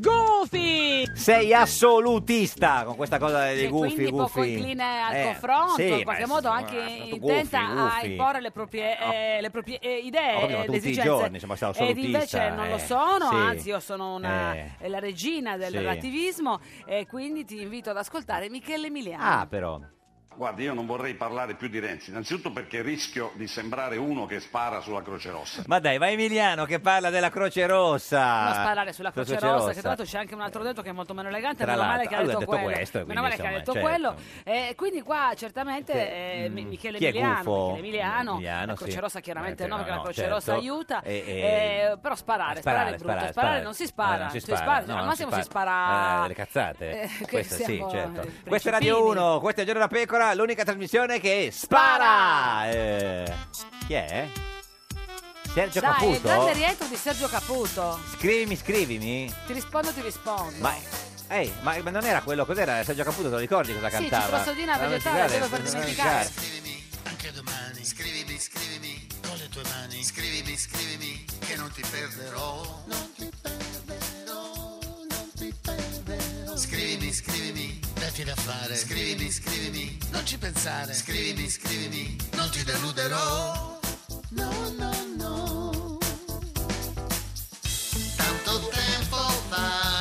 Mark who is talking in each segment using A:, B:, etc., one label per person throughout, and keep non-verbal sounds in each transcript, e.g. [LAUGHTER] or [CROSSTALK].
A: Goofy!
B: Sei assolutista con questa cosa dei
A: Che
B: gufi,
A: quindi poco
B: gufi.
A: incline al
B: Eh,
A: confronto,
B: sì,
A: in
B: ma
A: qualche
B: è
A: modo
B: stato-
A: anche
B: è stato
A: intenta
B: gufi, gufi.
A: a imporre le proprie, eh, le proprie, eh, idee,
B: Ho capito, ma
A: eh,
B: tutti
A: le
B: i
A: esigenze.
B: giorni, insomma, stato
A: Ed
B: assolutista,
A: invece non lo
B: eh,
A: sono,
B: sì.
A: anzi io sono una,
B: Eh.
A: eh, la regina del
B: Sì.
A: relativismo e quindi ti invito ad ascoltare Michele Emiliano.
B: Ah, però.
C: Guardi, io non vorrei parlare più di Renzi, innanzitutto perché rischio di sembrare uno che spara sulla Croce Rossa.
B: Ma dai, va Emiliano che parla della Croce Rossa.
A: non sparare sulla Croce Rossa, che tra l'altro c'è anche un altro dentro che è molto meno elegante,
B: Tra
A: meno male
B: l'altro, Ah,
A: che ha
B: lui ha
A: detto
B: detto
A: quello.
B: questo,
A: meno male che ha detto
B: quindi, insomma, certo. mm.
A: quello. Eh, quindi qua certamente eh, Mi- Michele
B: chi è
A: Emiliano,
B: gufo? Mm,
A: Michele Emiliano,
B: Emiliano,
A: la Croce
B: sì.
A: Rossa chiaramente
B: Eh,
A: no, perché
B: no,
A: la Croce
B: certo.
A: Rossa aiuta,
B: Eh,
A: eh, però sparare, sparare, è brutto, sparare, non si spara,
B: Eh, non si
A: cioè,
B: spara,
A: spara-
B: no,
A: al
B: non
A: massimo
B: si
A: si
B: spara-
A: spara...
B: Eh, le cazzate.
A: Eh, che
B: Questa sì,
A: siamo,
B: certo.
A: eh,
B: Questa è Radio 1, questa è Giorno da Pecora, l'unica trasmissione che spara. Eh, chi è? Sergio
A: Dai, è il grande
B: Caputo?
A: rientro di Sergio Caputo.
B: Scrivimi, scrivimi.
A: Ti rispondo, ti rispondo.
B: Ma, ehi, ma, ma non era quello, cos'era? Sergio Caputo, te lo ricordi cosa
A: Sì,
B: cantava?
A: Ciprosodina,
B: Ma non
A: vegetale,
B: si vede,
A: dove per
B: non si
A: dimenticare.
B: vede.
D: Scrivimi anche domani. Scrivimi, scrivimi con le tue mani. Scrivimi, scrivimi che non ti perderò. Non ti perderò, non ti perderò. Scrivimi, scrivimi, dati da fare. Scrivimi, scrivimi, non ci pensare. Scrivimi, scrivimi, non ti deluderò. No, no, no. Tanto tempo fa.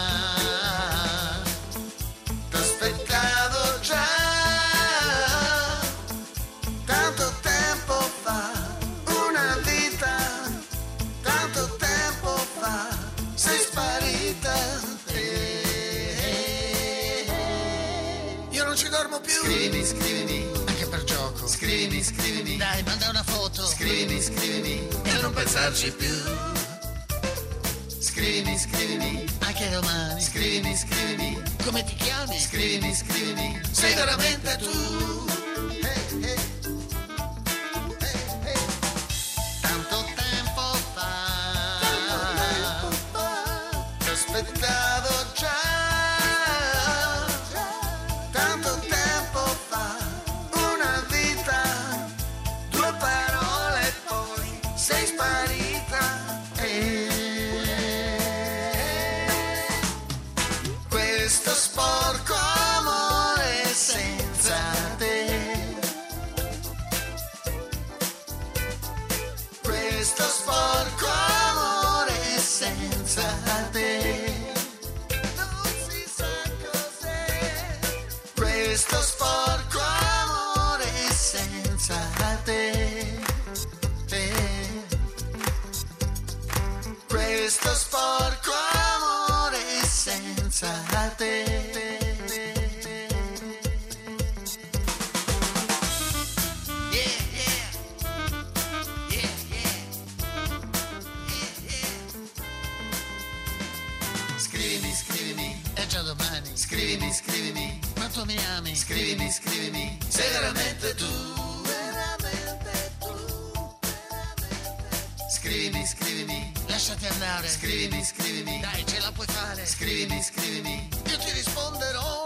D: T'aspettavo già tanto tempo fa, una vita, tanto tempo fa, sei sparita. Eh, Io non ci dormo più. Scrivimi, scrivimi, anche per gioco. Scrivimi, scrivimi. Dai, manda una foto. Scrivimi, scrivimi, e non pensarci più. Scrivimi, scrivimi, anche domani. Scrivimi, scrivimi, come ti chiami? Scrivimi, scrivimi, sei veramente tu. Eh, eh. Tanto tempo fa, ti aspettavo già. Tanto tempo fa, una vita, due parole e poi sei sparita. E questo sporco amore senza te. Questo sporco amore senza te. Non si sa cos'è. Questo sporco amore senza te. te. Questo sporco amore senza te. Yeah, yeah. Yeah, yeah. Yeah, yeah. Scrivimi, scrivimi, è già domani. Scrivimi, scrivimi, quanto mi ami. Scrivimi, scrivimi, sei veramente tu. Veramente tu. Scrivimi, scrivimi, lasciati andare. Scrivimi, scrivimi, dai, ce la puoi fare. Scrivimi, scrivimi, io ti risponderò.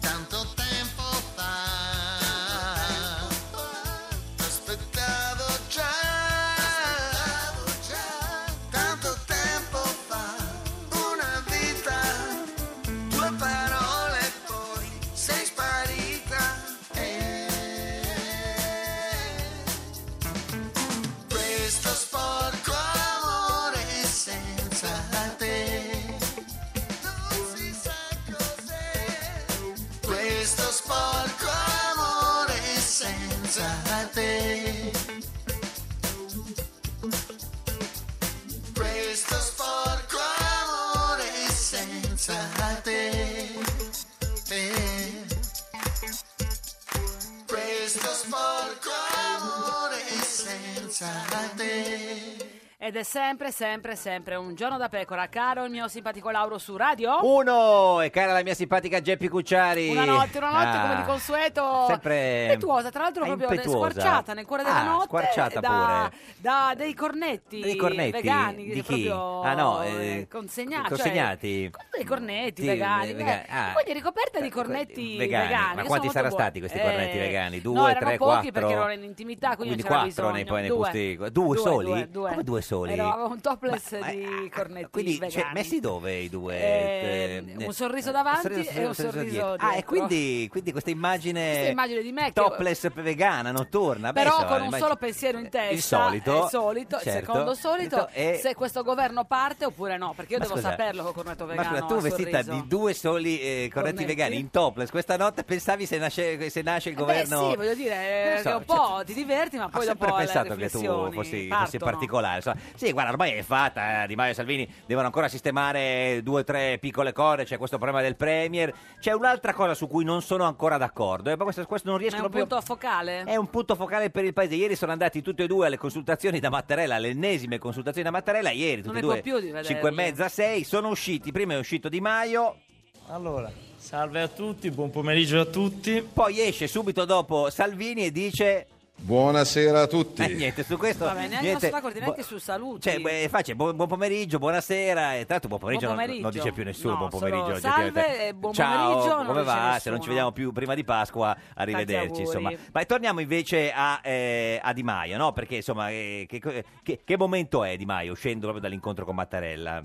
D: Tanto tempo fa, t'aspettavo già. Tanto tempo fa, una vita, due parole e poi sei sparita. Eh, Questo sporco amore senza te. Non si sa cos'è. Questo sporco amore senza te. Questo sporco amore senza te. te. Questo sporco amore senza te.
A: Ed è sempre, sempre, sempre un giorno da pecora, caro il mio simpatico Lauro su radio.
B: Uno, e cara la mia simpatica Geppi Cucciari.
A: Una notte, una notte
B: Ah,
A: come di consueto.
B: sempre
A: impetuosa, tra l'altro
B: è
A: proprio
B: impetuosa.
A: squarciata nel cuore della
B: Ah,
A: notte.
B: squarciata
A: da, da dei cornetti,
B: Dei cornetti?
A: vegani,
B: Di chi?
A: proprio
B: Ah, no, eh,
A: eh, consegnati.
B: consegnati.
A: cioè, dei cornetti
B: Sì,
A: vegani.
B: eh, vegani,
A: beh,
B: ah.
A: Quindi ricoperta di cornetti
B: vegani.
A: vegani.
B: Ma quanti
A: che sono molto
B: saranno
A: buoni.
B: stati questi cornetti
A: Eh,
B: vegani? Due,
A: no, erano
B: tre,
A: pochi
B: quattro?
A: perché erano in intimità,
B: Quindi
A: quindi, non c'era
B: quattro
A: bisogno.
B: nei- poi nei
A: due.
B: gusti. Due soli?
A: Due, due.
B: Come due soli?
A: Era- Avevamo un topless di cornetti
B: Quindi,
A: vegani.
B: cioè, messi dove i due?
A: Eh,
B: Eh,
A: un sorriso davanti e un sorriso
B: dietro. Ah,
A: dietro.
B: e quindi, quindi questa immagine...
A: Questa immagine di me che-
B: Topless vegana, notturna. beh,
A: Però
B: insomma,
A: con un
B: immagine-
A: solo pensiero in testa,
B: il solito,
A: il solito, il
B: certo.
A: secondo solito,
B: E-
A: se questo governo parte oppure no, perché io
B: Ma
A: devo
B: scusa,
A: saperlo che ho cornetto
B: Ma
A: vegano.
B: scusa, tu
A: al
B: vestita
A: sorriso.
B: di due soli eh, cornetti
A: Cornetti. Eh
B: vegani in topless questa notte, pensavi se nasce, se nasce il
A: Beh,
B: governo?
A: sì, voglio dire,
B: Non
A: eh,
B: so,
A: che un
B: cioè,
A: po' ti diverti, ma
B: Ho
A: poi dopo
B: sempre
A: le
B: pensato che tu
A: riflessioni
B: fossi, fossi
A: partono.
B: particolare. insomma. Sì, guarda, ormai è fatta. eh, Di Maio e Salvini devono ancora sistemare due o tre piccole cose. C'è questo problema del Premier. C'è un'altra cosa su cui non sono ancora d'accordo. eh, ma questo, questo non riesco
A: È un
B: proprio. Eh,
A: punto focale?
B: È un punto focale per il paese. Ieri sono andati tutti e due alle consultazioni da Mattarella, alle ennesime consultazioni da Mattarella. Ieri,
A: Non
B: tutti e
A: ne può
B: due,
A: più di vederli.
B: 5 e mezza, 6. Sono usciti. Prima è uscito Di Maio.
E: Allora, salve a tutti, buon pomeriggio a tutti.
B: Poi esce subito dopo Salvini e dice.
F: Buonasera a tutti.
B: Eh, niente, su questo.
A: Vabbè, neanche
B: niente,
A: non sono d'accordo neanche
B: bo-
A: su salute.
B: Cioè, beh, faccia buon, buon pomeriggio, buonasera. E tanto buon pomeriggio,
A: Buon
B: non- Non,
A: pomeriggio.
B: dice più nessuno.
A: No,
B: buon pomeriggio.
A: solo
B: oggi, ovviamente.
A: salve e buon
B: Ciao,
A: pomeriggio, non
B: Come
A: dice
B: va? Se
A: nessuno.
B: non ci vediamo più prima di Pasqua, arrivederci.
A: auguri.
B: Insomma. Ma torniamo invece a, eh, a Di Maio, no? Perché insomma, eh, che, che- che momento è Di Maio uscendo proprio dall'incontro con Mattarella?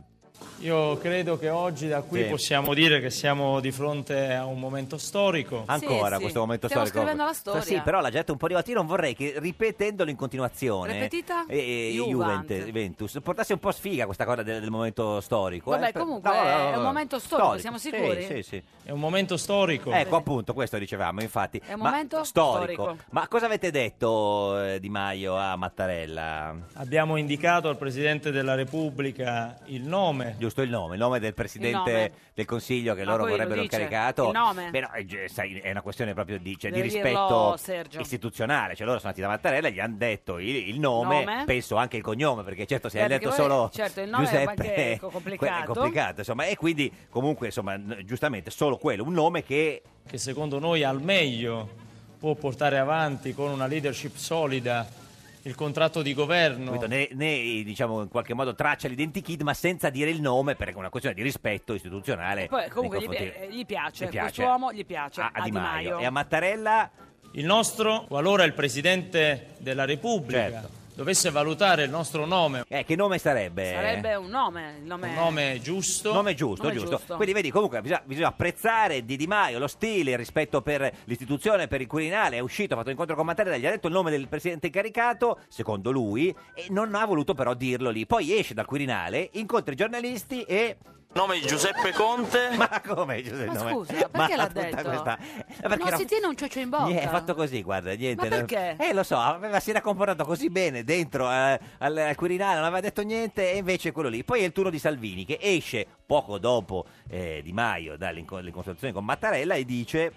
E: Io credo che oggi da qui
B: Sì.
E: possiamo dire che siamo di fronte a un momento storico.
B: Ancora
A: sì.
B: questo momento
A: Stiamo
B: storico.
A: scrivendo la storia.
B: Sì, però la gente un po' arrivata. Io non vorrei che ripetendolo in continuazione
A: Ripetita?
B: eh, eh,
A: Juvent.
B: Juvent- Juventus portasse un po' sfiga questa cosa del, del momento storico. eh.
A: Vabbè,
B: Per-
A: comunque, è un momento storico, siamo
B: Sì,
A: sicuri?
B: Sì, sì.
E: È un momento storico.
B: Ecco, appunto, questo dicevamo, infatti.
A: È un
B: Ma-
A: momento
B: storico.
A: storico.
B: Ma cosa avete detto eh, Di Maio a Mattarella?
E: Abbiamo indicato al Presidente della Repubblica il nome.
B: Giusto il nome, il nome del presidente
A: Il nome.
B: del consiglio che
A: Ma
B: loro
A: poi lo
B: vorrebbero
A: dice?
B: incaricato.
A: Il nome?
B: Però eh, gi- sai, è una questione proprio di, cioè, di
A: Deve dirlo
B: rispetto
A: Sergio.
B: istituzionale. Cioè, loro sono andati da Mattarella e gli hanno detto il, il nome,
A: Nome?
B: penso anche il cognome, perché certo se
A: Eh,
B: hai
A: perché
B: detto
A: poi,
B: solo
A: certo, il nome è
B: Giuseppe
A: anche co-
B: [LAUGHS] que-
A: complicato.
B: è complicato, insomma, e quindi comunque insomma, n- giustamente solo quello, un nome che
E: che secondo noi al meglio può portare avanti con una leadership solida il contratto di governo.
B: capito, né, né, diciamo, in qualche modo traccia l'identikit, ma senza dire il nome, perché è una questione di rispetto istituzionale.
A: E poi comunque
B: nei
A: gli,
B: confronti-
A: eh, gli piace,
B: Gli piace.
A: quest'uomo gli piace,
B: Cioè, a, a Di Maio. E a Mattarella
E: Il nostro, qualora il Presidente della Repubblica
B: Certo.
E: dovesse valutare il nostro nome,
B: Eh, che nome sarebbe?
A: Sarebbe un nome, il nome...
E: un nome giusto,
B: Nome giusto,
A: Nome
B: giusto.
A: giusto.
B: Quindi vedi, comunque bisogna, bisogna apprezzare di Di Maio lo stile, il rispetto per l'istituzione, per il Quirinale. È uscito, ha fatto un incontro con Mattarella, gli ha detto il nome del presidente incaricato, secondo lui, e non ha voluto però dirlo lì. Poi esce dal Quirinale, incontra i giornalisti e...
G: nome di Giuseppe Conte.
B: Ma come? Giuseppe,
A: Ma
B: il nome?
A: scusa, perché
B: Ma
A: l'ha
B: tutta
A: detto?
B: questa- Eh, Perché
A: non
B: era-
A: si tiene un ceccio in bocca.
B: Niente, è fatto così, guarda, niente.
A: Ma perché?
B: Eh, lo so, aveva- si era comportato così bene dentro eh, al, al Quirinale, non aveva detto niente, e invece quello lì. Poi è il turno di Salvini, che esce poco dopo eh, Di Maio dalle inco- le consultazioni con Mattarella e dice...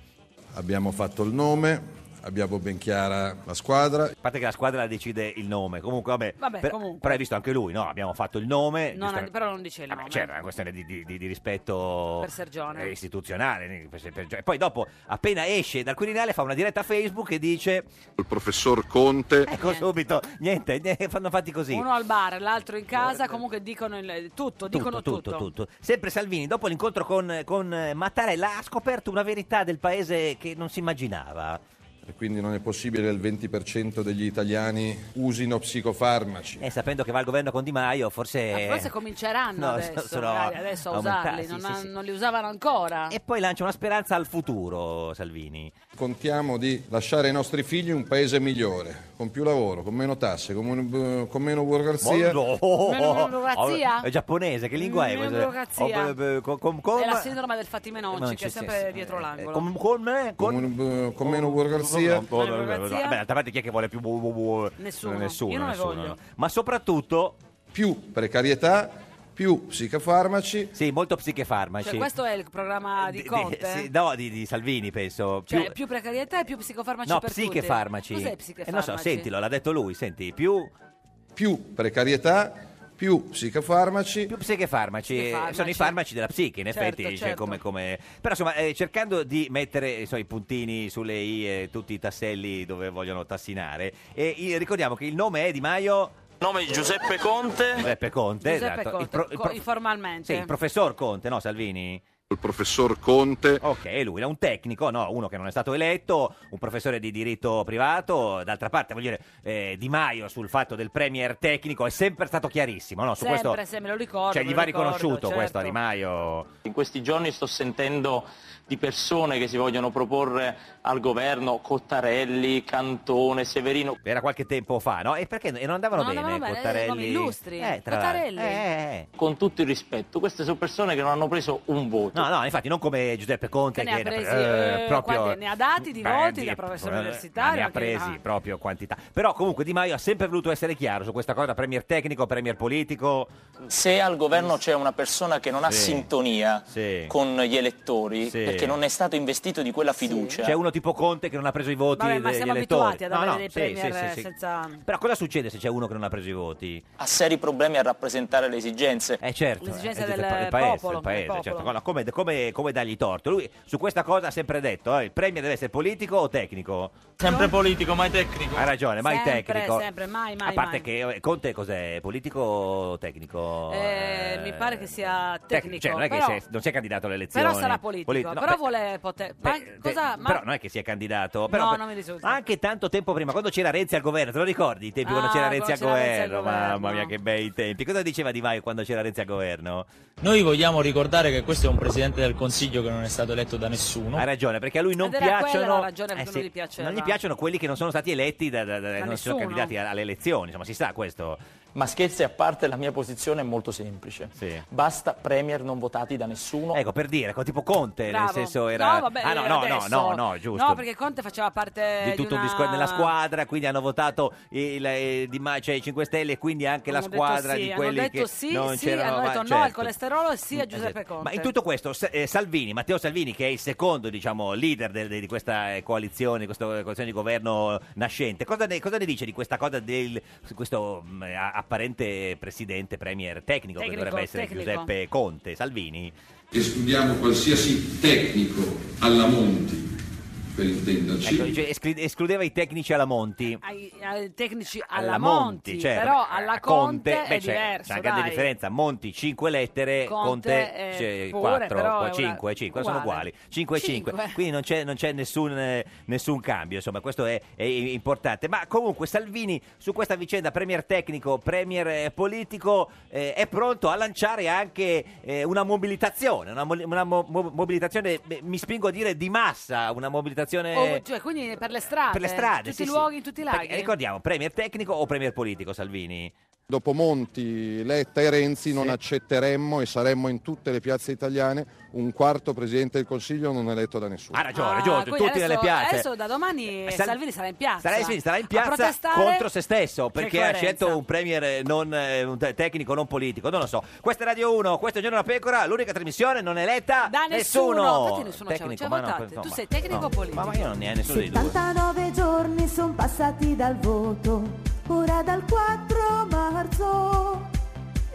F: Abbiamo fatto il nome, abbiamo ben chiara la squadra.
B: A parte che la squadra la decide il nome, comunque vabbè,
A: Vabbè,
B: per-
A: comunque.
B: però hai visto anche lui, no? Abbiamo fatto il nome,
A: Non-
B: giustamente-
A: però non dice il
B: eh, Vabbè,
A: nome.
B: C'era una questione di, di- di- di rispetto
A: Per Sergione.
B: eh, istituzionale. né, per- per- E poi dopo, appena esce dal Quirinale, fa una diretta a Facebook e dice:
F: Il professor Conte
B: Ecco subito, niente, ne- fanno fatti così.
A: Uno al bar, l'altro in casa, comunque dicono il- eh, tutto, dicono
B: tutto, tutto, tutto. Sempre Salvini, dopo l'incontro con, con eh, Mattarella, ha scoperto una verità del paese che non si immaginava.
F: e quindi non è possibile che il 20% degli italiani usino psicofarmaci.
B: E Eh, sapendo che va al governo con Di Maio, forse.
A: Ah, forse cominceranno
B: Eh. No,
A: adesso,
B: so- sono
A: magari adesso a
B: aumentati,
A: usarli,
B: sì,
A: non,
B: sì,
A: ha-
B: sì.
A: non li usavano ancora.
B: E poi lancia una speranza al futuro, Salvini.
F: Contiamo di lasciare ai nostri figli un paese migliore, con più lavoro, con meno tasse, con, meno- con meno burocrazia.
B: Mondo-
A: Monoblorazia?
B: È giapponese, che lingua è questa?
A: Monoblorazia.
B: Oh, beh, beh, con- con- con-
A: È la sindrome del Fatti Menocci,
B: Non
A: che è
B: c'è
A: sempre
B: senso.
A: dietro
B: Eh,
A: l'angolo.
B: Con, con me? Con,
F: Con, eh, con meno burocrazia.
B: Vabbè,
A: Monoblorazia?
B: d'altra parte chi è che vuole più bu- bu- bu-
A: Nessuno.
B: Eh, Nessuno,
A: Io non ne
B: nessuno,
A: voglio.
B: no. Ma soprattutto,
F: Più precarietà, più psicofarmaci.
B: sì, molto psichefarmaci.
A: Cioè, questo è il programma di, Conte?
B: Eh, sì, no, di, di Salvini, penso.
A: Cioè,
B: Più-
A: più, precarietà e più psicofarmaci
B: no,
A: per tutti.
B: psichefarmaci.
A: Cos'è
B: Eh, non
A: psicofarmaci?
B: so, sentilo, l'ha detto lui, senti, più...
F: più precarietà, più psicofarmaci.
B: Più psicofarmaci, eh, sono i farmaci della psiche, in
F: Certo,
B: effetti, cioè,
F: certo.
B: come, come- però insomma, eh, cercando di mettere insomma, i puntini sulle i e tutti i tasselli dove vogliono tassinare, e, eh, ricordiamo che il nome è Di Maio...
G: Nome di Giuseppe Conte.
B: Giuseppe Conte,
A: Giuseppe
B: esatto.
A: Conte,
B: il pro- il
A: co-
B: pro-
A: informalmente.
B: Sì, il professor Conte, no Salvini? Il professor Conte. Ok, lui era un tecnico, no, uno che non è stato eletto, un professore di diritto privato. D'altra parte, voglio dire, eh, Di Maio sul fatto del premier tecnico è sempre stato chiarissimo, no? Su
A: sempre,
B: questo,
A: se me lo ricordo.
B: cioè,
A: me
B: gli
A: lo
B: va
A: ricordo,
B: riconosciuto
A: certo.
B: questo a Di Maio.
G: In questi giorni sto sentendo di persone che si vogliono proporre al governo, Cottarelli, Cantone, Severino.
B: Era qualche tempo fa, no? E perché e non andavano
G: No,
B: bene,
G: andavano bene,
B: Cottarelli?
G: nomi illustri.
B: Eh, tra l'altro.
G: Cottarelli.
B: Eh, eh.
G: Con tutto il rispetto, queste sono persone che non hanno preso un voto.
B: No, no, infatti non come Giuseppe Cioè, Conte
A: Che ne ha presi,
B: eh,
A: eh,
B: proprio
A: quanti- ne ha dati di voti da
B: di-
A: professore
B: eh,
A: universitario.
B: Ne ha
A: che-
B: presi
A: ah.
B: proprio quantità. Però comunque Di Maio ha sempre voluto essere chiaro su questa cosa, premier tecnico, premier politico.
G: Se al governo c'è una persona che non ha
B: Sì.
G: sintonia
B: Sì.
G: con gli elettori,
B: Sì.
G: perché non è stato investito di quella fiducia,
B: C'è Cioè, uno tipo Conte che non ha preso i voti
A: Certo. Vabbè, ma
B: degli
A: siamo
B: elettori.
A: abituati ad
B: No,
A: avere
B: no,
A: dei
B: sì,
A: premier
B: sì, sì, sì.
A: senza...
B: Però cosa succede se c'è uno che non ha preso i voti?
G: ha seri problemi a rappresentare le esigenze.
B: Eh certo,
G: Le
B: eh,
G: esigenze
B: eh,
G: del
B: pa- paese,
G: popolo,
B: il paese,
G: del popolo.
B: certo. Allora, come, come- come dargli torto? Lui su questa cosa ha sempre detto, eh, il premier deve essere politico o tecnico?
E: Sempre politico, mai tecnico.
B: Hai ragione, mai
A: sempre,
B: Eh, tecnico.
A: sempre, mai, mai,
B: a parte
A: mai.
B: che eh, Conte cos'è? Politico o tecnico?
A: Eh, mi pare che sia tecnico,
B: Tecnico, cioè, non è che
A: però,
B: sia- non si è candidato alle elezioni.
A: però sarà politico,
B: Politi- no,
A: però
B: beh,
A: vuole poter... Ma
B: beh,
A: cosa...
B: te-
A: ma-
B: Però non è che sia candidato. Però
A: No,
B: per-
A: non mi risulta.
B: Anche tanto tempo prima, quando c'era Renzi al governo, te lo ricordi i tempi
A: Ah,
B: quando c'era Renzi al
A: quando c'era Renzi al
B: governo? Mamma
A: governo.
B: mia, che bei tempi. Cosa diceva Di Maio quando c'era Renzi al governo?
E: Noi vogliamo ricordare che questo è un presidente del Consiglio che non è stato eletto da nessuno.
B: Hai ragione, perché a lui non
A: Ed era quella
B: piacciono. eh,
A: la ragione per cui non gli piaceva.
B: non gli piacciono quelli che non sono stati eletti, da, da- da- non sono
A: nessuno.
B: candidati a- alle elezioni. Insomma, si sa questo.
G: Ma scherzi a parte, la mia posizione è molto semplice.
B: Sì.
G: Basta premier non votati da nessuno.
B: Ecco, per dire, co- tipo Conte, nel
A: Bravo.
B: senso era...
A: No, vabbè,
B: ah no, no, no,
A: adesso-
B: no, no, giusto.
A: No, perché Conte faceva parte
B: di tutto
A: Eh,
B: un
A: una...
B: discorso nella squadra, quindi hanno votato il, eh, di Ma- cioè, i 5 Stelle e quindi anche la
A: Hanno detto
B: squadra
A: sì,
B: di
A: hanno
B: quelli
A: detto
B: che
A: sì,
B: non
A: sì,
B: c'erano
A: hanno detto
B: ma-
A: no al
B: certo.
A: colesterolo e sì a Giuseppe
B: Esatto.
A: Conte.
B: Ma in tutto questo, se- eh, Salvini, Matteo Salvini, che è il secondo diciamo, leader del- di questa eh, coalizione, di questa coalizione di governo nascente, cosa ne, cosa ne dice di questa cosa del su questo mh, a- apparente presidente, premier tecnico, che
H: Tecnico,
B: dovrebbe essere
H: tecnico.
B: Giuseppe Conte? Salvini?
H: Escludiamo qualsiasi tecnico alla Monti, per intenderci.
B: Ecco, dice, esclu- escludeva i tecnici alla Monti.
A: ai, ai eh, tecnici alla,
B: alla
A: Monti,
B: Monti, certo.
A: però alla
B: A
A: Conte, è
B: beh, c'è-
A: diverso.
B: C'è una grande
A: dai.
B: differenza. Monti 5 lettere,
A: Conte,
B: Conte,
A: eh,
B: c'è
A: pure,
B: 4,
A: però è una-
B: 5, 5, sono
A: uguale.
B: uguali. 5 5.
A: Cinque.
B: Quindi non c'è, non c'è nessun, eh, nessun cambio, insomma, questo è, è importante. Ma comunque Salvini su questa vicenda premier tecnico, premier eh, politico eh, è pronto a lanciare anche eh, una mobilitazione, una, mo- una mo- mo- mobilitazione, beh, mi spingo a dire di massa, una mobilitazione
A: Oh, cioè, quindi per le strade,
B: Eh, per le strade,
A: tutti
B: sì,
A: i
B: sì.
A: luoghi, in tutti i laghi.
B: Perché, ecco, ricordiamo, premier tecnico o premier politico Salvini?
F: Dopo Monti, Letta e Renzi non accetteremmo e saremmo in tutte le piazze italiane un quarto presidente del Consiglio non eletto da nessuno.
B: Ha ragione,
A: Ah,
B: Giorgio,
A: quindi
B: tutti
A: adesso,
B: nelle piazze.
A: Adesso da domani
B: Sal-
A: Salvini sarà in piazza.
B: Sarà, sì, sarà in
A: a
B: piazza
A: protestare
B: contro se stesso
A: C'è
B: perché ha
A: coerenza.
B: scelto un premier eh, non, eh, un te- tecnico, non politico. Non lo so. Questa è Radio 1, questo è Giorno della Pecora. L'unica trasmissione non è eletta
A: da nessuno. Infatti nessuno ci ha-
B: Tecnico,
A: ci ha
B: ma no,
A: votato.
B: insomma,
A: tu sei tecnico
B: no.
A: o politico?
B: Ma, ma io non ne ho eh, nessuno dei due.
I: 79 giorni sono passati dal voto, ora dal 4 marzo.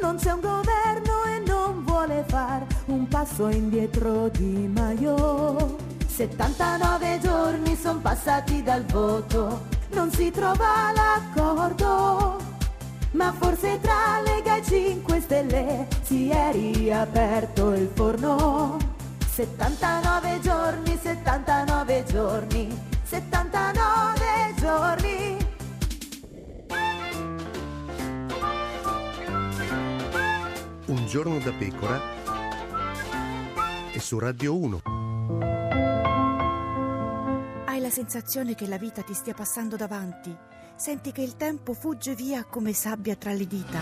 I: Non c'è un governo e non vuole far un passo indietro di Maio. 79 giorni sono passati dal voto, non si trova l'accordo. Ma forse tra Lega e 5 Stelle si è riaperto il forno. 79 giorni, 79 giorni, 79 giorni.
J: Un giorno da pecora e su Radio 1.
K: Hai la sensazione che la vita ti stia passando davanti. Senti che il tempo fugge via come sabbia tra le dita.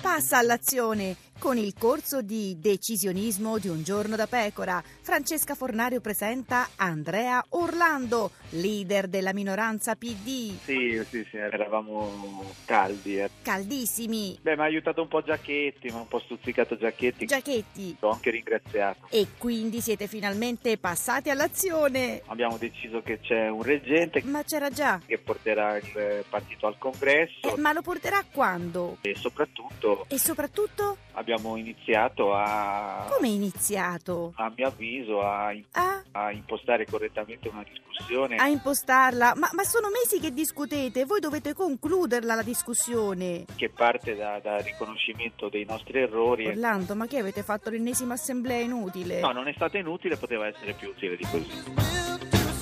K: Passa all'azione, Con il corso di decisionismo di un giorno da pecora, Francesca Fornario presenta Andrea Orlando, leader della minoranza PD.
L: Sì, sì, sì, eravamo caldi. eh.
K: Caldissimi
L: Beh, mi ha aiutato un po' Giacchetti, mi ha un po' stuzzicato Giacchetti.
K: Giacchetti.
L: L'ho anche ringraziato.
K: e quindi siete finalmente passati all'azione.
L: Abbiamo deciso che c'è un reggente
K: Ma c'era già.
L: che porterà il partito al congresso
K: Eh, ma lo porterà quando?
L: e soprattutto
K: E soprattutto
L: abbiamo iniziato a,
K: come è iniziato?
L: a mio avviso, a,
K: A,
L: a impostare correttamente una discussione.
K: a impostarla. Ma, ma sono mesi che discutete, voi dovete concluderla la discussione.
L: che parte da- dal riconoscimento dei nostri errori.
K: Orlando, ma che avete fatto l'ennesima assemblea inutile?
L: No, non è stato inutile, poteva essere più utile di così.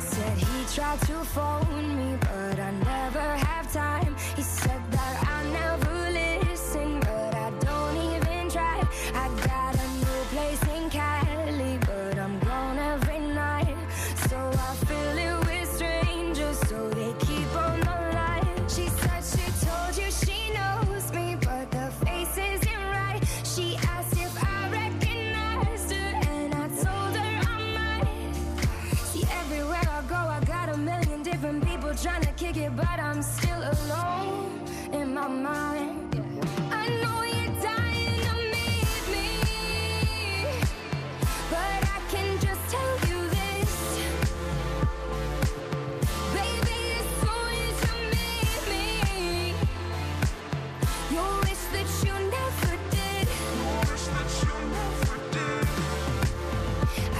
M: Said he tried to phone me, but I never have time. He said that I never listen, but I don't even try. I got a new place in Cali, but I'm gone every night. So I fill it with strangers, so they keep on the line. She said she told you she knows me, but the face isn't right. She asked if I recognized her, and I told her I might. See, everywhere I go, I got a million different people trying to kick it, but I'm still alone in my mind. I know you're dying to meet me, but I can just tell you this. Baby, it's foolish to meet me. You wish that you never did.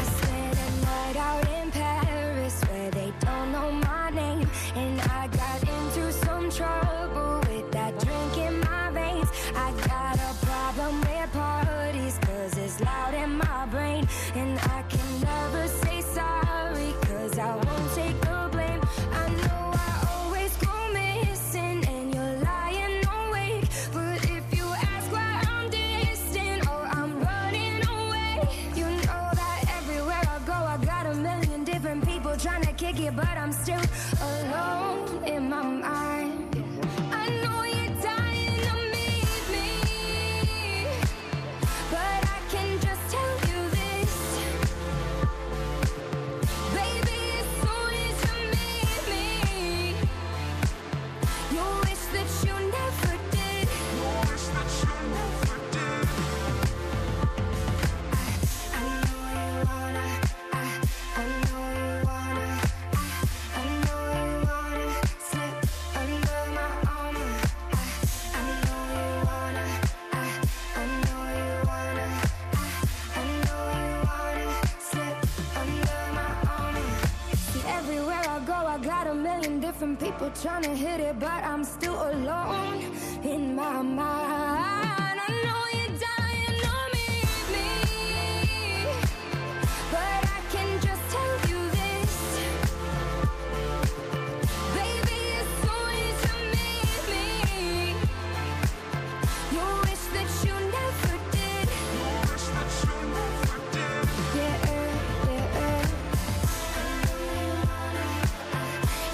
M: I spent a night out in Paris where they don't know my name. And I got into some trouble with that drink in my veins. I got a problem with parties cause it's loud in my brain. And I can never say sorry cause I won't take the blame. I know I always go missing and you're lying awake. But if you ask why I'm distant or I'm running away, you know that everywhere I go, I got a million different people trying to kick it, but I'm still alone in my mind. I know you're dying to meet me, but I can just tell you this. Baby, it's foolish to meet me. You wish that you never did. You wish that you never did. I know you wanna. I I know you wanna. I I know you wanna slip under my armor. I I know you wanna. I I know you wanna. I I know you wanna slip under my armor. See, everywhere I go, I got a million different people trying to hit it, but I'm still alone in my mind. I know you're dying to meet me, but I can just tell you this. Baby, it's foolish to meet me. You wish that you never did. You wish that you never did. Yeah, uh, yeah, uh.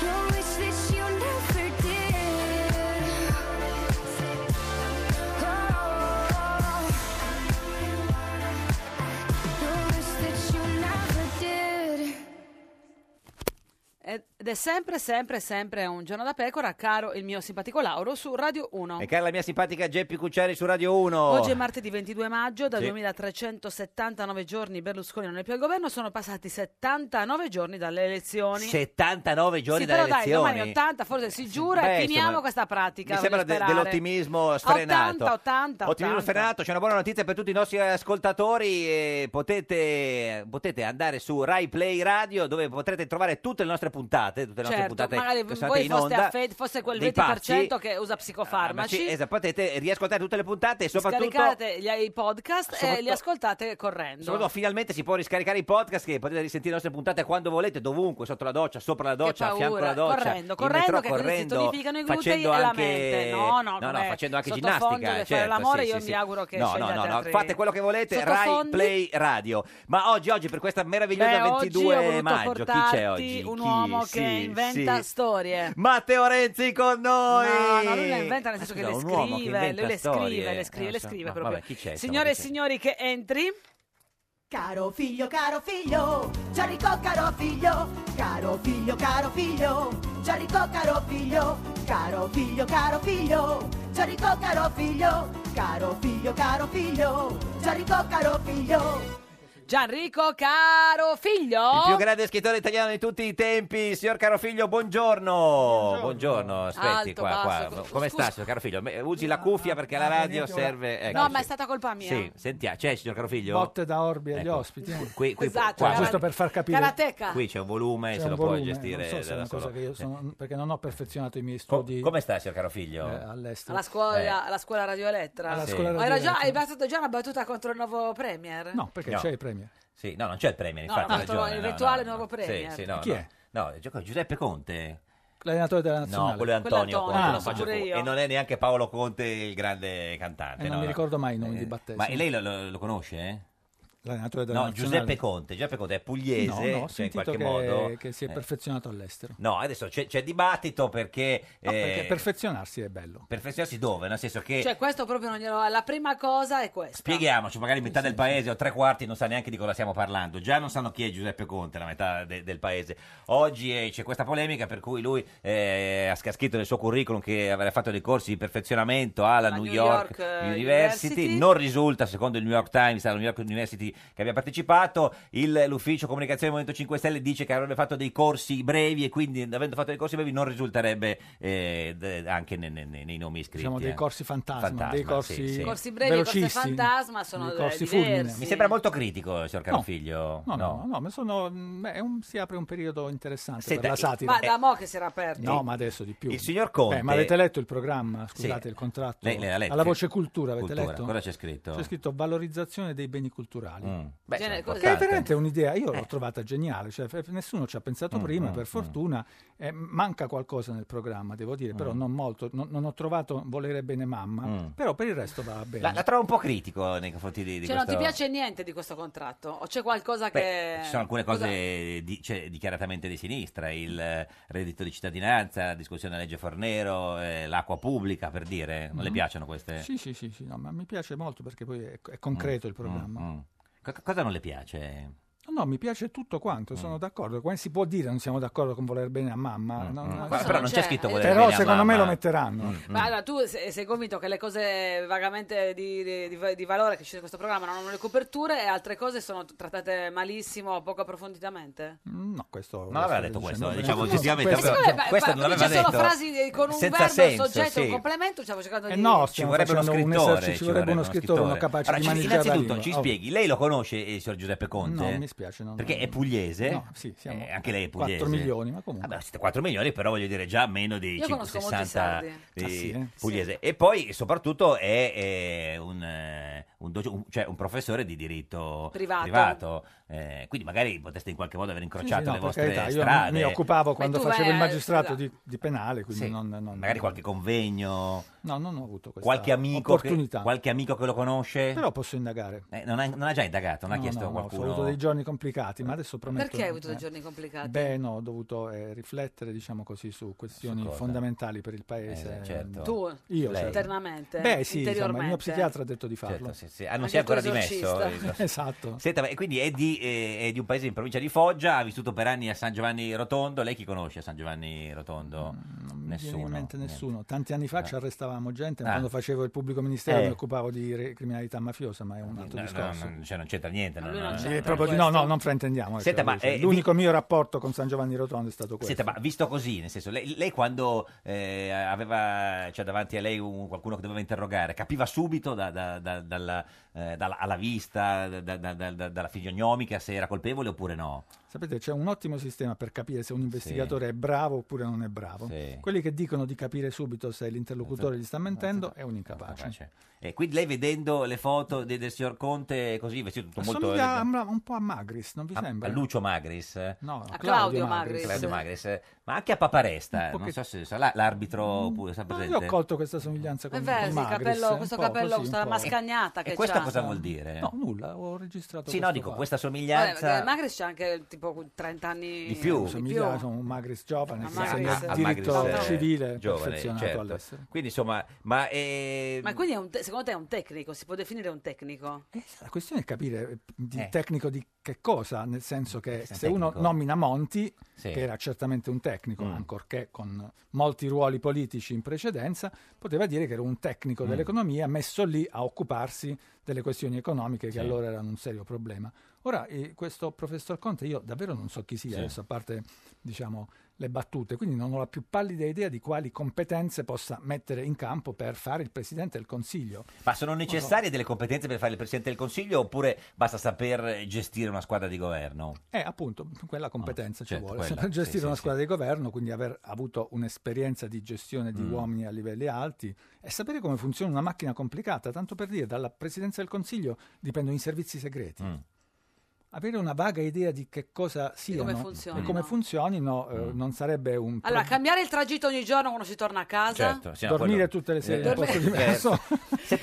M: You wish that you never did. You wish that you never did.
A: Ed è sempre, sempre, sempre un giorno da pecora, caro il mio simpatico Lauro su Radio 1.
B: E cara la mia simpatica Geppi Cucciari su Radio 1.
A: Oggi è martedì 22 maggio, da
B: Sì.
A: 2379 giorni Berlusconi non è più al governo, sono passati 79 giorni dalle elezioni.
B: 79 giorni
A: sì,
B: dalle
A: però dai,
B: elezioni.
A: domani 80, forse si giura
B: Beh,
A: e finiamo
B: insomma,
A: questa pratica.
B: Mi sembra
A: voglio
B: de-
A: sperare.
B: dell'ottimismo sfrenato.
A: 80, 80,
B: Ottimismo
A: 80.
B: sfrenato, c'è una buona notizia per tutti i nostri ascoltatori. eh, potete, potete andare su Rai Play Radio dove potrete trovare tutte le nostre puntate. puntate, tutte le
A: Certo,
B: nostre puntate
A: magari
B: che sono andate
A: voi
B: in
A: foste
B: onda.
A: a fede, fosse quel
B: dei
A: 20%
B: pazzi.
A: che usa
B: Ma
A: psicofarmaci.
B: sì, esatto, potete riascoltare tutte le puntate e soprattutto,
A: Scaricate gli- i podcast e
B: soprattutto-
A: li ascoltate correndo.
B: soprattutto finalmente si può riscaricare i podcast che potete risentire le nostre puntate quando volete, dovunque, sotto la doccia, sopra la doccia, a fianco alla
A: paura.
B: doccia,
A: Correndo,
B: in
A: correndo,
B: metro,
A: che quindi si
B: correndo,
A: tonificano i glutei
B: facendo
A: e la
B: anche-
A: mente. No, no,
B: no,
A: come
B: facendo anche
A: sottofondo
B: ginnastica,
A: per fare
B: certo,
A: l'amore,
B: sì,
A: io
B: sì,
A: mi
B: sì.
A: auguro che
B: No, no,
A: scegliate
B: no, no,
A: altri-
B: fate quello che volete, Rai
A: Sottofondi?
B: Play Radio. Ma oggi, oggi per questa meravigliosa
A: Beh, oggi ho
B: 22
A: voluto
B: maggio, chi
A: portarti
B: c'è oggi?
A: un
B: Chi?
A: uomo che
B: Sì,
A: inventa
B: sì.
A: storie.
B: Matteo Renzi con noi! Ah,
A: No, no, lui le inventa nel senso che
B: scusa,
A: le
B: un uomo che
A: scrive,
B: inventa
A: lui le
B: storie.
A: scrive, le
B: Eh,
A: scrive,
B: lo
A: le
B: so,
A: scrive
B: ma
A: proprio.
B: vabbè, chi c'è, insomma,
A: Signore e
B: chi c'è?
A: signori che entri,
I: Caro figlio, caro figlio, Gianrico caro figlio, caro figlio, caro figlio, Gianrico caro figlio, caro figlio, caro figlio, Gianrico caro figlio, caro figlio, caro figlio, Gianrico caro figlio.
A: Gianrico caro figlio.
B: Il più grande scrittore italiano di tutti i tempi, signor caro figlio, buongiorno. Buongiorno, aspetti
A: Alto,
B: qua,
A: basso,
B: qua.
A: co-
B: Come sta,
A: scusa.
B: signor caro figlio? Me- Usi la cuffia perché la
N: Ah,
B: radio serve. ecco,
A: no, ma è
B: sì.
A: stata colpa mia.
B: Sì, sentiamo, c'è signor caro figlio?
N: Botte da orbi agli
B: Ecco.
N: ospiti. eh.
B: Qui, qui,
A: Esatto,
B: qua,
A: cara-
N: Giusto per far capire.
A: Karateca.
B: qui c'è un volume,
N: C'è
B: se
N: un
B: lo può
N: volume,
B: gestire
N: non so se
B: da
N: è una cosa
B: solo.
N: che io sono- perché non ho perfezionato i miei
B: Co-
N: studi
B: come sta, signor caro figlio?
N: eh, all'estero. Eh,
A: Alla scuola, alla scuola Radio Elettra.
N: Alla
B: Eh. Sì. scuola
A: Ma
B: Radio
A: era già-
N: Elettra.
A: hai battuto già una battuta contro il nuovo Premier?
N: No, perché
B: No.
N: c'è il premier.
B: Sì, no, non c'è il premier,
A: No,
B: infatti.
A: no,
B: ha ragione,
A: il
B: no,
A: rituale
B: no,
A: nuovo
B: no.
A: premier.
B: Sì, sì, no,
N: Chi
B: no.
N: è?
B: No, il gioco- Giuseppe Conte.
N: L'allenatore della nazionale.
B: No, quello è Antonio Conte,
N: Ah,
B: lo faccio
N: pure
B: fu-
N: io.
B: e non è neanche Paolo Conte il grande cantante.
N: Eh,
B: no,
N: non mi
B: no.
N: ricordo mai i nomi di battesimo.
B: Ma lei lo, lo- lo conosce? eh?
N: L'allenatore della
B: No,
N: nazionale.
B: Giuseppe Conte. Giuseppe Conte è pugliese,
N: No, no, ho
B: cioè in
N: sentito
B: qualche
N: che,
B: modo.
N: che si è
B: eh,
N: perfezionato all'estero.
B: No, adesso c'è, c'è dibattito perché.
N: No, perché
B: eh,
N: perfezionarsi è bello.
B: perfezionarsi dove? Nel senso che.
A: Cioè, questo proprio non glielo. La prima cosa è questa.
B: Spieghiamoci, magari metà del paese o tre quarti non sa neanche di cosa stiamo parlando. Già non sanno chi è Giuseppe Conte, la metà de- del paese. Oggi eh, c'è questa polemica per cui lui eh, ha ha scritto nel suo curriculum che avrebbe fatto dei corsi di perfezionamento alla New,
O: New York,
B: York,
O: eh,
B: University.
O: University.
B: Non risulta, secondo il New York Times, alla New York University che abbia partecipato. Il- l'ufficio comunicazione del Movimento 5 Stelle dice che avrebbe fatto dei corsi brevi e quindi, avendo fatto dei corsi brevi, non risulterebbe eh, de- anche ne- ne- ne- nei nomi iscritti.
N: Diciamo dei
B: eh.
N: corsi fantasma, dei
B: Fantasma,
N: corsi,
B: sì, sì.
A: Corsi brevi e corsi
N: velocissimi.
A: fantasma sono
N: I
A: eh,
N: corsi fulmine.
A: diversi.
B: Mi sembra molto critico, signor
N: No.
B: Carofiglio.
N: No, no, no, no, ma sono, mh, è un- si apre un periodo interessante
B: Senta, eh,
N: per la
B: i-
N: satira.
A: Ma da mo' che si era aperto.
N: No, ma adesso di più.
B: Il signor Conte-
N: Beh, Eh, ma avete letto il programma? Scusate,
B: Sì.
N: il contratto.
B: Lei- lei l'ha letto?
N: Alla voce cultura, avete
B: Cultura,
N: letto?
B: cosa c'è scritto? Mm.
N: C'è scritto valorizzazione dei beni culturali.
B: Beh, Genere- sono
N: Che è
B: importante.
N: veramente un'idea, io
B: Eh.
N: l'ho trovata geniale, cioè, f- nessuno ci ha pensato prima,
B: mm,
N: per fortuna. Eh, manca qualcosa nel programma, devo dire, però
B: Mm.
N: non molto. Non, non ho trovato volere bene mamma,
B: Mm.
N: però per il resto va bene.
B: La, la trovo un po' critico nei confronti di, di
A: Cioè,
B: questo.
A: non ti piace niente di questo contratto? O c'è qualcosa
B: Beh,
A: che.
B: ci sono alcune cose
A: Cosa-
B: di- cioè, dichiaratamente di sinistra, il eh, reddito di cittadinanza, la discussione della legge Fornero, eh, l'acqua pubblica, per dire. Non le
N: Mm.
B: piacciono queste?
N: Sì, sì, sì, sì, no, ma mi piace molto perché poi è, è concreto il programma.
B: Mm, mm. Co- cosa non le piace?
N: No, no, mi piace tutto quanto,
B: Mm.
N: sono d'accordo. Come si può dire non siamo d'accordo con voler bene a mamma? No, no,
B: Qua-
N: no.
B: Mm, però non c'è scritto voler
N: Però
B: bene a
N: secondo me
B: mamma. Mm,
N: lo metteranno.
A: Ma allora, tu se- sei, convinto che le cose vagamente di, di- di- di valore che ci sono in questo programma non hanno le coperture e altre cose sono trattate malissimo, poco approfonditamente?
N: No, questo
B: Non aveva detto questo, diciamo, oggettivamente, Questo-
N: oggettivamente.
A: Siccome pa-
B: questo
A: pa-
B: non
A: qui
B: l'aveva
A: c'è solo
B: detto.
A: frasi eh, con un
B: Senza
A: verbo,
B: senso,
A: un soggetto,
B: sì.
A: un complemento, stiamo cercando
N: Eh
A: di...
N: no,
B: Ci
N: stiamo
B: vorrebbe uno
N: facendo un
B: scrittore.
N: esercizio, ci vorrebbe uno scrittore, uno capace
B: Allora,
N: di
B: ci-
N: maneggiare la
B: Innanzitutto,
N: lingua.
B: ci
N: Oh.
B: spieghi, lei lo conosce il signor Giuseppe Conte?
N: No, mi spiace, no, no.
B: perché è pugliese?
N: No, sì, siamo
B: Eh, anche lei è pugliese.
N: 4 milioni, ma comunque.
B: Vabbè, siete 4 milioni, però voglio dire già meno di
A: Io conosco molti
B: 560
A: sardi.
B: di
N: Ah, sì, eh?
B: pugliese. E poi soprattutto è, è un, eh, un doc- un- cioè un professore di diritto
A: Privato.
B: Eh, quindi magari potreste in qualche modo aver incrociato
N: Sì, sì, no,
B: le
N: per
B: vostre
N: carità, io
B: strade.
N: mi occupavo quando
A: tu
N: facevo
A: vai
N: il
A: a-
N: magistrato
A: scusa.
N: di, di penale, quindi
B: Sì,
N: non, non-
B: magari qualche convegno,
N: no, non ho avuto questa
B: qualche amico, che,
N: opportunità.
B: qualche amico che lo conosce.
N: Però posso indagare.
B: Eh, non, ha, non ha già indagato, non ha
N: No,
B: chiesto
N: no,
B: a
N: no,
B: qualcuno.
N: Ho avuto dei giorni complicati, ma adesso prometto.
A: Perché hai avuto dei
N: eh,
A: giorni complicati?
N: Beh, no, ho dovuto eh, riflettere, diciamo così, su questioni
B: cosa?
N: fondamentali per il paese.
B: Eh, certo.
A: Tu?
N: Io,
A: Lei?
N: certo.
A: Internamente?
N: Beh, sì, insomma, il
A: cioè,
N: mio
A: Interiormente?
N: psichiatra ha detto di farlo.
B: Certo, sì, sì. Ah, non
N: Anche
B: si è
N: il tuo
B: ancora dimesso. Eh,
N: esorcista. Esatto.
B: Senta, ma- e quindi è di, eh, è di un paese in provincia di Foggia, ha vissuto per anni a San Giovanni Rotondo. Lei chi conosce a San Giovanni Rotondo?
N: Non mi viene
B: nessuno.
N: in mente
B: niente. Eh.
N: nessuno. Tanti anni fa ci arrestavamo gente, ma
B: Ah.
N: quando facevo il pubblico ministero
B: Eh.
N: mi occupavo di re- criminalità mafiosa, ma è un altro
B: No, no,
N: discorso.
B: non- cioè, non c'entra niente. non-
N: Eh,
B: non-
N: sì,
B: non-
N: proprio di- no, no, non fraintendiamo.
B: Senta,
N: cioè,
B: ma,
N: cioè,
B: eh,
N: l'unico mio rapporto con San Giovanni Rotondo è stato questo.
B: Senta, ma visto così, nel senso, lei, lei quando eh, aveva cioè, davanti a lei un- qualcuno che doveva interrogare, capiva subito da- da- da- dalla, eh, dalla- alla vista, da- da- da- da- dalla fisionomica se era colpevole oppure no?
N: Sapete, c'è un ottimo sistema per capire se un investigatore è bravo oppure non è bravo.
B: Sì. Esatto.
N: Quelli che dicono di capire subito se l'interlocutore gli sta mentendo è un incapace.
B: E quindi lei vedendo le foto de- del signor Conte così vestito tutto molto...
N: Assomiglia a- un po' a Magris, non vi
B: a-
N: sembra?
B: a Lucio Magris.
N: No,
A: A Claudio Claudio Magris. Magris.
B: Claudio
A: Sì.
B: Magris, eh, ma anche a Paparesta,
N: Un po'
B: non
N: che-
B: so se sarà l'arbitro oppure sa
N: Ma
B: presente.
N: Ah, Io ho colto questa somiglianza
A: È
N: con,
A: vero,
N: con
A: sì,
N: Magris, eh.
A: capello-
N: un
A: questo
N: po'
A: capello,
N: così,
A: questa
N: un po'.
A: mascagnata che
B: e questo
A: c'ha.
B: cosa vuol dire?
N: No, nulla, ho registrato
B: Sì, no,
N: questo
B: dico,
N: fatto.
B: questa
A: Vabbè,
B: somiglianza...
A: perché Magris c'ha anche tipo 30 anni
B: certo. Di più.
N: Somiglia a un Magris giovane,
A: A
N: che
A: Magris.
N: insegna
B: a
N: diritto
B: Magris, eh,
N: civile
B: giovane,
N: perfezionato
B: certo.
N: all'estero.
B: Quindi insomma, ma... eh,
A: Ma quindi è un te- secondo te è un tecnico? Si può definire un tecnico?
N: La questione è capire eh, di
A: Eh.
N: tecnico di che cosa, nel senso che
A: Sì,
N: se
A: tecnico.
N: uno nomina Monti,
B: Mm, Sì.
N: che era certamente un tecnico,
B: Mm.
N: ancorché con molti ruoli politici in precedenza, poteva dire che era un tecnico
B: Mm.
N: dell'economia messo lì a occuparsi delle questioni economiche
B: Sì.
N: che allora erano un serio problema. Ora, eh, questo professor Conte, io davvero non so chi sia
B: Sì.
N: adesso, a parte diciamo, le battute, quindi non ho la più pallida idea di quali competenze possa mettere in campo per fare il Presidente del Consiglio.
B: Ma sono necessarie delle competenze per fare il Presidente del Consiglio oppure basta saper gestire una squadra di governo?
N: Eh, appunto, quella competenza ci
B: certo,
N: vuole.
B: quella,
N: Saper [LAUGHS] gestire
B: sì,
N: una
B: sì,
N: squadra di governo, quindi aver avuto un'esperienza di gestione di
B: Mm.
N: uomini a livelli alti e sapere come funziona una macchina complicata. Tanto per dire, dalla presidenza del Consiglio dipendono i servizi segreti.
B: Mm.
N: Avere una vaga idea di che cosa siano
A: come funzionino.
N: e come funzionino eh,
B: Mm.
N: non sarebbe un...
A: Allora, cambiare il tragitto ogni giorno quando si torna a casa?
B: Certo.
N: Dormire tutte
B: Eh,
N: le sere in un posto diverso.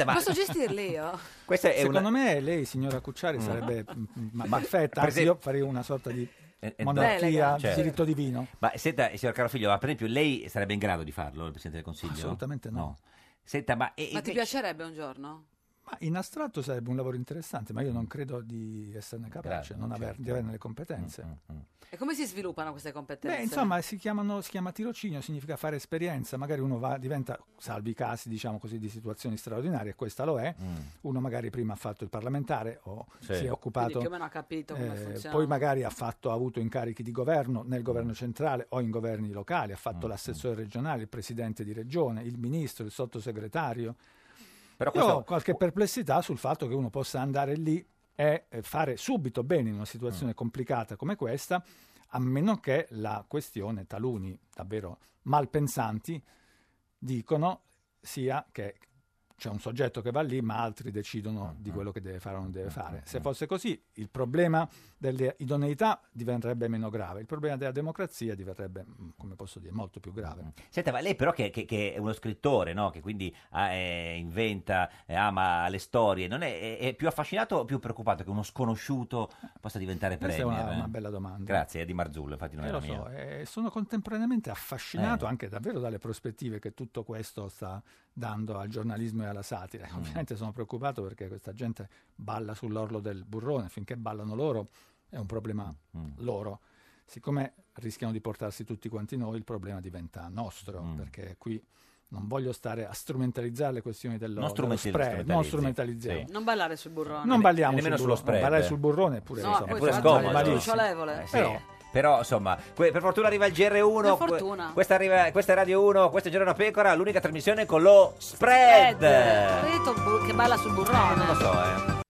A: Posso gestirle io?
B: [LAUGHS] Questa è
N: Secondo
B: una-
N: me lei, signora Cucciari,
B: Mm.
N: sarebbe mm, ma- perfetta.
B: Per
N: Anzi,
B: esempio-
N: io farei una sorta di
B: Eh, eh,
N: monarchia,
B: no. Certo.
N: diritto divino.
B: Ma senta, eh, signor Carofiglio, ma per esempio lei sarebbe in grado di farlo, il Presidente del Consiglio?
N: Assolutamente no.
B: Senta, ma... e-
A: Ma ti
B: invece-
A: piacerebbe un giorno?
N: Ma in astratto sarebbe un lavoro interessante, ma io non credo di esserne capace, non aver- di averne le competenze.
A: E come si sviluppano queste competenze?
N: Beh, insomma, si, chiamano, si chiama tirocinio, significa fare esperienza. Magari uno va, diventa, salvi i casi, diciamo così, di situazioni straordinarie, e questa lo è. Uno magari prima ha fatto il parlamentare o
A: Sì.
N: si è
A: Quindi
N: occupato.
A: più o meno ha capito come funziona.
N: Eh, Poi magari ha, fatto, ha avuto incarichi di governo nel governo centrale o in governi locali, ha fatto l'assessore regionale, il presidente di regione, il ministro, il sottosegretario.
B: Però
N: Io
B: questo-
N: ho qualche perplessità sul fatto che uno possa andare lì e eh, fare subito bene in una situazione complicata come questa, a meno che la questione taluni davvero malpensanti dicono sia che c'è un soggetto che va lì, ma altri decidono di quello che deve fare o non deve fare. Se fosse così, il problema delle idoneità diventerebbe meno grave, il problema della democrazia diverrebbe, mm, come posso dire, molto più grave.
B: Senta, ma lei però che, che- che è uno scrittore, no? che quindi ah, eh, inventa, eh, ama le storie, non è, è- è più affascinato o più preoccupato che uno sconosciuto possa diventare
N: Questa è
B: premier?
N: una-
B: eh?
N: una bella domanda.
B: Grazie, è di Marzullo, infatti non
N: Eh,
B: è
N: lo
B: la
N: so,
B: mia.
N: eh, sono contemporaneamente affascinato
B: Eh.
N: anche davvero dalle prospettive che tutto questo sta dando al giornalismo e alla satira.
B: Mm.
N: Ovviamente sono preoccupato perché questa gente balla sull'orlo del burrone, finché ballano loro è un problema
B: Mm,
N: loro. Siccome rischiano di portarsi tutti quanti noi, il problema diventa nostro,
B: Mm.
N: perché qui non voglio stare a strumentalizzare le questioni dello,
B: Non
N: dello
B: strumentali-
N: spread, non
B: strumentalizzi,
N: strumentalizziamo.
A: Non ballare sul burrone.
N: Non balliamo
B: nemmeno
N: sul
B: sullo
N: burrone,
B: spread.
N: ballare sul burrone è pure,
A: No,
N: insomma,
A: poi
B: è pure
A: tra l'altro
B: scomodo.
A: è
B: eh.
A: sciolevole.
B: Eh, sì.
A: Però-
B: Però... insomma, que- per fortuna arriva il GR1.
A: Per fortuna.
B: que- Questa, arriva- questa è Radio 1, questa è Giorno Pecora, l'unica trasmissione con lo spread.
A: Ho detto bu- che balla sul burrone.
B: Non lo so, eh.
M: Oh.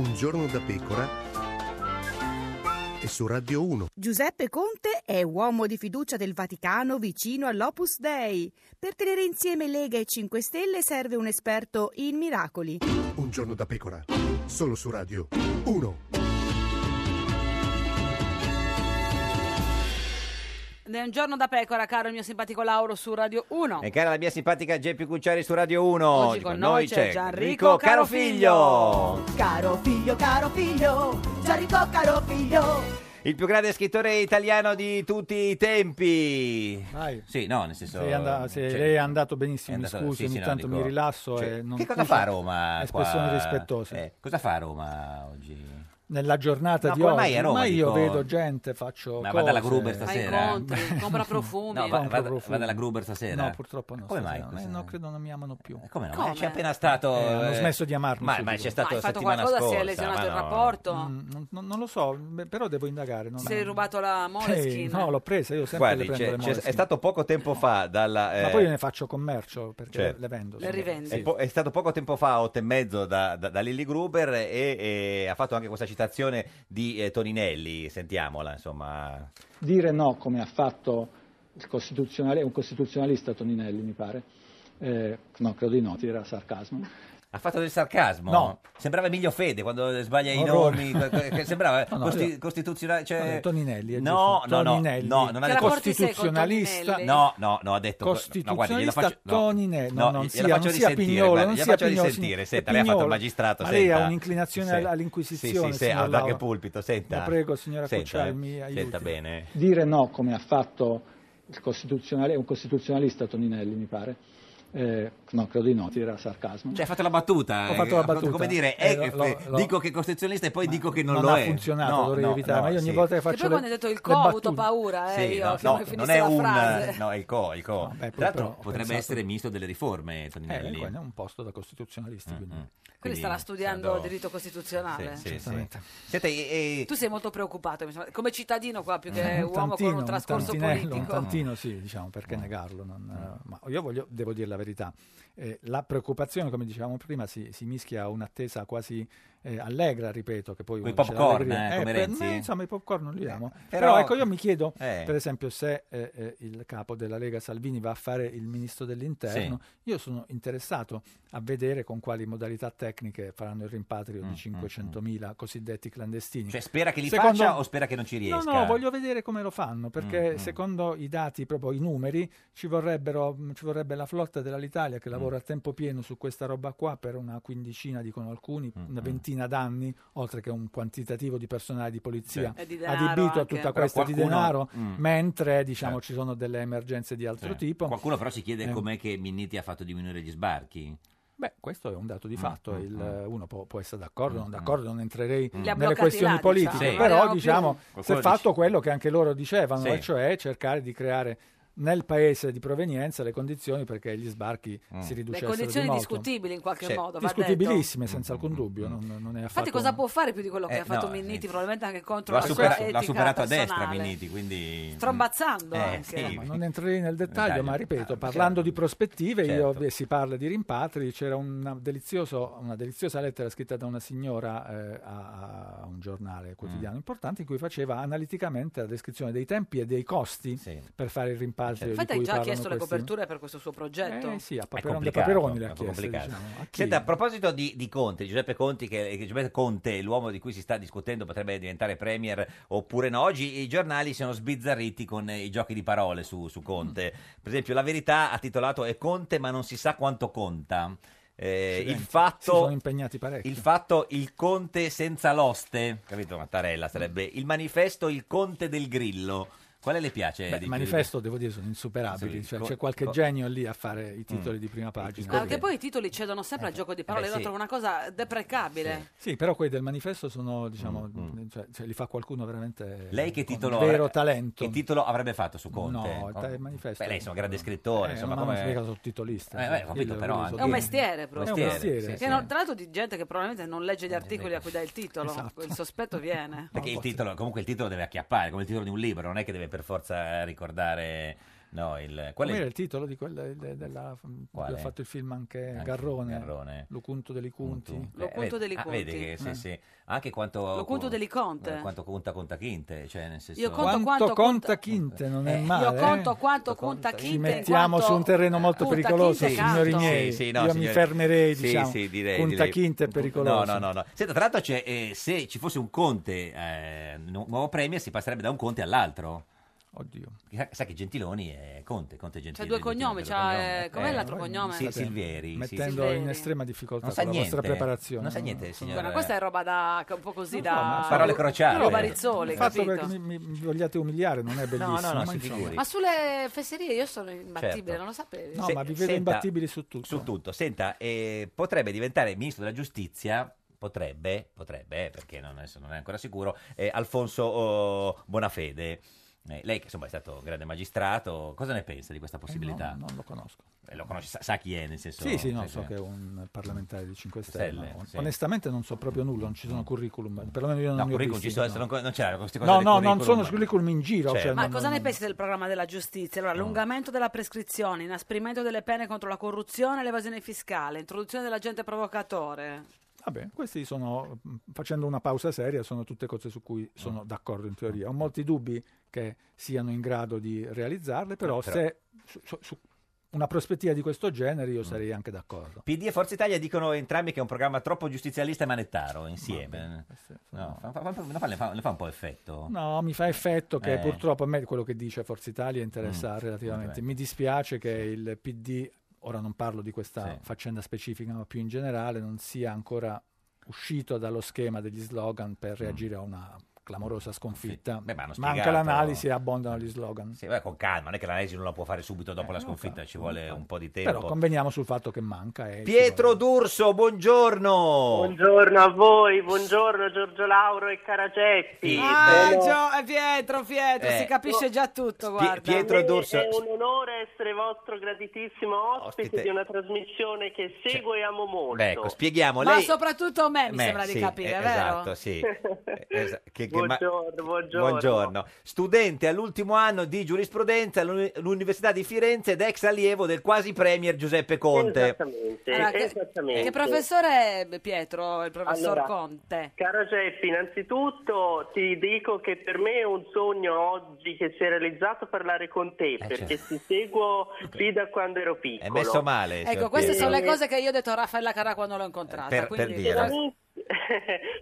J: Un giorno da pecora e su Radio 1.
K: Giuseppe Conte è uomo di fiducia del Vaticano vicino all'Opus Dei. Per tenere insieme Lega e 5 Stelle serve un esperto in miracoli.
J: Un giorno da pecora, solo su Radio 1.
A: È un giorno da pecora, caro il mio simpatico Lauro su Radio 1.
B: E cara la mia simpatica Geppi Cucciari su Radio 1.
A: Oggi con noi c'è Gianrico Carofiglio.
I: Caro figlio, caro figlio, Gianrico caro figlio.
B: Il più grande scrittore italiano di tutti i tempi.
N: Vai.
B: Sì, no, nel senso...
N: Sei anda- se
B: cioè,
N: lei è andato benissimo,
B: è
N: mi
B: andato-
N: scusi,
B: sì, sì,
N: ogni
B: no,
N: tanto
B: dico-
N: mi rilasso
B: cioè,
N: e non
B: Che cosa
N: uso
B: fa Roma? qua?
N: Espressioni rispettose.
B: Eh, cosa fa Roma oggi?
N: nella giornata
B: No,
N: di
B: come
N: oggi.
B: mai a Roma,
N: ormai io
B: dico-
N: vedo gente, faccio
B: Ma
N: cose.
B: vada alla Gruber stasera. [LAUGHS]
A: compra profumi.
B: No, va,
N: Compro
B: vada,
N: profumi.
B: vada alla Gruber stasera.
N: No, purtroppo no.
B: Come
N: stasera
B: mai?
N: no,
B: Cosa-
N: eh, no, credo non mi amano più.
B: Come no?
A: Come? Ah,
B: Ma c'è appena stato.
N: Eh, hanno
B: eh,
N: smesso di amarmi.
B: Ma,
N: subito.
B: ma c'è stato
A: hai fatto
B: settimana
A: qualcosa?
B: scorsa.
A: si è lesionato
B: ma
A: il
B: no.
A: rapporto?
N: Mm, non, non- non lo so, beh, però devo indagare. Non
A: Si è rubato la
N: Sì,
A: Moleskine?
N: no, l'ho presa, io sempre
O: Guardi,
N: le prendo
O: c'è-
N: le
O: c'è-
N: Moleskine.
O: è stato poco tempo fa dalla...
N: Ma
O: eh,
N: poi io ne faccio commercio perché
B: cioè,
O: Certo.
N: le- le vendo.
A: Le
N: sì.
A: rivendi.
O: È, po- è stato poco tempo fa, otto e mezzo, da, da, da Lilli Gruber e, e ha fatto anche questa citazione di eh, Toninelli, sentiamola, insomma.
P: dire no come ha fatto il costituzionale- un costituzionalista Toninelli mi pare Eh, no credo di no era sarcasmo
B: Ha fatto del sarcasmo?
P: No.
B: Sembrava Emilio Fede quando sbaglia i
P: Orrore.
B: nomi. que- que- che sembrava eh,
N: [LAUGHS] No, no,
B: costi-
N: io-
B: costituzionale. Cioè...
N: No, Toninelli, è
B: no,
N: giusto.
B: no, no,
N: Toninelli.
B: no, non ha
N: Che
B: detto
N: rapporti sei con Costituzionalista- Toninelli?
B: No, no, no, ha detto no, guardi, gliela
N: Costituzionalista
B: faccio- no.
N: Toninelli. No, non
B: gliela
N: sia-
B: faccio
N: non sia
B: risentire,
N: Pignolo,
B: guardi,
N: non
B: gliela
N: sia
B: faccio
N: Pignolo,
B: risentire.
N: signor-
B: Senta, lei ha fatto il
N: Pignolo.
B: magistrato.
N: Ma lei ha
B: senta.
N: un'inclinazione
B: Sì.
N: alla- all'inquisizione,
B: Sì, sì, sì,
N: signor
B: ad anche
N: Laura.
B: pulpito. Senta,
N: La prego, signora
B: Senta,
N: Cucciari,
B: eh,
N: mi aiuti.
B: Senta bene.
P: dire no come ha fatto il costituzionale- un costituzionalista Toninelli mi pare Eh, no credo di no era sarcasmo
B: Cioè, ha fatto la battuta.
P: Ho fatto
B: eh,
P: la battuta.
B: Come dire,
P: Eh,
B: eh,
P: lo- lo-
B: dico che è costituzionalista e poi dico che non,
N: non
B: lo
N: ha
B: è.
N: funzionato,
B: No,
N: dovrei
B: no,
N: evitare, ma
B: no,
N: io ogni
B: sì.
N: volta
A: Che
N: che faccio
A: poi
N: le-
A: quando hai detto il
N: le
A: co ho avuto
N: battute.
A: paura, eh,
B: Sì,
A: io,
B: no,
A: che
B: no,
A: non
B: non
A: finisse
B: è
A: la
B: un eh,
A: frase.
B: no, è il co, è il co.
N: beh, poi
B: Tra l'altro
N: però ho
B: potrebbe
N: pensato-
B: essere ministro delle riforme
N: Eh,
B: Toninelli. Mm,
N: quello è un posto da costituzionalisti. quindi.
A: Quindi starà studiando diritto costituzionale.
B: Sì, eh, sì, sì.
N: Certamente.
B: Senta, e- e-
A: Tu sei molto preoccupato, mi sembra, come cittadino qua, più che
N: Eh,
A: uomo con un trascorso
N: tantinello,
A: politico.
N: Un tantino eh, sì, diciamo,
B: Mm.
N: perché negarlo? non, eh, ma io voglio, devo dire la verità. Eh, la preoccupazione, come dicevamo prima, si, si mischia a un'attesa quasi eh, allegra, ripeto, che poi
B: Quei
N: uno dice
B: popcorn,
N: l'allegria.
B: eh, come
N: per
B: Renzi.
N: me, insomma, i popcorn non li amo.
B: però-
N: però, ecco, io mi chiedo,
B: Eh.
N: per esempio, se eh, eh, il capo della Lega Salvini va a fare il ministro dell'interno, io sono interessato a vedere con quali modalità tecniche faranno il rimpatrio
B: Mm,
N: di 500.000 cosiddetti clandestini.
B: Cioè, spera che li
N: Secondo-
B: faccia o spera che non ci riesca? Mm,
N: No, no, voglio vedere come lo fanno, perché secondo i dati, proprio i numeri, ci, vorrebbero, mh, ci vorrebbe la flotta dell'Alitalia
B: Mm.
N: che lavora a tempo pieno su questa roba qua per una quindicina, dicono alcuni,
B: Mm,
N: una ventina d'anni, oltre che un quantitativo di personale di polizia
A: Sì. E di denaro
N: adibito a
A: anche.
N: tutta
A: Però
N: questa di
B: qualcuno-
N: denaro,
B: Mm. Eh.
N: mentre diciamo ci sono delle emergenze di altro
B: Sì.
N: tipo.
B: Cioè, Qualcuno però si chiede
N: Eh,
B: com'è che Minniti ha fatto diminuire gli sbarchi.
N: Beh, questo è un dato di
B: Mm,
N: fatto,
B: mm,
N: il,
B: mm.
N: eh, uno può, può essere d'accordo, non d'accordo, non entrerei
B: ha
N: nelle
B: bloccati
N: questioni
B: là,
N: politiche,
B: diciamo. Sì.
N: però
B: Avevano
N: diciamo,
B: più-
N: si
B: Qualcuno
N: è fatto quello che anche loro dicevano,
B: Sì.
N: e cioè cercare di creare nel paese di provenienza le condizioni perché gli sbarchi
B: Mm.
N: si
A: Le
N: riducessero
A: condizioni
N: di molto.
A: discutibili in qualche modo, va detto.
N: discutibilissime senza
B: Mm,
N: alcun dubbio, non, non è affatto
A: Infatti cosa può fare più di quello che
N: Eh,
A: ha fatto
N: no,
A: Minniti,
N: sì.
A: probabilmente anche contro
B: Lo ha
A: la
B: supera-
A: sua
B: l'ha
A: etica
B: superato a destra
A: personale.
B: Minniti, quindi...
A: Strombazzando
B: Eh,
A: anche.
B: sì. Eh,
N: Insomma, non entrerei nel dettaglio,
B: Dettaglio.
N: ma ripeto,
B: Ah,
N: parlando di prospettive, io-
B: Certo.
N: eh, si parla di rimpatri, c'era una, delizioso- una deliziosa lettera scritta da una signora eh, a, a un giornale quotidiano
B: Mm.
N: importante in cui faceva analiticamente la descrizione dei tempi e dei costi per fare il
B: Certo.
N: rimpatrio.
A: Infatti
N: di
A: hai
N: cui
A: già chiesto le
N: parlano questi-
A: coperture per questo suo progetto.
N: Eh sì, a
B: È
N: Paperon de
B: complicato,
N: Paperoni
B: è
N: le ha
B: un po'
N: chiesto.
B: complicato.
N: diciamo. A chi?
B: Senta, a proposito di, di Conte, Giuseppe Conte, che, che Giuseppe Conte, l'uomo di cui si sta discutendo, potrebbe diventare premier oppure no, oggi i giornali sono sbizzarriti con eh, i giochi di parole su, su Conte.
N: Mm.
B: Per esempio, La Verità ha titolato È Conte ma non si sa quanto conta. Eh, il
N: Accidenti. Si
B: fatto
N: sono impegnati parecchio.
B: il fatto il conte senza l'oste, capito Mattarella, sarebbe il manifesto il conte del grillo. Quale le piace?
N: Beh,
B: di
N: il
B: più?
N: manifesto, devo dire, sono insuperabili.
B: Sì,
N: cioè,
B: co-
N: c'è qualche
B: co- Mm.
N: genio lì a fare i titoli di prima pagina.
A: Ah, Perché poi i titoli cedono sempre al gioco di parole,
N: beh,
A: io
N: sì.
A: lo trovo una cosa deprecabile.
N: Sì, però quelli del manifesto sono, diciamo, cioè, cioè, li fa qualcuno veramente
B: Mm, Lei che
N: con
B: titolo
N: vero
B: avre-
N: talento.
B: Che titolo avrebbe fatto su Conte?
N: No,
B: Com-
N: dai, il manifesto-
B: Beh, lei è un grande scrittore,
N: Eh,
B: insomma,
N: ma non
B: come
N: mica sottotitolista,
B: Eh, beh,
N: cioè,
B: capito,
N: io
B: però
N: voglio
B: anche-
A: È un mestiere proprio.
B: Mestiere,
N: mestiere,
B: sì,
A: Che
B: sì.
A: non- tra l'altro di gente che probabilmente non legge gli articoli a cui dà il titolo.
B: Esatto.
A: Il sospetto viene.
B: Perché il titolo, comunque il titolo deve acchiappare, come il titolo di un libro, non è che deve per forza ricordare no, il qual
N: Come
B: è
N: era
B: il
N: il titolo di quella de- della di cui
B: Quale?
N: ha fatto il film anche,
B: Anche
N: Garrone,
B: Garrone.
N: Lucunto degli Cunti.
B: Beh, vedi- ah, vedi che sì,
N: Eh.
B: sì. Anche quanto
A: Lo conto degli conte.
B: eh, Quanto conta conta Quinte, cioè nel senso
A: Io conto
N: Quanto,
A: quanto
N: conta Quinte, non è male.
A: Io
N: eh?
A: conto quanto conta Quinte.
N: Ci
A: in
N: mettiamo
A: quanto-
N: su un terreno molto
A: Punta
N: pericoloso,
A: Quinte
N: signori
A: canto.
N: miei.
B: Sì, sì, no,
N: Io mi
B: signori.
N: fermerei,
B: Sì,
N: diciamo.
B: sì, direi,
N: Punta
B: direi.
N: Quinte è pericoloso.
B: No, no, no, no. Senta, tra l'altro c'è, eh, se ci fosse un conte, eh, nu- nuovo premier, si passerebbe da un conte all'altro.
N: Oddio.
B: Sa che Gentiloni è Conte, Conte Gentiloni.
A: C'ha Cioè, due cognomi, c'ha, eh, com'è l'altro
N: Poi
A: cognome?
B: Sì, Silvieri. sì,
N: Mettendo
B: Silvieri.
N: in estrema difficoltà
B: Non sa
N: la vostra
B: niente.
N: preparazione.
B: Non sa
N: no?
B: niente, signora.
A: Guarda, questa è roba da un po' così da
B: parole crociate.
A: Roba Rizzoli,
N: Ah, Il fatto
A: capito?
N: che mi, mi- mi vogliate umiliare non è bellissimo.
B: no,
N: ma
B: si
N: insomma.
B: figuri.
A: Ma sulle fesserie io sono imbattibile,
B: Certo.
A: non lo sapevi.
N: No, ma vi vedo imbattibili su tutto.
B: Su tutto. Senta, eh, potrebbe diventare ministro della giustizia. potrebbe, potrebbe, perché non, adesso non è ancora sicuro, eh, Alfonso oh, Bonafede. Eh, lei che insomma è stato un grande magistrato, cosa ne pensa di questa possibilità?
N: Eh, no, non lo conosco.
B: Eh, lo conosce, sa, sa chi è nel senso?
N: Sì, sì, no,
B: nel
N: so
B: senso-
N: che è un parlamentare di 5
B: Stelle,
N: Stelle. ma
B: sì. Mm.
N: Onestamente non so proprio nulla, non ci sono curriculum, perlomeno io non
B: No,
N: ne ho
B: curriculum
N: visti,
B: ci sono,
N: no.
B: non, non c'era queste cose
N: No,
B: del
N: no, non
B: curriculum.
N: sono curriculum in giro.
B: Certo.
N: cioè,
A: Ma
N: non-
A: cosa
N: non-
A: ne pensi del programma della giustizia? Allora, allungamento della prescrizione, inasprimento delle pene contro la corruzione e l'evasione fiscale, introduzione dell'agente provocatore.
N: Vabbè, Ah, questi sono, mh, facendo una pausa seria, sono tutte cose su cui
B: Ah.
N: sono d'accordo in teoria. Ho molti dubbi che siano in grado di realizzarle, però,
B: Eh, però-
N: se su, su- su una prospettiva di questo genere
B: Mm.
N: io sarei anche d'accordo.
B: PD e Forza Italia dicono entrambi che è un programma troppo giustizialista e manettaro insieme. No, fa- fa- fa- non fa- le, fa, le fa un po' effetto.
N: No, mi fa effetto che
B: Eh.
N: purtroppo a me quello che dice Forza Italia interessa
B: Mm,
N: relativamente.
B: vabbè.
N: Mi dispiace che il PD, ora non parlo di questa
B: Sì.
N: faccenda specifica, ma più in generale, non sia ancora uscito dallo schema degli slogan per reagire a una clamorosa sconfitta.
B: Mm. Beh, ma hanno
N: Manca
B: spiegato.
N: l'analisi e abbondano gli slogan.
B: Sì, beh, con calma, non è che l'analisi non la può fare subito dopo la sconfitta, ci vuole un po' di tempo.
N: Però conveniamo sul fatto che manca. E
B: Pietro D'Urso, buongiorno.
Q: Buongiorno a voi, buongiorno Giorgio Lauro e Caracetti.
A: Ah,
Q: Sono-
A: Gio- eh, Pietro, Pietro,
B: Eh.
A: si capisce già tutto,
B: Pie-
A: guarda.
B: Pietro D'Urso-
Q: È un onore essere vostro graditissimo ospite,
B: Ospite. Cioè,
Q: di una trasmissione che seguo e amo molto.
B: Beh, ecco, spieghiamo.
A: Ma
B: lei...
A: soprattutto a me mi
B: Me,
A: sembra di
B: sì,
A: capire,
B: eh,
A: vero?
B: esatto,
Q: [LAUGHS]
B: sì. Esa- che- che ma-
Q: buongiorno, buongiorno.
B: Buongiorno. Studente all'ultimo anno di giurisprudenza all'Uni- all'Università di Firenze ed ex allievo del quasi premier Giuseppe Conte.
Q: Esattamente,
B: Eh,
A: Allora, che-
Q: esattamente.
A: Che professore è Pietro, il professor
Q: Allora,
A: Conte?
Q: Caro Geppi, innanzitutto ti dico che per me è un sogno oggi che si è realizzato parlare con te,
B: Eh,
Q: perché ti seguo fin da quando ero piccolo.
B: È certo. messo male.
A: Ecco,
B: signor
A: queste
B: Pietro.
A: sono le cose che io ho detto a Raffaella Carà quando l'ho incontrata.
B: eh, Per- per
A: quindi-
B: dire.
Q: Sinceramente-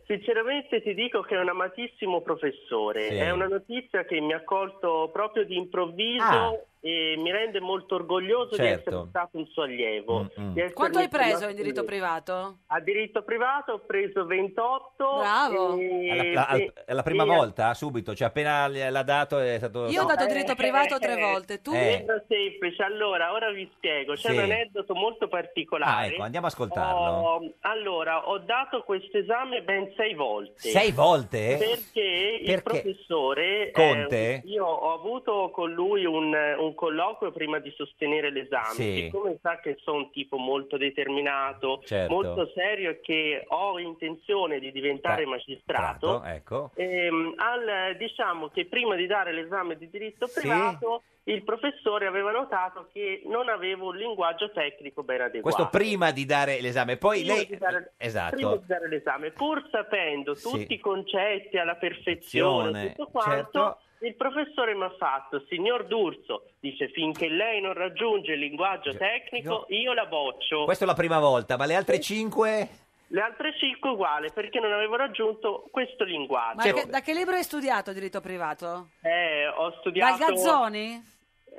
Q: Sinceramente ti dico che è un amatissimo professore,
B: Sì.
Q: è una notizia che mi ha colto proprio di improvviso
B: Ah.
Q: e mi rende molto orgoglioso
B: Certo.
Q: di essere stato un suo allievo.
B: Mm, mm.
Q: di essermi
A: Quanto hai preso in
Q: tornato
A: diritto
Q: indietro.
A: privato?
Q: A diritto privato ho preso 28.
A: Bravo.
Q: e-
B: Alla, la- al-
Q: e-
B: alla prima
Q: e-
B: volta, subito, cioè appena l- l'ha dato è stato...
A: Io ho dato diritto privato tre
Q: eh,
A: volte, tu?
B: Eh.
Q: Sembra semplice, allora ora vi spiego, c'è
B: Sì.
Q: un aneddoto molto particolare.
B: Ah, ecco, andiamo a ascoltarlo.
Q: Ho- allora, ho dato questo esame ben sei volte.
B: Sei volte?
Q: Perché,
B: Perché?
Q: il professore... eh,
B: Conte?
Q: io ho avuto con lui un, un colloquio prima di sostenere l'esame.
B: Sì.
Q: Siccome sa che sono un tipo molto determinato,
B: Certo.
Q: molto serio e che ho intenzione di diventare
B: Tra-
Q: magistrato,
B: Prato, ecco.
Q: Ehm, al- diciamo che prima di dare l'esame di diritto privato il professore aveva notato che non avevo un linguaggio tecnico ben adeguato.
B: Questo prima di dare l'esame. Poi
Q: Prima
B: lei...
Q: di dare-
B: Esatto.
Q: prima di dare l'esame, pur sapendo
B: Sì.
Q: tutti i concetti alla perfezione, tutto quanto,
B: Certo.
Q: il professore mi ha fatto, signor D'Urso, dice finché lei non raggiunge il linguaggio
B: Cioè,
Q: tecnico, io la boccio.
B: Questa è la prima volta, ma le altre cinque...
Q: Le altre cinque uguale perché non avevo raggiunto questo linguaggio.
A: Ma
B: Cioè,
A: che- da che libro hai studiato diritto privato?
Q: Eh, ho studiato...
A: Dal Gazzoni?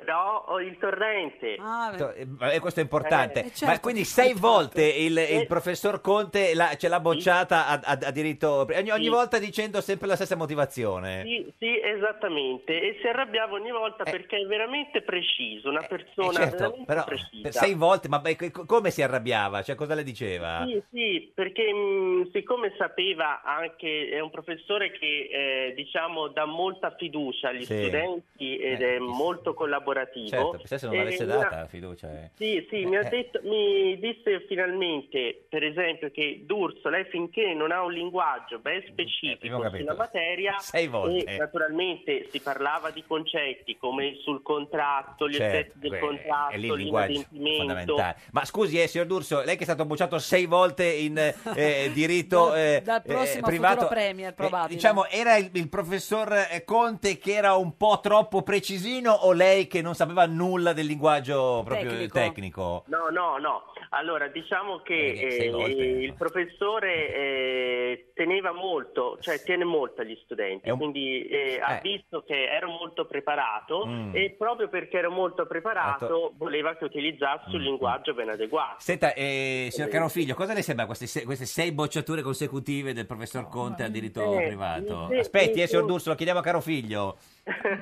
Q: No, ho il torrente.
A: Ah, beh.
B: To- eh, E questo è importante.
Q: Eh, certo,
B: Ma quindi sei volte il, il
Q: Eh.
B: professor Conte la- ce l'ha bocciata a, a- a diritto. Ogni, ogni
Q: Sì.
B: volta dicendo sempre la stessa motivazione.
Q: Sì, sì, esattamente. E si arrabbiava ogni volta perché è veramente preciso, una
B: Eh,
Q: persona
B: certo,
Q: veramente
B: però
Q: precisa.
B: per sei volte, ma beh, co- come si arrabbiava? Cioè, cosa le diceva?
Q: Sì, sì, perché mh, siccome sapeva anche, è un professore che eh, diciamo dà molta fiducia agli
B: Sì. Eh,
Q: studenti ed è molto collaborativo.
B: Certo, se non
Q: E
B: l'avesse
Q: boh. una-
B: data la fiducia. eh.
Q: Sì, sì, mi, ha
B: Eh.
Q: detto, mi disse finalmente, per esempio, che D'Urso, lei finché non ha un linguaggio ben
B: Eh, abbiamo
Q: specifico
B: capito.
Q: sulla materia,
B: Sei volte.
Q: e naturalmente si parlava di concetti come sul contratto, gli
B: Certo,
Q: effetti del
B: que-
Q: contratto,
B: è lì il linguaggio
Q: l'inadempimento.
B: fondamentale. Ma scusi, eh, signor D'Urso, lei che è stato bocciato sei volte in
Q: [LAUGHS]
B: eh, diritto eh,
A: dal
B: eh,
A: prossimo
B: privato,
A: futuro premier,
B: eh,
A: probabile.
B: diciamo, era il, il professor eh, Conte che era un po' troppo precisino o lei che non sapeva nulla del linguaggio proprio eh,
Q: Tecnico.
B: tecnico?
Q: No, no, no. Allora, diciamo che
B: Eh, sei
Q: eh,
B: volte.
Q: il professore eh, teneva molto, cioè tiene molto agli studenti,
B: È un-
Q: quindi eh, ha visto che ero molto preparato
B: Mm. Certo.
Q: e proprio perché ero molto preparato voleva che utilizzassi
B: Mm,
Q: un linguaggio ben adeguato.
B: Senta, eh, signor caro figlio, cosa le sembra queste, se- queste sei bocciature consecutive del professor Conte al diritto
Q: eh,
B: privato?
Q: sì,
B: Aspetti,
Q: sì,
B: eh, signor
Q: sì.
B: D'Urso, lo chiediamo a caro figlio.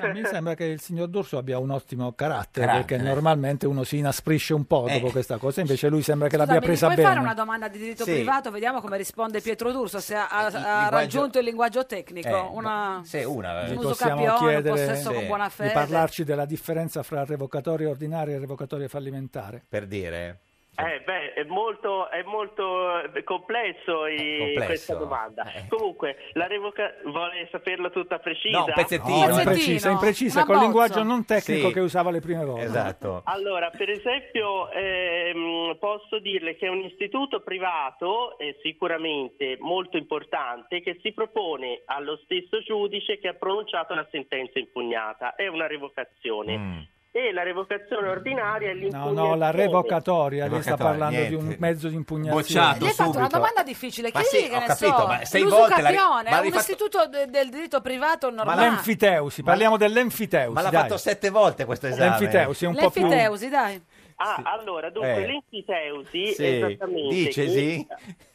N: Ma mi sembra che il signor D'Urso abbia un ottimo carattere,
B: Carattere.
N: perché normalmente uno si inasprisce un po' dopo
B: Eh.
N: questa cosa, invece lui sembra che l'abbia
A: Scusami,
N: presa
A: puoi
N: bene.
A: fare una domanda di diritto
N: Sì.
A: privato? Vediamo come risponde Pietro D'Urso, se ha, ha- ha
B: linguaggio-
A: raggiunto il linguaggio tecnico.
B: Eh,
A: una...
B: Sì, una. eh.
N: Gli
A: Un
N: eh, possiamo
A: usucapione, un
N: chiedere
A: possesso con buona
N: di
A: fede.
N: parlarci della differenza fra revocatoria ordinaria e revocatoria fallimentare.
B: Per dire.
Q: Eh, beh, è molto, è molto eh, complesso, eh,
N: complesso.
Q: questa domanda.
B: Eh.
Q: Comunque, la revoca... vuole saperla tutta precisa?
B: Esatto.
N: No, imprecisa, imprecisa, col linguaggio non tecnico
Q: Sì.
N: che usava le prime volte.
B: Esatto.
Q: Allora, per esempio, ehm, posso dirle che è un istituto privato, eh, sicuramente molto importante, che si propone allo stesso giudice che ha pronunciato la sentenza impugnata. È una revocazione.
B: Mm.
Q: E la revocazione ordinaria è
N: No,
Q: l'impugnazione.
N: no, la revocatoria, lei sta
B: Revocatoria,
N: parlando di un
B: niente.
N: mezzo di impugnazione.
B: Bocciato
A: Lei ha fatto una domanda difficile,
N: Ma
A: chiedi
N: sì,
A: che
N: ho
A: ne
N: capito,
A: so.
N: ma sei volte la ri-
A: L'usucapione
N: ma
A: è
N: l'hai
A: un
N: fatto-
A: istituto de- del diritto privato
N: Ma
A: normale.
N: l'enfiteusi, parliamo dell'enfiteusi.
B: Ma l'ha
N: dai.
B: fatto sette volte questo esame.
N: L'enfiteusi è un po' più...
A: L'enfiteusi, dai.
Q: Ah, allora, dunque,
B: Eh.
Q: l'entiteusi,
B: Sì.
Q: esattamente,
B: Dice,
Q: che-
B: sì.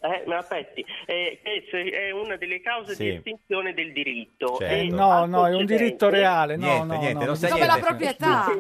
Q: Eh, ma aspetti, eh, che se- è una delle cause
B: Sì. Certo.
Q: di estinzione del diritto.
N: Eh,
Q: E
A: Ah,
N: no,
Q: al
N: no, è un
Q: precedente-
N: diritto reale. No,
B: Niente,
N: no,
B: niente,
N: no,
B: non sa
N: no.
B: niente.
Q: Sì,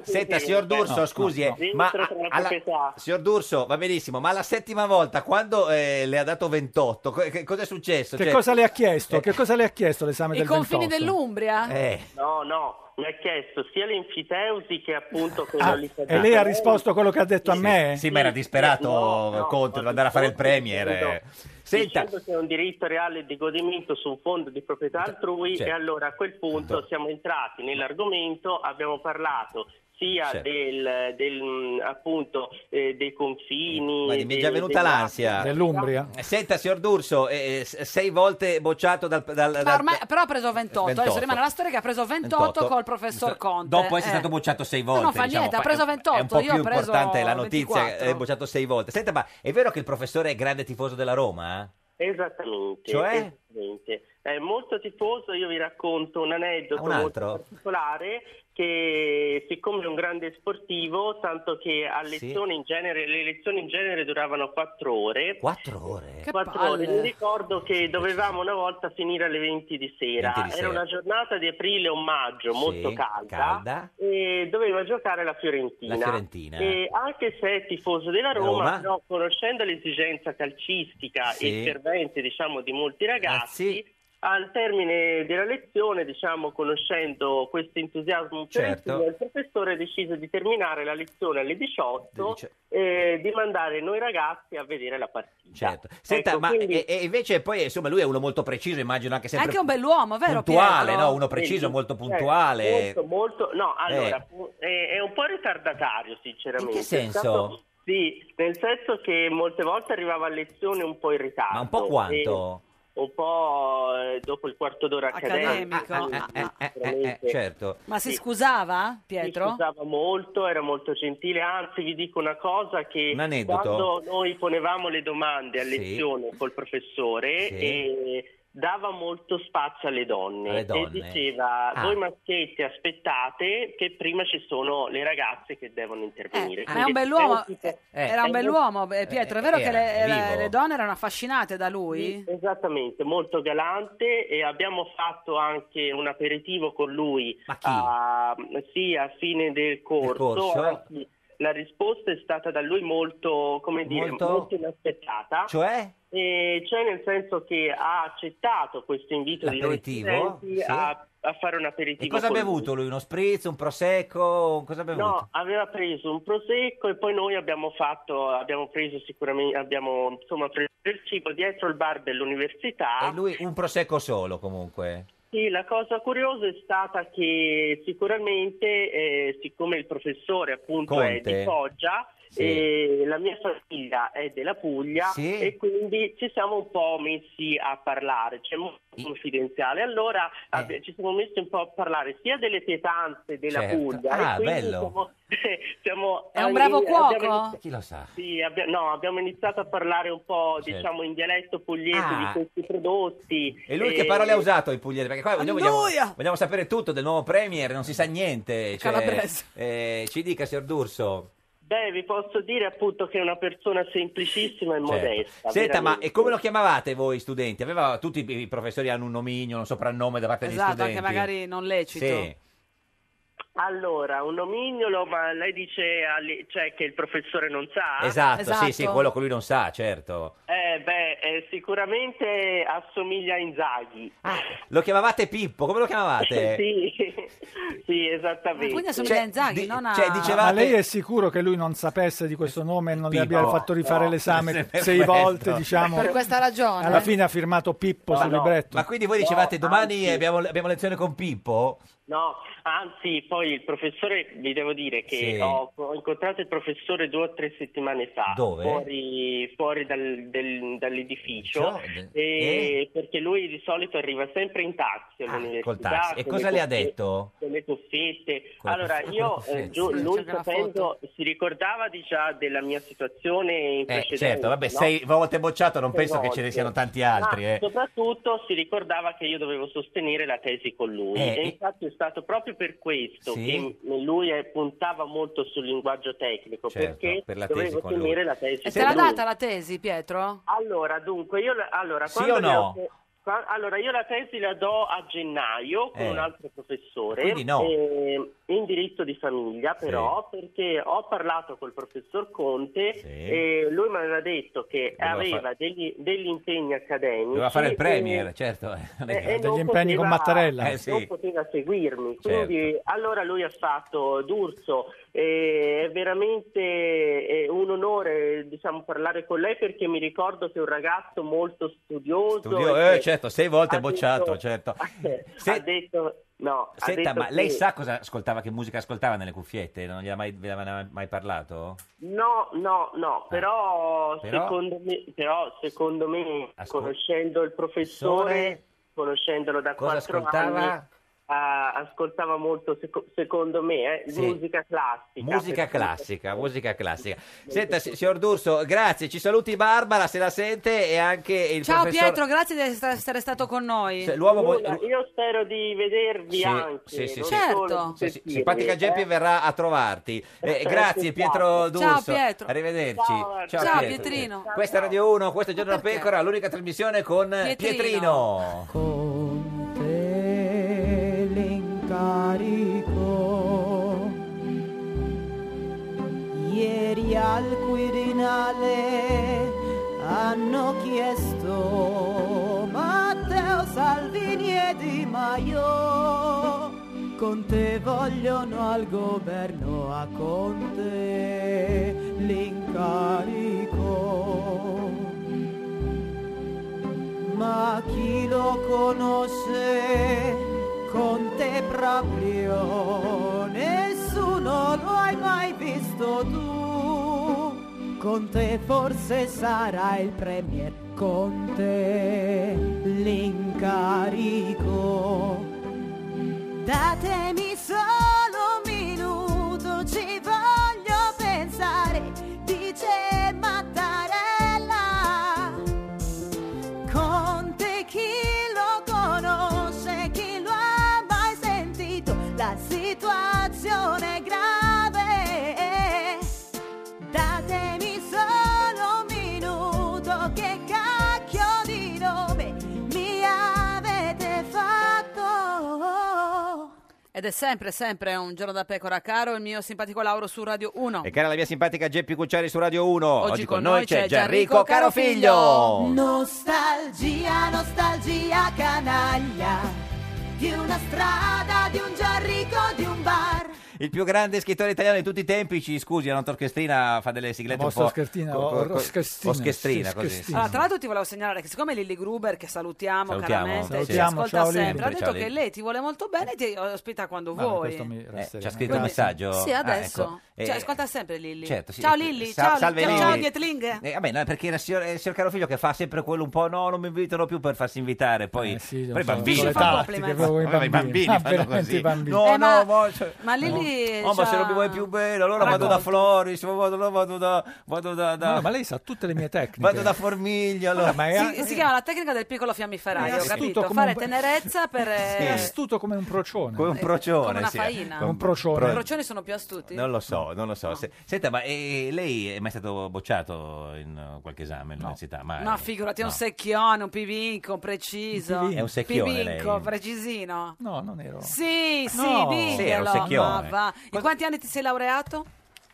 Q: sì,
B: Senta,
Q: sì,
B: signor
Q: sì.
B: D'Urso,
Q: No,
B: scusi,
Q: no,
B: eh,
Q: no. Dentro
B: ma
Q: tra la
B: alla-
Q: proprietà.
B: signor D'Urso, va benissimo, ma la settima volta, quando eh, le ha dato 28, co- che cosa è successo?
N: Che
B: Cioè-
N: cosa le ha chiesto? Che cosa le ha chiesto l'esame
A: I
N: del
A: confini
N: 28?
A: dell'Umbria?
B: Eh.
Q: No, no, mi ha chiesto sia l'enfiteusi che appunto quello
N: Ah,
Q: lì.
N: e lei ha risposto quello che ha detto a me?
B: Sì, ma era disperato Conte, doveva andare a fare il premier. eh. Senta,
Q: Dicendo che è un diritto reale di godimento su un fondo di proprietà altrui
B: certo.
Q: e allora a quel punto siamo entrati nell'argomento, abbiamo parlato sia
B: Certo.
Q: del, del, mh, appunto eh, dei confini
B: ma mi è
Q: del-
B: già venuta
Q: della-
B: l'ansia. Eh, Senta, signor D'Urso, eh, eh, s- sei volte bocciato dal... dal-
A: Ma
B: dal-
A: ormai, però ha preso 28. Adesso
B: 28.
A: rimane la storia che ha preso 28,
B: 28.
A: col professor Conte.
B: Dopo essere
A: Eh.
B: stato bocciato sei
A: No,
B: volte.
A: non fa
B: diciamo,
A: niente, ha
B: fa-
A: preso
B: È un
A: 28,
B: po'
A: io
B: più
A: ho preso
B: importante la notizia, che è
A: 24.
B: bocciato sei volte. Senta, ma è vero che il professore è grande tifoso della Roma? eh?
Q: Esattamente.
B: Cioè?
Q: esattamente. È molto tifoso, io vi racconto un aneddoto
B: Ah, un altro?
Q: molto particolare che siccome è un grande sportivo, tanto che a
B: Sì.
Q: lezione in genere, le lezioni in genere duravano quattro ore.
B: Quattro ore?
Q: Quattro
A: palle.
Q: ore. Mi ricordo che dovevamo una volta finire alle 20 di sera.
B: 20 di sera.
Q: Era una giornata di aprile o maggio,
B: Sì,
Q: molto calda,
B: calda.
Q: e doveva giocare la Fiorentina.
B: La Fiorentina.
Q: E anche se è tifoso della Roma,
B: Roma.
Q: però, conoscendo l'esigenza calcistica
B: Sì. Eh,
Q: e fervente diciamo, di molti ragazzi, al termine della lezione, diciamo, conoscendo questo entusiasmo
B: Certo.
Q: fiorentino, il professore decise di terminare la lezione alle 18
B: Dice-
Q: e di mandare noi ragazzi a vedere la partita.
B: Certo. Senta,
Q: Ecco,
B: ma
Q: quindi-
B: e- e invece poi insomma lui è uno molto preciso, immagino anche sempre
A: Anche un bell'uomo, vero?
B: puntuale,
A: Pietro?
B: no? Uno preciso, molto puntuale.
Q: eh, Molto, molto, no, allora,
B: Eh.
Q: pu- è, è un po' ritardatario, sinceramente.
B: In che senso?
Q: È stato- sì, nel senso che molte volte arrivava a lezione un po' in ritardo.
B: Ma un po' quanto?
Q: e un po' eh, dopo il quarto d'ora accademico.
A: Accademico.
Q: quindi
B: Eh,
Q: sicuramente-
B: certo.
A: Ma si
Q: Sì.
A: scusava, Pietro?
Q: Mi scusava molto, era molto gentile, anzi vi dico una cosa che
B: Un aneddoto?
Q: quando noi ponevamo le domande a
B: Sì.
Q: lezione col professore
B: Sì.
Q: eh, dava molto spazio alle donne,
B: Alle donne.
Q: e diceva
B: Ah.
Q: voi maschietti aspettate che prima ci sono le ragazze che devono intervenire.
A: Eh, Ma è un
Q: Quindi
A: bell'uomo,
Q: è un tipo-
A: era un
Q: è un-
A: bell'uomo, eh, Pietro. È vero
Q: Eh,
A: che le,
Q: era,
A: le-
Q: vivo.
A: le donne erano affascinate da lui?
Q: Esattamente, molto galante e abbiamo fatto anche un aperitivo con lui a, sì, a fine del corso.
B: corso?
Q: anzi, la risposta è stata da lui molto, come dire,
B: Molto?
Q: molto inaspettata.
B: Cioè?
Q: Eh, cioè nel senso che ha accettato questo invito di noi
B: L'aperitivo,
Q: studenti
B: sì.
Q: a, a fare un
B: E
Q: aperitivo
B: cosa ha
Q: con lui.
B: bevuto lui? Uno spritz, un prosecco? Un- Cosa ha bevuto?
Q: No, aveva preso un prosecco e poi noi abbiamo fatto, abbiamo preso sicuramente, abbiamo insomma preso il cibo dietro il bar dell'università.
B: E lui un prosecco solo comunque.
Q: Sì, la cosa curiosa è stata che sicuramente, eh, siccome il professore appunto è
B: Conte.
Q: di Foggia,
B: Sì.
Q: e la mia famiglia è della Puglia
B: Sì.
Q: e quindi ci siamo un po' messi a parlare, cioè molto confidenziale. Allora
B: Eh.
Q: abbi- ci siamo messi un po' a parlare sia delle pietanze della
B: Certo.
Q: Puglia
B: Ah,
Q: e quindi
B: bello.
Q: siamo- [LAUGHS] siamo-
A: È un
Q: eh,
A: bravo
Q: abbiamo
A: cuoco?
Q: iniziato-
B: Chi lo sa?
Q: Sì, abbia- no, abbiamo iniziato a parlare un po'
B: Certo.
Q: diciamo in dialetto pugliese
B: Ah.
Q: di questi prodotti.
B: E lui che
Q: Eh,
B: parole ha usato il pugliese? Perché qua vogliamo,
Q: Andoia!
B: vogliamo, vogliamo sapere tutto del nuovo premier, non si sa niente. Cioè,
Q: Calabrese.
B: eh, ci dica, signor D'Urso.
Q: Beh, vi posso dire appunto che è una persona semplicissima e
B: Certo.
Q: modesta.
B: Senta, ma
Q: veramente.
B: e come lo chiamavate voi studenti? Aveva, tutti i i professori hanno un nomignolo, un soprannome da parte degli
A: Esatto,
B: studenti.
A: anche magari non lecito.
B: Sì.
Q: Allora, un nomignolo, ma lei dice alle- cioè, che il professore non sa?
B: Esatto, sì, sì, quello che lui non sa, certo.
Q: Eh, beh, eh, sicuramente assomiglia a Inzaghi.
A: Ah.
Q: [LAUGHS]
B: Lo chiamavate Pippo, come lo chiamavate?
Q: sì, sì, esattamente.
A: Quindi
B: Cioè,
A: assomiglia a Inzaghi, non a...
N: Ma lei è sicuro che lui non sapesse di questo nome e non le
B: Pippo,
N: abbia fatto rifare
B: no,
N: l'esame
B: per
N: sei
B: questo.
N: volte, diciamo?
R: Per questa ragione.
N: Alla fine ha firmato Pippo sul libretto.
B: Ma quindi voi dicevate domani abbiamo, abbiamo lezione con Pippo?
Q: No, anzi, poi il professore, vi devo dire che
B: Sì.
Q: ho, ho incontrato il professore due o tre settimane fa,
B: Dove?
Q: fuori, fuori dal- del- dall'edificio,
B: Cioè,
Q: e- perché lui di solito arriva sempre in taxi all'università.
B: Ah, col taxi. E
Q: con
B: cosa
Q: le
B: le ha
Q: cuffie-
B: detto?
Q: Con le cuffiette.
B: Con le
Q: allora,
B: cuffie-
Q: io,
B: con le
Q: eh,
B: cuffiette.
Q: giù-
B: Sì,
Q: lui
B: c'era la
Q: sapendo, si ricordava di già della mia situazione in
B: Eh,
Q: precedenza.
B: certo, vabbè,
Q: no?
B: sei volte bocciato, non
Q: Sei
B: penso che ce ne
Q: volte.
B: siano tanti altri.
Q: Ma
B: eh.
Q: soprattutto si ricordava che io dovevo sostenere la tesi con lui
B: Eh,
Q: e infatti è stato proprio per questo
B: Sì.
Q: che m- lui eh, puntava molto sul linguaggio tecnico
B: Certo,
Q: perché
B: per la tesi
Q: dovevo
B: con lui.
Q: tenere la tesi con
A: E te l'ha
Q: lui.
A: data la tesi, Pietro?
Q: Allora, dunque, io la- allora,
B: Sì
Q: quando
B: o
Q: le
B: no?
Q: ho che- qua- allora, io la tesi la do a gennaio con
B: Eh.
Q: un altro professore
B: Quindi no.
Q: eh, in diritto di famiglia, però, perché ho parlato col professor Conte e lui mi aveva detto che
B: Doveva
Q: aveva
B: fare-
Q: degli, degli impegni accademici.
B: Doveva fare il
Q: e-
B: premier, certo. eh, non è
Q: e-
B: che-
Q: e non poteva-
B: Eh, sì. Certo.
Q: Non poteva seguirmi, quindi allora lui ha fatto D'Urso, eh, è veramente eh, un onore diciamo, parlare con lei perché mi ricordo che è un ragazzo molto studioso.
B: Studio-
Q: e
B: eh,
Q: che-
B: certo, sei volte
Q: ha
B: bocciato,
Q: detto-
B: certo.
Q: ha detto no. ha
B: Senta,
Q: detto
B: ma lei
Q: che-
B: sa cosa ascoltava, che musica ascoltava nelle cuffiette? Non gliela mai, ve l'aveva mai parlato?
Q: No, no, no, però,
B: Ah, Però?
Q: Secondo, me, però secondo me, conoscendo il professore, conoscendolo da
B: Cosa
Q: quattro
B: ascoltava?
Q: anni, ah, ascoltava molto, seco- secondo me, eh,
B: Sì.
Q: musica classica.
B: Musica
Q: perché-
B: classica, musica classica. Senta, si- signor D'Urso, grazie. Ci saluti Barbara, se la sente, e anche il
A: Ciao
B: professor...
A: Pietro, grazie di essere essere stato con noi.
B: Se- l'uomo vo-
Q: Nulla, Io spero di vedervi
B: Sì,
Q: anche.
B: sì, sì,
Q: non
B: sì.
Q: solo
A: Certo.
Q: di
B: Sì, sì,
Q: sentirvi,
B: simpatica Geppi
Q: eh.
B: verrà a trovarti. Eh, grazie Pietro
A: Ciao,
B: D'Urso.
A: Pietro.
B: Arrivederci.
A: Ciao, ciao, Pietrino.
B: Questa è Radio 1, questo è Giorno da Pecora, l'unica trasmissione con
A: Pietrino.
B: Pietrino.
I: te l'incarico. Ieri al Quirinale hanno chiesto Matteo Salvini e Di Maio. Con te vogliono al governo, a Conte l'incarico ma chi lo conosce con te proprio nessuno lo hai mai visto tu con te forse sarà il premier con te l'incarico
S: Datemi solo un minuto, ci voglio pensare, dice Mattarella. Conte chi lo conosce, chi lo ha mai sentito, la situazione è grave. Datemi solo un minuto, che cacchio di nome mi avete fatto.
A: Ed è sempre, sempre un giorno da pecora, caro il mio simpatico Lauro su Radio 1.
B: E cara la mia simpatica Geppi Cucciari su Radio 1. Oggi,
A: con noi c'è Gianrico
B: Carofiglio.
I: Nostalgia, nostalgia canaglia, di una strada, di un giarrico, di un bar.
B: Il più grande scrittore italiano di tutti i tempi, ci scusi, la nostra orchestrina fa delle siglette
N: La
B: un
N: vostra
B: po'...
N: orchestrina,
B: co- co- co-
N: orchestrina,
B: orchestrina,
N: sì,
B: così.
N: orchestrina.
A: Allora, tra l'altro ti volevo segnalare che siccome Lilli Gruber, che salutiamo,
B: Salutiamo,
A: caramente, ci
B: salutiamo,
A: ascolta
B: ciao, Lilli.
A: sempre, ha
B: Ciao,
A: detto
B: Lilli.
A: che lei ti vuole molto bene e ti ospita quando
B: Vabbè,
A: vuoi.
B: questo mi
N: rasserena.
B: Eh, ci ha scritto un
N: Quindi-
B: messaggio.
A: Sì,
B: Ah,
A: adesso.
B: ecco. Eh,
A: Cioè, ascolta sempre Lilli.
B: certo, sì.
A: Ciao Lilli,
B: Sa-
A: ciao,
B: salve
A: ciao,
B: Lilli.
A: ciao Dietling.
B: Eh, vabbè, no, perché era il signor, eh, il signor Carofiglio che fa sempre quello un po'. No, non mi invitano più per farsi invitare. Poi, poi
N: Eh, so,
B: i bambini.
N: sono le tattiche, proprio i
B: Vabbè, i
N: bambini.
B: bambini
N: Ah,
B: fanno
N: veramente
B: così.
N: i bambini.
B: No,
A: Eh,
B: no,
A: ma,
B: mo-
A: ma Lilli sì,
B: Oh, ma se
A: cioè-
B: non mi vuoi più bene, allora vado da
N: Raccolto.
B: Floris, vado, allora vado da... Vado da, da-
N: No, ma lei sa tutte le mie tecniche.
B: Vado da Formiglia, allora.
N: ma è
A: Si, si chiama la tecnica del piccolo
N: È
B: Eh,
A: fiammiferaio, ho
N: astuto
A: capito?
N: come
A: Fare
N: un-
A: tenerezza per...
N: è
A: eh,
N: astuto come un procione.
B: Come un procione,
A: come una
B: sì.
A: faina.
B: Come un
A: I
B: procione.
A: procioni sono più astuti?
B: Non lo so, non lo so. Se- senta, ma eh, lei è mai stato bocciato in eh, qualche esame all'università? Mai?
A: No, figurati, è un
B: No.
A: secchione, un pivinco, un preciso.
B: Un pivinco. È un secchione,
A: Pivinco,
B: lei.
A: precisino.
N: No, non ero.
A: Sì, sì,
N: No.
A: diglielo.
N: Sì, era un
A: ma
N: secchione.
A: va. In quanti anni ti sei laureato?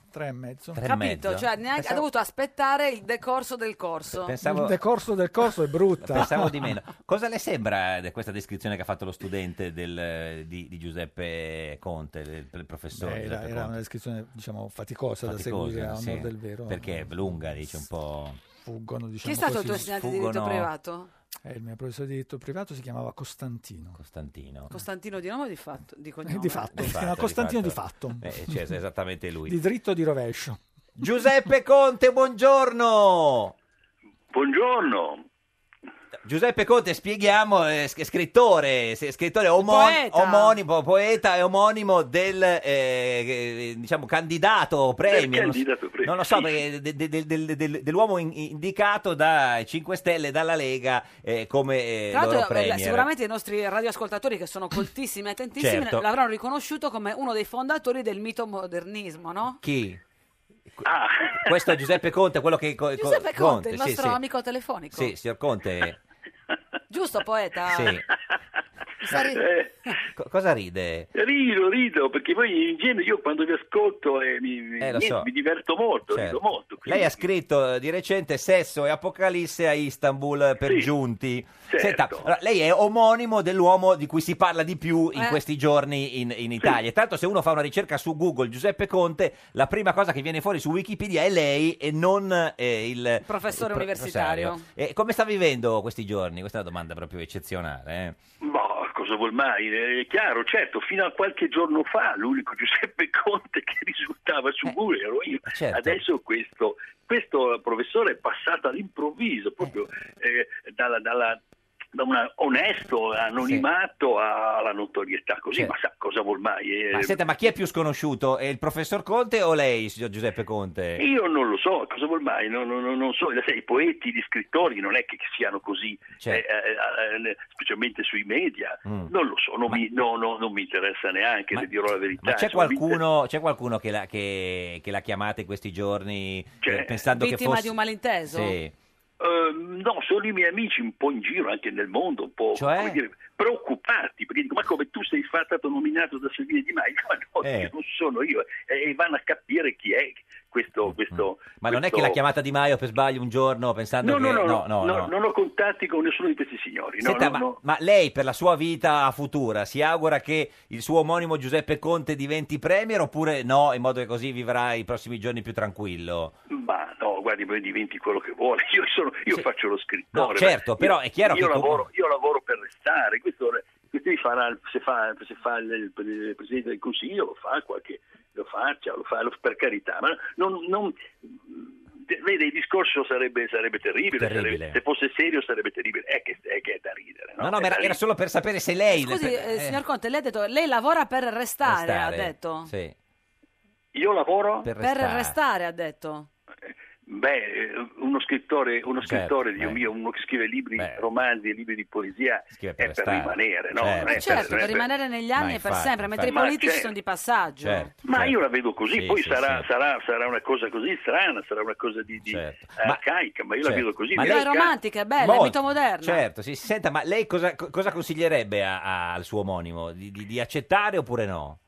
N: Tre e mezzo.
B: Tre e
A: Capito,
B: mezzo.
A: cioè neanche, ha
B: Pensavo-
A: dovuto aspettare il decorso del corso.
B: Pensavo-
N: Il decorso del corso è brutta.
B: Pensavo di
N: [LAUGHS]
B: meno. Cosa le sembra di questa descrizione che ha fatto lo studente del, eh, di, di Giuseppe Conte, del, del professore?
N: Beh, era,
B: Giuseppe
N: era una
B: Conte?
N: descrizione, diciamo, faticosa,
B: esatto, Faticosa,
N: da seguire a
B: sì.
N: onor del vero. eh.
B: Perché è lunga, dice un po'.
N: Fuggono,
A: Chi
N: diciamo
A: è stato
N: così.
A: il tuo insegnante di diritto privato?
N: Eh, il mio professore di diritto privato si chiamava Costantino.
B: Costantino.
A: Costantino di nome o di fatto? Di, cognome?
N: Eh, di fatto, si chiama Costantino di fatto.
B: Eh, cioè, è esattamente lui.
N: Di dritto o di rovescio.
B: Giuseppe Conte, buongiorno.
T: Buongiorno.
B: Giuseppe Conte, spieghiamo, è sc- scrittore, s- scrittore omo-
T: Poeta.
B: omonimo, poeta e omonimo del, eh, eh, diciamo, candidato premio. non so-
T: candidato premio,
B: Non lo so,
T: sì,
B: perché de- de- de- de- de- dell'uomo in- indicato dai 5 Stelle, dalla Lega, eh, come eh,
A: Tra
B: loro
A: l'altro, eh,
B: premier.
A: sicuramente i nostri radioascoltatori, che sono coltissimi e attentissimi,
B: Certo.
A: l'avranno riconosciuto come uno dei fondatori del mito modernismo, no?
B: Chi? Questo è Giuseppe Conte, quello che... co- co-
A: Giuseppe Conte, il
B: sì,
A: nostro
B: sì.
A: amico telefonico.
B: Sì, signor Conte,
A: Giusto, poeta?
B: sì.
A: Mi sa ri-
T: Eh.
B: Co- cosa ride?
T: Rido, rido, perché poi in genere io quando vi ascolto eh, mi, mi-
B: Eh, lo
T: niente,
B: so.
T: mi diverto molto,
B: Certo.
T: rido molto.
B: Lei ha scritto eh, di recente Sesso e Apocalisse a Istanbul per giunti.
T: certo.
B: Senta, allora, lei è omonimo dell'uomo di cui si parla di più in
T: Eh.
B: questi giorni in, in Italia. Tanto se uno fa una ricerca su Google Giuseppe Conte, la prima cosa che viene fuori su Wikipedia è lei e non eh, il, il
A: professore universitario.
B: Eh, come sta vivendo questi giorni? Questa è una domanda proprio eccezionale. eh.
T: Boh, cosa vuol mai? Eh, È chiaro, certo, fino a qualche giorno fa l'unico [LAUGHS] Giuseppe Conte che risultava
B: Eh,
T: su Google ero io.
B: certo.
T: Adesso questo, questo professore è passato all'improvviso, proprio eh, dalla- dalla- da un onesto anonimato alla notorietà, così, ma sa cosa vuol mai? Eh,
B: Ma, senta, ma chi è più sconosciuto? È il professor Conte o lei, signor Giuseppe Conte?
T: Io non lo so, cosa vuol mai? Non, non- non- non so, sai, i poeti, gli scrittori non è che siano così,
B: Certo.
T: eh, eh, eh, specialmente sui media,
B: Mm.
T: non lo so, non, mi, no, no, non mi interessa neanche, le dirò la verità.
B: Ma c'è
T: insomma, mi
B: qualcuno, c'è qualcuno che, la, che, che la chiamate in questi giorni eh, pensando che
A: Vittima
B: fosse...
A: di un malinteso?
B: Sì.
T: Eh, no, sono i miei amici un po' in giro anche nel mondo, un po'
B: Cioè?
T: come dire, preoccupati, perché dico, ma come tu sei stato nominato da Salvini Di Maio? [LAUGHS] Ma no,
B: Eh.
T: io non sono io, e vanno a capire chi è
B: Mm,
T: questo... questo
B: Ma non è che l'ha chiamata Di Maio per sbaglio un giorno pensando
T: No,
B: che...
T: no, no,
B: no,
T: no, no,
B: no.
T: non ho contatti con nessuno di questi signori. no,
B: Senta,
T: no,
B: ma,
T: no.
B: ma lei per la sua vita futura si augura che il suo omonimo Giuseppe Conte diventi premier oppure no, in modo che così vivrà i prossimi giorni più tranquillo?
T: Ma no, guardi, poi diventi quello che vuole. [LAUGHS] Io, sono, io faccio lo scrittore.
B: No, certo,
T: Io-
B: però è chiaro
T: io
B: che
T: Lavoro,
B: comunque-
T: Io lavoro per restare. Questo, questo mi farà, se, fa, se fa il, il Presidente del Consiglio, lo fa qualche. lo faccia, lo fa lo- per carità. Ma non. non de- Vede, il discorso sarebbe, sarebbe terribile,
B: Terribile.
T: sarebbe- se fosse serio sarebbe terribile, è che è, che è da ridere.
B: No, no, ma era,
T: È da
B: era
T: ridere.
B: solo per sapere se lei...
A: Scusi,
B: per-
A: eh,
B: eh,
A: signor Conte, lei ha detto lei lavora per restare,
B: restare.
A: ha detto.
B: Sì,
T: Io lavoro?
B: per
A: Per
B: restare.
A: restare, ha detto.
T: Beh, eh, uno scrittore, uno
B: Certo,
T: scrittore Dio
B: beh.
T: mio, uno che scrive libri, romanzi e libri di poesia
B: Scrive
T: è per
B: restare.
T: rimanere, no?
B: Certo,
T: Non è
A: Eh, certo,
T: non è
A: per rimanere negli
T: Ma
A: anni e per
T: infatti,
A: sempre, mentre i
T: infatti. Ma
A: politici
T: certo.
A: sono di passaggio.
T: Ma io la vedo così,
B: Certo, Sì,
T: poi
B: sì,
T: sarà,
B: sì.
T: sarà- sarà una cosa così strana, sarà una cosa di, di arcaica, ma io la
B: certo.
T: vedo così.
B: Ma
T: mi
A: Però è
T: arca-
A: romantica, è bella, è
B: Molto.
A: mito moderno.
B: Certo, sì. Senta, ma lei cosa, co- cosa consiglierebbe a- a- al suo omonimo? Di, di- di accettare oppure no?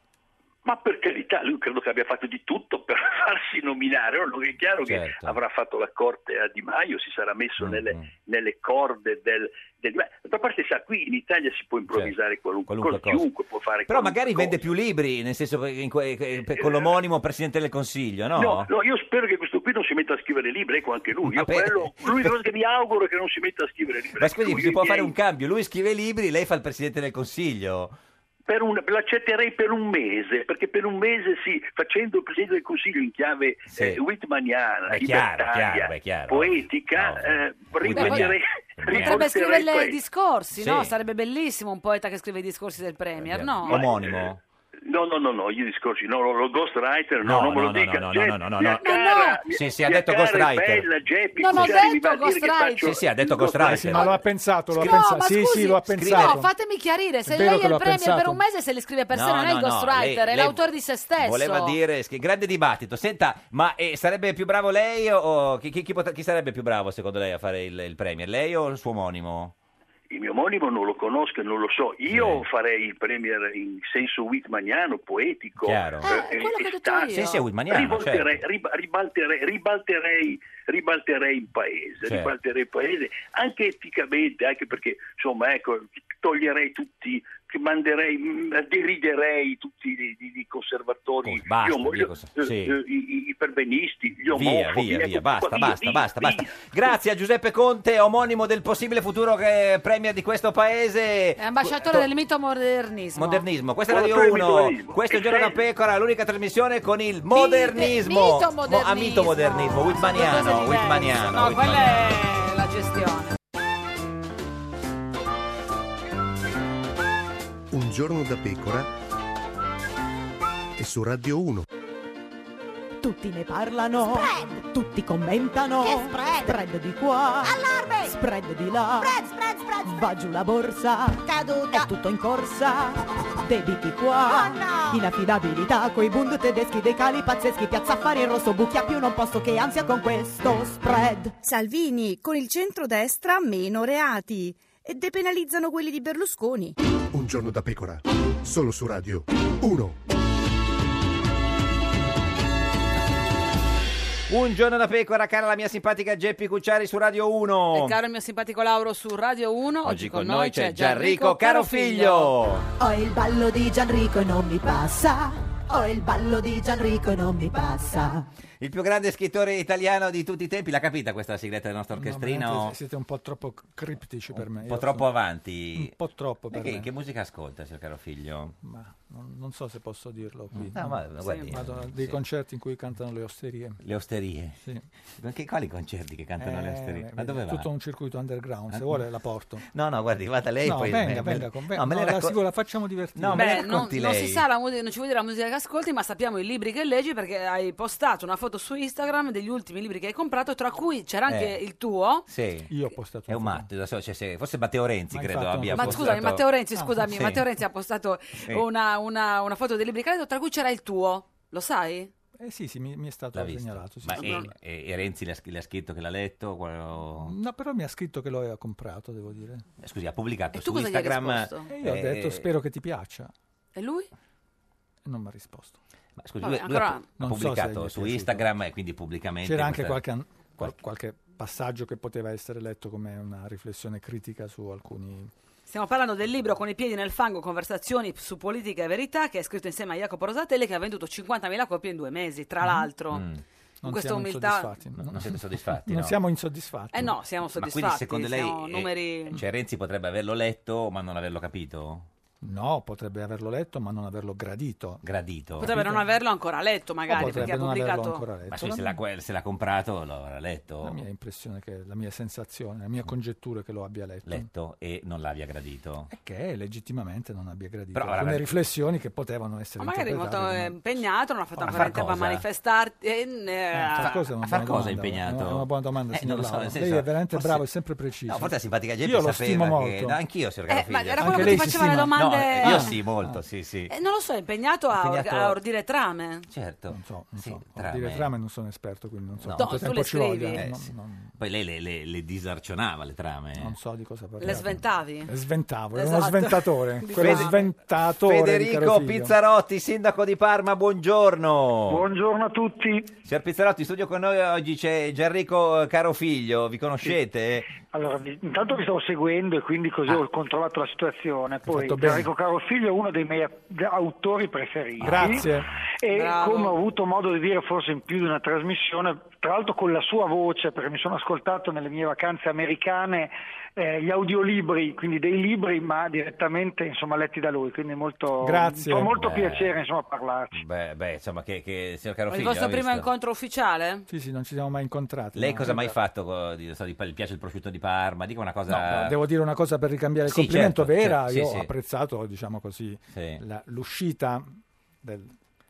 T: Ma per carità, lui credo che abbia fatto di tutto per [LAUGHS] farsi nominare, no? è chiaro
B: Certo. Mm,
T: che avrà fatto la corte a Di Maio, si sarà messo nelle, nelle corde del... del Di Maio. D'altra parte sa, qui in Italia si può improvvisare qualunque,
B: Certo. Qualunque
T: cosa,
B: cosa.
T: chiunque può fare
B: Però
T: qualunque Eh,
B: magari vende più libri, nel senso che in que- che- per- con l'omonimo Presidente del Consiglio, no?
T: No, no, io spero che questo qui non si metta a scrivere libri, ecco anche lui. Io
B: Vabbè.
T: quello, l'unica cosa che mi auguro è che non si metta a scrivere libri.
B: Ma scusi,
T: Lui-
B: si può
T: i
B: fare
T: miei-
B: un cambio. Lui scrive libri, lei fa il Presidente del Consiglio.
T: per un- l'accetterei per un mese, perché per un mese sì, facendo il Presidente del Consiglio in chiave eh, whitmaniana,
B: Beh, chiaro,
T: libertaria,
B: chiaro, beh, chiaro.
T: poetica, eh, [LAUGHS] rimetterei...
A: Potrebbe
T: riporterei
A: scrivere le-
T: quel-
A: discorsi, no?
B: Sì.
A: Sarebbe bellissimo un poeta che scrive i discorsi del Premier, no?
B: Omonimo.
T: No, no, no, no, io discorsi, no, lo, lo ghostwriter, no,
B: No,
T: non me
B: no,
T: lo
B: no,
T: dica.
B: no, no, no,
T: Cioè, Geppi,
B: no, no,
T: mia
B: no.
T: cara,
B: Sì,
T: mia-
B: sì, ha
T: mia
B: detto
T: cara e
B: ghostwriter.
T: bella, Geppi,
N: Non
T: cioè,
N: ho
T: mi
N: detto
T: va a dire che
N: ghostwriter.
T: faccio-
B: Sì, sì, ha detto
N: Eh sì, ma lo ha pensato, lo ha
A: No,
N: pensato.
A: ma
N: Sì,
A: scusi,
N: sì, lo ha pensato.
A: No, fatemi chiarire, se
N: È vero
A: lei
N: che
A: è il
N: l'ho
A: premier
N: pensato.
A: per un mese se le scrive per sé,
B: No,
A: non è
B: no,
A: il
B: no,
A: ghostwriter,
B: lei- lei
A: è l'autore di se stesso.
B: Voleva dire, schi- grande dibattito. Senta, ma eh, sarebbe più bravo lei o- o chi, chi- chi pot- chi sarebbe più bravo secondo lei a fare il, il premier? Lei o il suo omonimo?
T: Il mio omonimo non lo conosco e non lo so. Io farei il premier in senso whitmaniano, poetico.
B: Chiaro.
T: eh, estatico.
B: Sì, sì, è whitmaniano, certo.
T: Rivolterei- rib- ribalterei, ribalterei- ribalterei il paese,
B: Certo.
T: ribalterei il paese, anche eticamente, anche perché, insomma, ecco, toglierei tutti, che manderei, mh, deriderei tutti i, i- i conservatori,
B: basta,
T: gli omo-
B: via cosa-
T: eh,
B: sì.
T: eh, i, i- i perbenisti,
B: Via,
T: gli omofobi.
B: via,
T: ecco,
B: via, basta,
T: via,
B: basta,
T: via,
B: basta,
T: via.
B: basta. Grazie a Giuseppe Conte, omonimo del possibile futuro eh, premier di questo paese.
A: È ambasciatore del mito modernismo.
B: Modernismo, questa è
A: Buon
B: Radio 1,
A: modernismo.
B: questo è
A: Che
B: Giorno da
A: bello.
B: Pecora, l'unica trasmissione con il modernismo.
A: mito modernismo.
B: Mo- ah, mito modernismo,
A: Qualcosa di
B: whitmaniano,
A: diverso.
B: whitmaniano.
A: No, quella
B: whitmaniano.
A: è la gestione.
J: Un giorno da pecora e su Radio 1.
I: Tutti ne parlano. Tutti commentano. spread? di qua. Allarme! Spread di là. Spread, spread, spread. Va giù la borsa. Caduta. Oh È tutto in corsa. Debiti qua. Inaffidabilità coi bund tedeschi dei cali pazzeschi. Piazza affari in rosso bucchia più non posso che ansia con questo spread.
K: Salvini, con il centrodestra meno reati. E depenalizzano quelli di Berlusconi.
J: Un giorno da pecora, solo su Radio 1.
B: Un giorno da pecora, cara la mia simpatica Geppi Cucciari su Radio 1.
A: E caro il mio simpatico Lauro su Radio 1, oggi,
B: Oggi con noi c'è Gianrico
A: Caro
B: Carofiglio.
I: Ho il ballo di Gianrico e non mi passa. Ho il ballo di Gianrico e non mi passa.
B: Il più grande scrittore italiano di tutti i tempi. L'ha capita questa sigletta del nostro orchestrino?
N: veramente
B: un
N: Siete un po' troppo criptici per me.
B: po'
N: Io
B: troppo
N: sono-
B: avanti.
N: Un po' troppo
B: Ma
N: per
B: Che,
N: me.
B: che musica ascolta, signor caro figlio?
N: Ma non, non so se posso dirlo qui.
B: No, ma- ma guardi,
N: Vado a
B: eh,
N: dei
B: sì.
N: concerti in cui cantano le osterie.
B: Le osterie?
N: Sì.
B: Ma Che, quali concerti che cantano le
N: Eh,
B: osterie? Ma
N: vedi,
B: dove va?
N: Tutto un circuito underground,
B: Ah,
N: se vuole la porto.
B: No, no, guardi, vada lei
N: No,
B: poi...
N: venga,
B: me-
N: venga, con-
B: no,
N: venga.
B: me
N: No,
B: la
N: la
B: racco-
N: si- la facciamo divertire.
B: No, me la
A: Beh, non,
B: racconti
A: non
B: lei.
A: si sa la musica, non ci vuoi dire la musica che ascolti, ma sappiamo i libri che leggi perché hai postato una foto su Instagram degli ultimi libri che hai comprato, tra cui c'era anche
B: Eh.
A: il tuo.
B: Sì.
N: Io ho postato
B: È un matto, da solo, cioè, se- forse Matteo Renzi,
N: Ma Ah,
B: credo,
N: infatti non
B: abbia
N: lo
A: Ma
B: postato... Ah,
A: scusami, Matteo Renzi, scusami,
B: Sì.
A: Matteo Renzi ha postato
B: Sì.
A: una, una- una foto dei libri che ha letto, tra cui c'era il tuo, lo sai?
N: Eh sì, sì, mi, mi è stato
B: L'ha visto.
N: segnalato. sì,
B: Ma
N: sì.
B: e, e- e Renzi le ha, le ha scritto che l'ha letto? Qual-
N: No, però mi ha scritto che lo aveva comprato, devo dire.
B: Scusi, ha pubblicato
A: E tu
B: su
A: cosa gli hai
B: Instagram.
A: risposto?
N: Mm. E io ho detto,
B: eh,
N: spero che ti piaccia.
A: E lui?
N: E non mi ha risposto.
B: ma Scusi,
A: Vabbè,
B: lui, lui ha-
A: ancora-
B: ha,
N: Non so se
B: pubblicato
N: gli è
B: su
N: piaciuto.
B: Instagram e quindi pubblicamente.
N: C'era anche
B: questa-
N: qualche, an- qual- qualche passaggio che poteva essere letto come una riflessione critica su alcuni...
A: Stiamo parlando del libro Con i piedi nel fango, conversazioni su politica e verità, che è scritto insieme a Jacopo Rosatelli, che ha venduto 50.000 copie in due mesi,
B: Mm.
A: tra l'altro. Con
N: Non
A: questa
N: siamo
A: umiltà.
N: insoddisfatti.
B: No, non
N: [LAUGHS]
B: siete soddisfatti?
N: Non
B: no?
N: siamo insoddisfatti.
A: Eh no, siamo
B: Ma
A: soddisfatti.
B: quindi secondo lei
A: siamo
B: eh,
A: numeri...
B: cioè, Renzi potrebbe averlo letto ma non averlo capito?
N: No, potrebbe averlo letto ma non averlo gradito.
B: Gradito?
A: Potrebbe non averlo ancora letto, magari,
N: potrebbe
A: perché ha
N: non averlo
A: pubblicato.
N: ancora letto.
B: Ma scusi, se, l'ha, que- se l'ha comprato lo avrà letto,
N: La mia impressione, che, la mia sensazione, la mia congettura è che lo abbia letto.
B: letto e non l'abbia gradito.
N: Che legittimamente non abbia gradito
B: Però avrà
N: alcune
B: grat-
N: riflessioni che potevano essere
A: Ma magari è
N: interpretate
A: molto eh,
N: come-
A: impegnato, non ha fatto
N: Ma
A: ancora
N: far
A: in tempo a
N: cosa?
A: manifestarti. eh, eh,
N: Far cosa è una
B: a far
N: buona
B: cosa è
N: domanda,
B: impegnato?
N: È una buona domanda,
B: Eh,
N: signor
B: non lo so,
N: Lauro.
B: nel senso,
N: Lei è veramente
B: forse-
N: bravo e sempre preciso.
B: No, forse la simpatica Geppi
N: Io lo
B: sapeva
N: stimo
B: che...
N: molto.
B: no, anch'io, signor
A: Eh, ma
B: Carofiglio.
A: era quello Anche che ti lei si faceva le stima? domande-
B: No, io
A: Ah.
B: sì, molto, sì, sì.
A: eh, non lo so, è impegnato a, or-
B: Impegnato-
A: a ordire trame.
B: Certo. Non so, non
N: No, Dire trame non sono esperto, quindi non so
A: No.
N: quanto
A: No, tu
N: tempo
A: le
N: ci voglia.
A: scrivi.
N: no,
B: Eh, sì.
N: no,
B: Poi lei le, le- le disarcionava le trame.
N: non so di cosa parlare.
A: Le sventavi?
N: Le sventavo, era
A: Esatto.
N: uno
B: [LAUGHS]
N: sventatore.
A: Di
N: quello
A: trame.
N: sventatore.
B: Federico
N: Pizzarotti
B: Pizzarotti, sindaco di Parma, buongiorno.
U: Buongiorno a tutti.
B: Signor Pizzarotti, in studio con noi oggi c'è Gianrico eh, Carofiglio, vi conoscete?
U: Allora, vi- intanto vi stavo seguendo e quindi così
N: Ah.
U: ho controllato la situazione. Poi
B: fatto bene.
U: Enrico Carofiglio è uno dei miei autori preferiti.
N: Grazie.
U: E
N: Bravo.
U: come ho avuto modo di dire forse in più di una trasmissione, tra l'altro con la sua voce, perché mi sono ascoltato nelle mie vacanze americane eh, gli audiolibri, quindi dei libri, ma direttamente insomma letti da lui. Quindi molto,
B: Grazie.
U: mi fa molto
B: Beh.
U: piacere insomma parlarci.
B: Beh, beh, insomma, che, che signor
A: Il
B: Carofiglio.
A: vostro
B: l'ha
A: primo
B: visto?
A: incontro ufficiale?
N: Sì, sì, non ci siamo mai incontrati.
B: Lei
N: no.
B: cosa ha mai fatto? co- di- so, di- le piace il prosciutto di Parma? Dica una cosa.
N: No, devo dire una cosa per ricambiare il
B: Sì,
N: complimento
B: certo,
N: vera,
B: certo, sì,
N: io
B: sì.
N: ho apprezzato, diciamo così, la- l'uscita del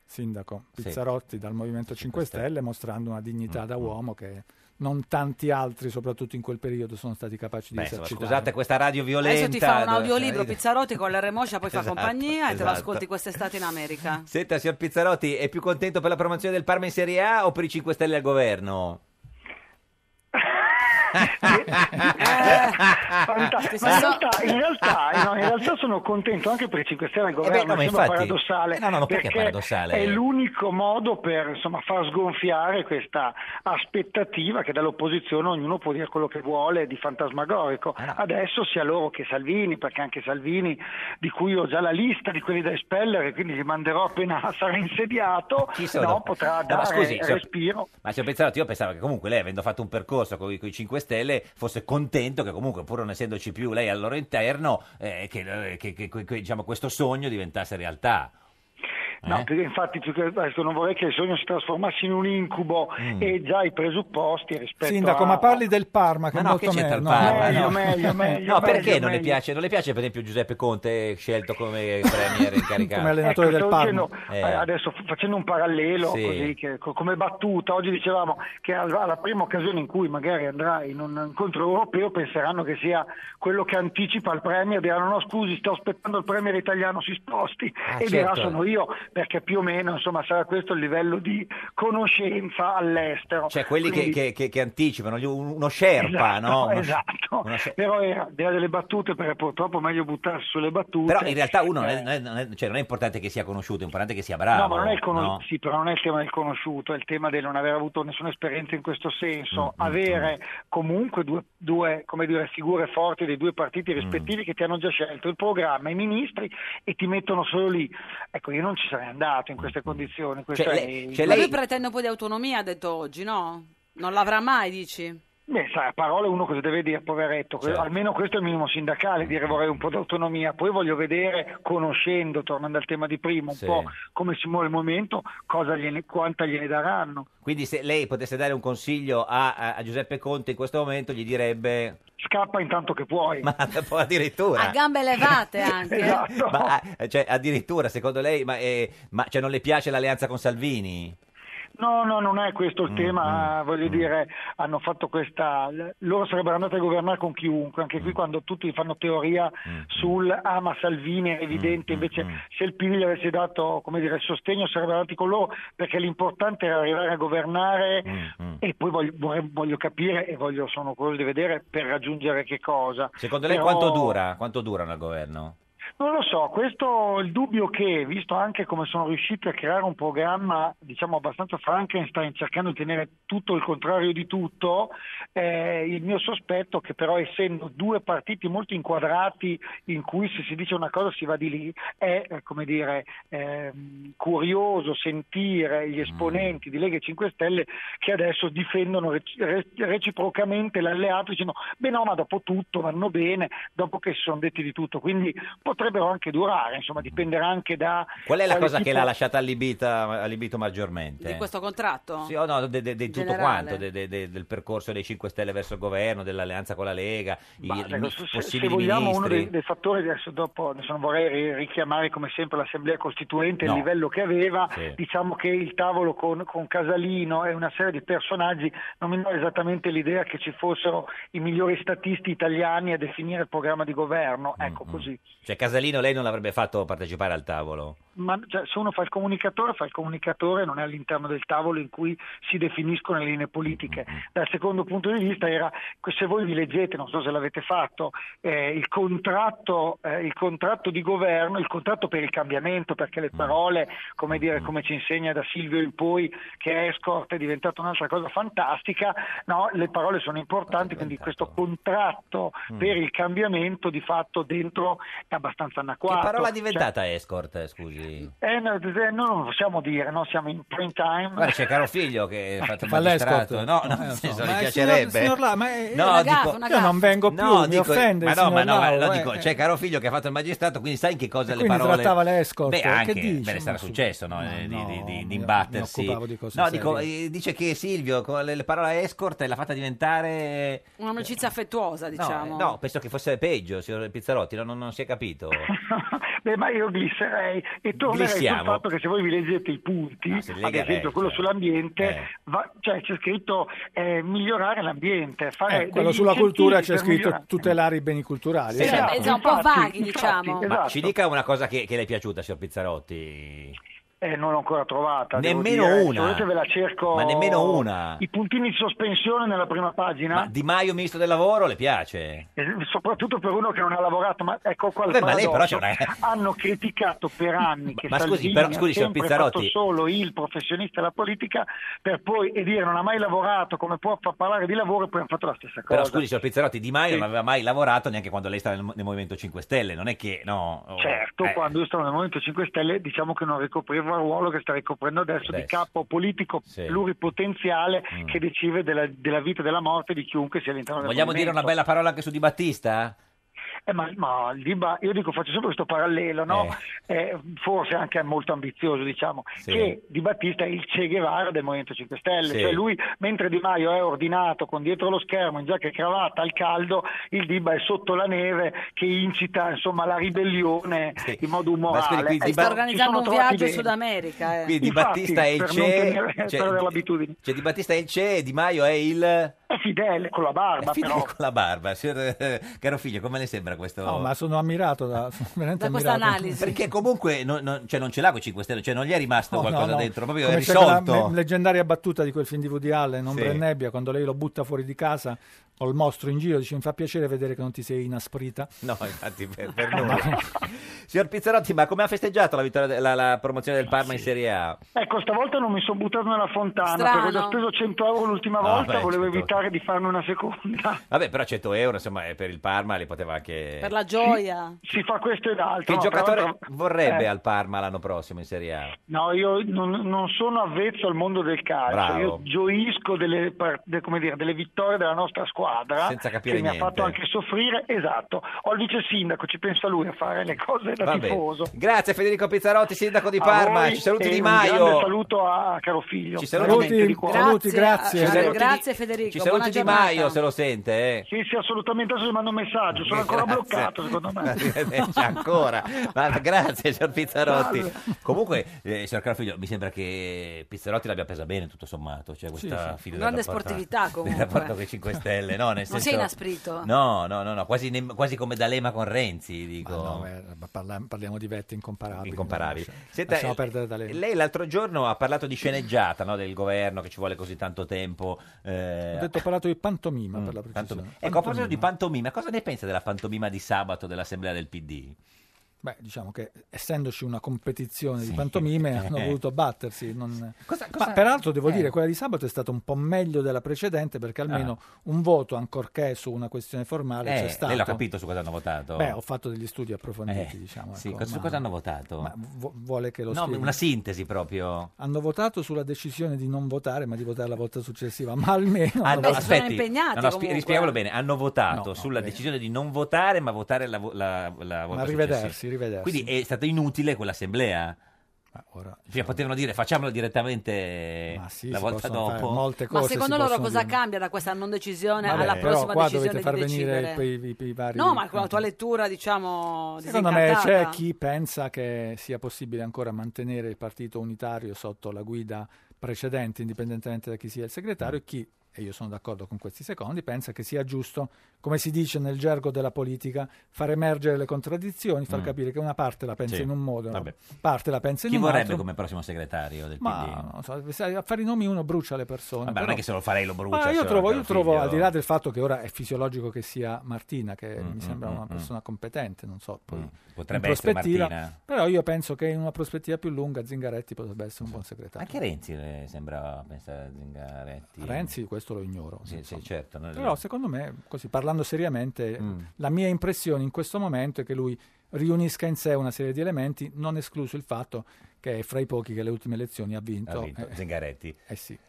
N: sindaco Pizzarotti dal Movimento 5 Stelle mostrando una dignità da uomo che non tanti altri, soprattutto in quel periodo, sono stati capaci di
B: Beh, insomma,
N: esercitare.
B: scusate questa radio violenta.
A: Adesso ti fa un
B: dove-
A: audiolibro Pizzarotti con la remoscia, poi fa
B: Esatto,
A: compagnia e te lo
B: esatto.
A: ascolti quest'estate in America.
B: Senta, signor Pizzarotti, è più contento per la promozione del Parma in Serie A o per i 5 Stelle al governo?
A: Eh, Ti
U: Ma in
A: sono-
U: realtà, in
B: Ah,
U: realtà- no, in realtà sono contento anche per i 5 Stelle al governo,
B: Eh beh, no, ma
U: mi sembra
B: infatti-
U: paradossale,
B: eh, no, no, no, perché è paradossale?
U: è l'unico modo per insomma, far sgonfiare questa aspettativa che dall'opposizione ognuno può dire quello che vuole di fantasmagorico.
B: Eh,
U: Adesso sia loro che Salvini, perché anche Salvini, di cui ho già la lista di quelli da espellere, quindi li manderò appena [LAUGHS] sarà insediato,
B: sono?
U: no, potrà
B: No, ma
U: dare
B: scusi, signor-
U: respiro.
B: [LAUGHS] Ma signor Pizzarotti, io pensavo che comunque lei, avendo fatto un percorso con i 5 Stelle, fosse contento che comunque, pur non essendoci più lei al loro interno, eh, che, eh, che- che- che- che, diciamo, questo sogno diventasse realtà.
N: Eh?
U: No, perché infatti più che- adesso non vorrei che il sogno si trasformasse in un incubo e già i presupposti rispetto
N: Mm. Sindaco,
U: a...
N: ma parli del Parma, che
B: Ma
N: è
B: no,
N: molto
B: che c'entra il
N: meno.
B: Parma? [LAUGHS] no?
U: meglio, meglio,
B: No, perché
U: meglio,
B: non le
U: meglio.
B: piace? Non le piace, per esempio, Giuseppe Conte scelto come premier incaricato?
N: Come allenatore
U: Ecco,
N: del
U: stavo
N: Parma.
U: dicendo,
B: Eh.
U: eh, adesso f- facendo un parallelo
B: Sì.
U: così, che- co- come battuta, oggi dicevamo che al- alla prima occasione in cui magari andrà in un incontro europeo penseranno che sia quello che anticipa il Premier, diranno no scusi sto aspettando il Premier italiano si sposti
B: Ah,
U: e dirà
B: certo.
U: sono io perché più o meno insomma sarà questo il livello di conoscenza all'estero.
B: Cioè, quelli che,
U: Quindi-
B: che- che- che anticipano, gli- uno sherpa,
U: Esatto,
B: no? Uno-
U: esatto. però era al di là delle battute per- purtroppo è meglio buttarsi sulle battute
B: Però in realtà uno non
U: Eh,
B: è, non è- non è- cioè, non è importante che sia conosciuto, è importante che sia bravo.
U: no, ma non è il conos-
B: no?
U: sì, però non è il tema del conosciuto, è il tema del non aver avuto nessuna esperienza in questo senso.
B: Mm, mm,
U: avere comunque due, due, come dire, figure forti dei due partiti
B: Mm.
U: rispettivi che ti hanno già scelto il programma, i ministri e ti mettono solo lì. Ecco, io non ci sarei andato in queste condizioni. Questo
B: Mm, Cioè,
U: è
B: lei-
U: il-
A: Ma lui pretende un po' di autonomia, ha detto oggi, no? Non l'avrà mai, dici?
U: Beh, sai, a parole uno cosa deve dire, poveretto, que-
B: Certo.
U: almeno questo è il minimo sindacale, dire vorrei un po' di autonomia, poi voglio vedere, conoscendo, tornando al tema di prima, un
B: Sì.
U: po' come si muove il momento, cosa gliene- quanta gliene daranno.
B: Quindi se lei potesse dare un consiglio a, a- a Giuseppe Conte in questo momento gli direbbe...
U: Scappa intanto che puoi.
B: Ma poi addirittura...
A: A gambe levate anche.
B: Ma, ah, cioè, addirittura, secondo lei, ma, eh, ma, cioè, non le piace l'alleanza con Salvini?
U: No, no, non è questo
B: Mm,
U: il tema, voglio dire, hanno fatto questa, l- loro sarebbero andati a governare con chiunque, anche
B: Mm.
U: qui quando tutti fanno teoria sul ah ma Salvini è
B: Mm,
U: evidente, invece se il PIL avesse dato, come dire, sostegno sarebbero andati con loro perché l'importante era arrivare a governare
B: Mm.
U: e poi voglio, vorrei- voglio capire e voglio, sono curioso di vedere per raggiungere che cosa.
B: Secondo lei
U: Però-
B: quanto dura? Quanto durano al governo?
U: non lo so, questo è il dubbio che, visto anche come sono riusciti a creare un programma, diciamo abbastanza Frankenstein, cercando di tenere tutto il contrario di tutto, eh, il mio sospetto è che però essendo due partiti molto inquadrati in cui se si dice una cosa si va di lì, è eh, come dire, ehm, curioso sentire gli esponenti di Lega e 5 Stelle che adesso difendono reci- re- reciprocamente l'alleato dicendo beh no ma dopo tutto vanno bene, dopo che si sono detti di tutto, quindi potrebbero anche durare, insomma dipenderà anche da...
B: Qual è la
U: quale
B: cosa che
U: tipo-
B: l'ha lasciata allibita, allibito maggiormente?
A: Di questo contratto?
B: Sì, o no, de- de- di tutto
A: Generale.
B: quanto, de- de- de- del percorso dei 5 Stelle verso il governo, dell'alleanza con la Lega, i, i
U: Ecco, se- se,
B: possibili
U: vogliamo uno
B: ministri.
U: dei, dei fattori adesso dopo adesso non vorrei ri- richiamare come sempre l'assemblea costituente
B: No.
U: il livello che aveva
B: Sì.
U: diciamo che il tavolo con, con Casalino e una serie di personaggi non mi dà esattamente l'idea che ci fossero i migliori statisti italiani a definire il programma di governo ecco così
B: Cioè Casalino lei non l'avrebbe fatto partecipare al tavolo?
U: ma cioè, se uno fa il comunicatore, fa il comunicatore, non è all'interno del tavolo in cui si definiscono le linee politiche.
B: Mm-hmm.
U: Dal secondo punto di vista era, que- se voi vi leggete, non so se l'avete fatto, eh, il, contratto, eh, il contratto di governo, il contratto per il cambiamento, perché le parole, come dire, come ci insegna da Silvio in poi, che è escort è diventata un'altra cosa fantastica, no, le parole sono importanti, quindi questo contratto
B: Mm.
U: per il cambiamento di fatto dentro è abbastanza anacquato.
B: Che parola è
U: Cioè,
B: diventata escort, scusi?
U: eh, no, eh, no, non lo possiamo dire, no? siamo in prime time.
B: Guarda, c'è caro figlio che è fatto il
N: Eh, fa l'escort.
B: magistrato. No, no,
N: Eh, lo
B: nel
N: so.
B: senso,
N: Ma
B: gli
N: il signor-
B: piacerebbe.
N: signor La- ma è- è
B: no,
N: una
B: dico,
N: gaffa, una Io non gaffa. vengo più, mi offende il
B: Ma no, ma
N: signor
B: no, ma
N: Lao,
B: lo
N: eh.
B: dico, c'è caro figlio che ha fatto il magistrato, quindi sai in che cosa
N: E
B: le
N: quindi
B: parole...
N: trattava le escort,
B: Beh,
N: che
B: anche,
N: dici?
B: beh, le sarà
N: Ma su-
B: successo, no, eh, di, di, di, di imbattersi.
N: mi occupavo di cose
B: no, dico,
N: serie.
B: eh, dice che Silvio con le, le parole escort l'ha fatta diventare...
A: Un'amicizia affettuosa,
B: No,
A: diciamo.
B: eh, no, penso che fosse peggio, signor Pizzarotti, no, non, non si è capito.
U: Beh, ma io glisserei e tornerei
B: Glissiamo.
U: sul fatto che se voi vi leggete i punti,
B: No, se li
U: ad
B: legherei,
U: esempio quello sull'ambiente,
B: Eh.
U: va- cioè c'è scritto eh, migliorare l'ambiente. Fare
N: Eh, quello
U: degli
N: sulla
U: incentivi
N: cultura c'è
U: per
N: scritto
U: migliorare.
N: tutelare i beni culturali.
U: Sì, Esatto.
A: Eh, sono un po'
U: infatti,
A: vaghi,
U: infatti,
A: diciamo.
B: Ma
U: esatto.
B: ci dica una cosa che, che le è piaciuta, signor Pizzarotti.
U: Eh, non l'ho ancora trovata. devo
B: Nemmeno
U: dire. eh,
B: una.
U: Se volete ve la cerco.
B: Ma nemmeno una.
U: I puntini di sospensione nella prima pagina.
B: Ma Di Maio, ministro del lavoro, le piace?
U: Eh, soprattutto per uno che non ha lavorato, ma ecco qua il
B: Vabbè, ma lei
U: paradosso.
B: però c'è [LAUGHS]
U: hanno criticato per anni che
B: Ma scusi,
U: Salvini
B: però,
U: ha
B: scusi, signor
U: sempre
B: Pizzarotti.
U: fatto solo il professionista della politica per poi e dire non ha mai lavorato, come può far parlare di lavoro e poi hanno fatto la stessa cosa.
B: Però scusi, signor Pizzarotti, Di Maio non aveva mai lavorato neanche quando lei stava nel, nel Movimento 5 Stelle, non è che no. oh,
U: Certo,
B: eh,
U: quando io stavo nel Movimento 5 Stelle diciamo che non ricopriva il ruolo che sta ricoprendo adesso di
B: Adesso.
U: capo politico
B: Sì. Mm.
U: pluripotenziale che decide della, della vita e della morte di chiunque sia all'interno del
B: Vogliamo dire una
U: movimento.
B: bella parola anche su Di Battista?
U: Eh, ma, ma il Diba- io dico, faccio sempre questo parallelo, no? Eh, forse anche molto ambizioso, diciamo,
B: Sì.
U: che Di Battista è il Che Guevara del Movimento 5 Stelle,
B: Sì.
U: cioè lui, mentre Di Maio è ordinato con dietro lo schermo, in giacca e cravatta, al caldo, il Diba è sotto la neve che incita insomma la ribellione in modo
B: Ma scusi,
U: umorale. Eh,
B: qui Di Ba-
A: Eh,
U: Ci
A: Sta
U: sono
A: organizzando un
U: trovati
A: viaggio in
U: bene.
A: Sud America. eh.
B: Quindi Di
U: Infatti,
B: Battista è il
U: per
B: CE,
U: non tenere-
B: cioè,
U: per avere
B: di-
U: l'abitudine.
B: cioè, Di Battista è il CE, Di Maio è il...
U: È fedele, con la barba
B: Fidel
U: però.
B: con la barba. Signor, eh, caro figlio, come le sembra questo?
N: No, ma sono ammirato da, sono veramente ammirato.
B: Perché comunque non, non- cioè, non ce l'ha con i 5 Stelle, cioè non gli è rimasto
N: No,
B: qualcosa
N: no, no.
B: dentro, proprio è
N: Come c'è
B: risolto.
N: quella me- leggendaria battuta di quel film di Woody Allen, Ombra
B: Sì.
N: e Nebbia, quando lei lo butta fuori di casa col mostro in giro, dice mi fa piacere vedere che non ti sei inasprita.
B: No, infatti per,
N: [LAUGHS]
B: per nulla. Signor Pizzarotti, ma come ha festeggiato la, vittoria de- la- la promozione del Parma in Serie A?
U: Ecco, stavolta non mi sono buttato nella fontana
A: Strano.
U: perché ho speso 100 euro l'ultima
B: Ah,
U: volta,
B: beh,
U: volevo
B: 100.
U: evitare di farne una seconda.
B: Vabbè, però 100 euro, insomma, eh, per il Parma li poteva anche...
A: Per la gioia.
U: Si fa questo ed altro.
B: Che
U: no,
B: giocatore
U: però-
B: vorrebbe
U: Eh,
B: al Parma l'anno prossimo in Serie A?
U: No, io non, non sono avvezzo al mondo del calcio,
B: Bravo.
U: io gioisco delle, par- de- come dire, delle vittorie della nostra squadra
B: Senza capire
U: che mi ha
B: niente.
U: fatto anche soffrire, esatto. Ho il vice sindaco, ci pensa lui a fare le cose da
B: Va bene.
U: tifoso.
B: Grazie Federico Pizzarotti, sindaco di
U: A
B: Parma,
U: voi
B: ci saluti
U: e
B: Di
U: Un grande
B: Maio.
U: saluto a caro figlio.
B: Ci saluti.
U: veramente di cuore.
N: Saluti, grazie.
B: Ci
N: Allora,
B: saluti Di-
A: Grazie Federico.
B: Ci
A: buona
B: saluti Di
A: giornata.
B: Maio se lo sente. Eh.
U: Sì, sì, assolutamente. Adesso ti mando un messaggio. Sono ancora
B: Grazie.
U: bloccato, secondo
B: [LAUGHS]
U: me.
B: Arrivederci ancora. Ma ma grazie, signor Pizzarotti.
U: Salve.
B: Comunque, eh, signor Carfiglio, mi sembra che Pizzarotti l'abbia presa bene, tutto sommato. Cioè, questa
A: sì.
B: fine del
A: Grande
B: rapporto-
A: sportività,
B: del
A: comunque.
B: rapporto con i 5 Stelle, no? Nel
A: [LAUGHS] Non
B: senso,
A: sei inasprito.
B: No, no, no, no, quasi, ne- quasi come D'Alema con Renzi, dico.
N: No, beh, parla- parliamo di vetti incomparabili.
B: Incomparabili.
N: Lascia-
B: Senta,
N: lasciamo perdere da lei.
B: Lei l'altro giorno ha parlato di sceneggiata no? del governo che ci vuole così tanto tempo. eh,
N: Ho detto ho parlato di pantomima per la
B: pantomima.
N: precisione.
B: Ecco, a proposito di pantomima, cosa ne pensa della pantomima di sabato dell'assemblea del PD?
N: Beh, diciamo che essendoci una competizione
B: Sì.
N: di pantomime hanno
B: Eh.
N: voluto battersi. non-
B: cosa-
N: Ma peraltro devo
B: eh.
N: dire, quella di sabato è stata un po' meglio della precedente perché almeno un voto, ancorché su una questione formale,
B: Ah. Eh,
N: c'è stato.
B: lei l'ha capito su cosa hanno votato?
N: Beh, ho fatto degli studi approfonditi,
B: Eh,
N: diciamo.
B: sì,
N: ecco,
B: cosa- su
N: ma-
B: cosa hanno votato?
N: ma vu- vuole che lo
B: no,
N: spieghi?
B: una sintesi proprio.
N: Hanno votato sulla decisione di non votare, ma di votare la volta successiva, ma almeno...
B: Hanno-
N: hanno-
B: aspetti,
A: impegnati
B: Ah, no, no, spie-
A: comunque.
B: rispieghiamolo bene. Hanno votato
N: No, no,
B: sulla
N: bene.
B: decisione di non votare, ma votare la, vo- la, la volta
N: Ma rivedersi,
B: successiva.
N: rivedersi.
B: Quindi è stata inutile quell'assemblea.
N: ora- diciamo-
B: Cioè, potevano dire facciamolo direttamente
N: sì,
B: la
N: si
B: volta
N: possono fare
B: dopo.
N: molte
A: Ma
N: cose
A: secondo
N: si
A: loro
N: possono
A: cosa
N: dire.
A: cambia da questa non decisione
N: Vabbè,
A: alla
N: però
A: prossima
N: qua
A: decisione
N: dovete far
A: di
N: venire
A: decidere?
N: i, i- i vari...
A: No, ma con la tua lettura, diciamo,
N: Secondo me c'è
A: disincantata.
N: chi pensa che sia possibile ancora mantenere il partito unitario sotto la guida precedente, indipendentemente da chi sia il segretario, e chi, e io sono d'accordo con questi secondi, pensa che sia giusto, come si dice nel gergo della politica, far emergere le contraddizioni, far
B: Mm.
N: capire che una parte la pensa
B: Sì,
N: in un modo, una
B: vabbè.
N: parte la pensa in
B: Chi
N: un
B: vorrebbe
N: altro.
B: come prossimo segretario del PD?
N: Ma non so, sai, a fare i nomi uno brucia le persone.
B: Eh, Vabbè,
N: però-
B: non è che se lo fa lei lo brucia, cioè,
N: Ma io
B: signor
N: trovo, io trovo,
B: Carofiglio.
N: al di là del fatto che ora è fisiologico che sia Martina, che mi sembra
B: mm,
N: una
B: mm.
N: persona competente, non so, poi
B: Potrebbe
N: in
B: essere
N: prospettiva,
B: Martina.
N: Però io penso che in una prospettiva più lunga Zingaretti potrebbe essere un buon segretario.
B: Anche Renzi eh, sembra pensare Zingaretti.
N: Renzi questo lo ignoro.
B: Sì, sì,
N: insomma.
B: certo. noi-
N: Però secondo me, così parlando seriamente,
B: Mm.
N: la mia impressione in questo momento è che lui riunisca in sé una serie di elementi, non escluso il fatto che è fra i pochi che le ultime elezioni ha vinto.
B: Ha vinto
N: Eh,
B: Zingaretti.
N: eh sì.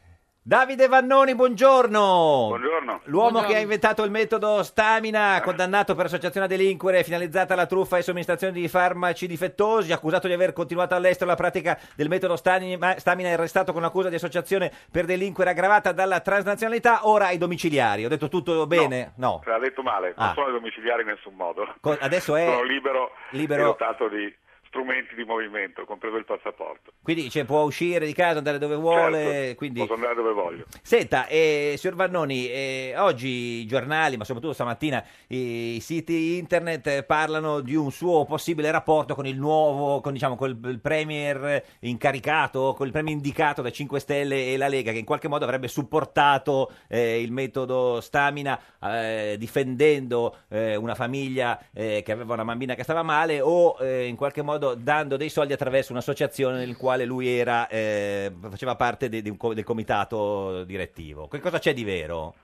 B: Davide Vannoni, buongiorno.
V: Buongiorno.
B: L'uomo
V: Buongiorno.
B: che ha inventato il metodo Stamina, condannato per associazione a delinquere, finalizzata alla truffa e somministrazione di farmaci difettosi, accusato di aver continuato all'estero la pratica del metodo Stamina, Stamina è arrestato con l'accusa di associazione per delinquere aggravata dalla transnazionalità, ora ai domiciliari. Ho detto tutto bene? No.
W: L'ha detto male, non
B: Ah.
W: sono ai domiciliari in nessun modo.
B: Co- adesso è
W: Sono libero,
B: libero-
W: e dotato di strumenti di movimento, compreso il passaporto.
B: Quindi dice, può uscire di casa, andare dove vuole.
W: Certo.
B: quindi...
W: Posso andare dove voglio.
B: Senta, eh, signor Vannoni, eh, oggi i giornali, ma soprattutto stamattina i, i siti internet eh, parlano di un suo possibile rapporto con il nuovo, con, diciamo, col il premier incaricato, col premier indicato da 5 Stelle e la Lega, che in qualche modo avrebbe supportato eh, il metodo Stamina eh, difendendo eh, una famiglia eh, che aveva una bambina che stava male o eh, in qualche modo dando dei soldi attraverso un'associazione nel quale lui era, eh, faceva parte de- de un co- del comitato direttivo. Che cosa c'è di vero?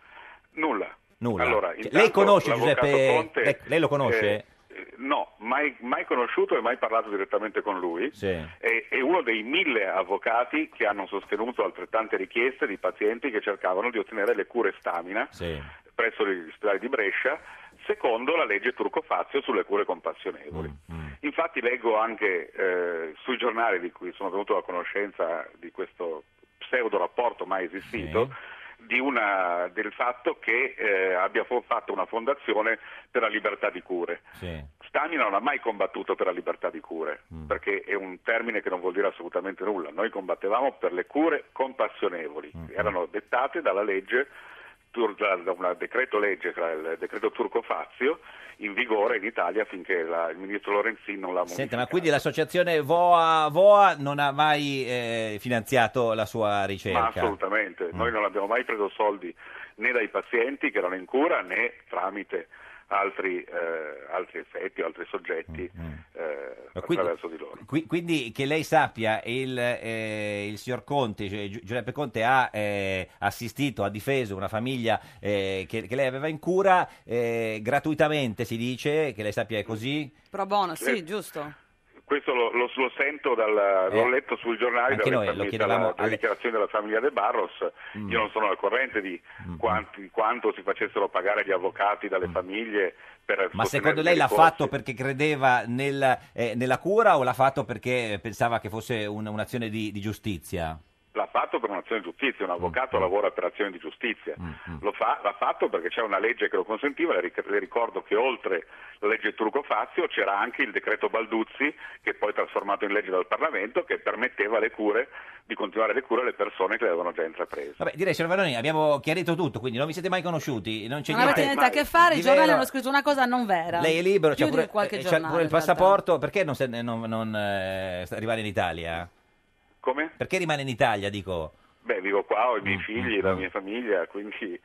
W: Nulla.
B: Nulla.
W: Allora,
B: Cioè,
W: intanto
B: lei conosce
W: l'avvocato
B: Giuseppe?
W: Conte,
B: lei, lei lo conosce?
W: eh, No, mai, mai conosciuto e mai parlato direttamente con lui.
B: Sì.
W: È, è uno dei mille avvocati che hanno sostenuto altrettante richieste di pazienti che cercavano di ottenere le cure stamina
B: Sì.
W: presso gli ospedali di Brescia, secondo la legge Turco-Fazio sulle cure compassionevoli. Infatti leggo anche eh, sui giornali di cui sono venuto a conoscenza di questo pseudo rapporto mai esistito, di una- del fatto che eh, abbia fo- fatto una fondazione per la libertà di cure.
B: Sì. Mm.
W: Stamina non ha mai combattuto per la libertà di cure, perché è un termine che non vuol dire assolutamente nulla. Noi combattevamo per le cure compassionevoli,
B: Mm.
W: erano dettate dalla legge, tur- da da un decreto legge, tra il decreto Turco Fazio, in vigore in Italia finché la- il ministro Lorenzin non l'ha
B: Senta,
W: modificato.
B: ma quindi l'associazione VOA, VOA non ha mai eh, finanziato la sua ricerca?
W: Ma assolutamente, noi
B: Mm.
W: non abbiamo mai preso soldi né dai pazienti che erano in cura né tramite altri, eh, altri effetti o altri soggetti eh,
B: Mm, quindi-
W: attraverso di loro.
B: Qui- quindi che lei sappia, il, eh, il signor Conte, cioè Gi- Giuseppe Conte, ha eh, assistito, ha difeso una famiglia eh, che, che lei aveva in cura eh, gratuitamente, si dice, che lei sappia è così?
A: Pro bono, sì,
W: Eh,
A: giusto.
W: Questo lo, lo- lo sento, dal,
B: Eh,
W: l'ho letto sul giornale,
B: anche
W: dalle
B: noi lo
W: famiglie-
B: chiedevamo
W: dalla- dalle
B: alle-
W: dichiarazioni della famiglia De Barros,
B: Mm.
W: io non sono al corrente di quanti- quanto si facessero pagare gli avvocati dalle famiglie per
B: Mm. Ma
W: sostenere
B: secondo
W: i
B: lei l'ha
W: ricorsi.
B: fatto perché credeva nel- eh, nella cura o l'ha fatto perché pensava che fosse un- un'azione di, di giustizia?
W: L'ha fatto per un'azione di giustizia, un avvocato lavora per azioni di giustizia, Lo fa- l'ha fatto perché c'è una legge che lo consentiva, le, ric- le ricordo che oltre la legge Turco-Fazio c'era anche il decreto Balduzzi, che poi è trasformato in legge dal Parlamento, che permetteva le cure, di continuare le cure alle persone che le avevano già intraprese.
B: Vabbè, direi, signor Vanoni, abbiamo chiarito tutto, quindi non vi siete mai conosciuti. Non, c'è
A: Non avete niente a che fare, i
B: di
A: giornali
B: vero.
A: hanno scritto una cosa non vera.
B: Lei è libero,
A: Più
B: c'ha pure,
A: di qualche
B: eh, c'ha
A: giornale.
B: pure il
A: in realtà.
B: passaporto, perché non, se- non- non, eh, arrivare in Italia?
W: Come?
B: Perché rimane in Italia, dico?
W: Beh, vivo qua, ho i miei figli, la mia famiglia, quindi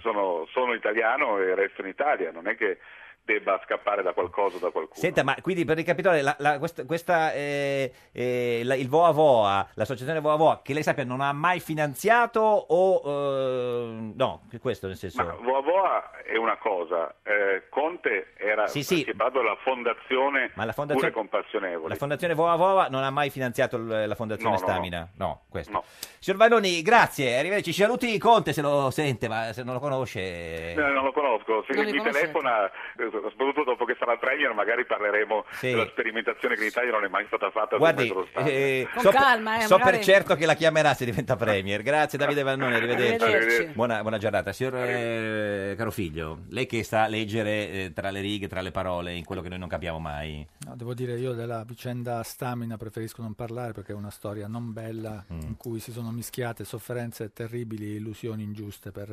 W: sono, sono italiano e resto in Italia, non è che debba scappare da qualcosa o da qualcuno.
B: Senta, ma quindi per ricapitolare, la- la- questa, questa, eh, eh, la- il Voa Voa, l'associazione Voa Voa, che lei sappia non ha mai finanziato o... eh, no, che questo nel senso...
W: Ma Voa Voa è una cosa, eh, Conte era
B: Sì, sì.
W: si è parlato della fondazione,
B: Ma la fondazione-
W: Cure Compassionevoli.
B: La fondazione Voa Voa non ha mai finanziato l- la fondazione
W: No, no,
B: Stamina? No, questo. Signor Vanoni, grazie, arrivederci. Ci saluti Conte se lo sente, ma se non lo conosce...
W: Eh, non lo conosco, se
B: Non li
W: mi
B: conoscete?
W: telefona, eh, soprattutto dopo che sarà Premier, magari parleremo della sperimentazione che in Italia non è mai stata fatta. sul
B: Guardi,
W: metodo Stalin.
B: eh,
W: Con
B: so, per-
W: calma, eh,
B: so
W: magari-
B: per certo che la chiamerà se diventa Premier. Grazie Davide Vannone, arrivederci.
W: Arrivederci.
B: Buona, buona giornata. Signor eh, caro figlio, lei che sa leggere eh, tra le righe, tra le parole, in quello che noi non capiamo mai.
N: No, devo dire, io della vicenda Stamina preferisco non parlare perché è una storia non bella in cui si sono mischiate sofferenze terribili e illusioni ingiuste per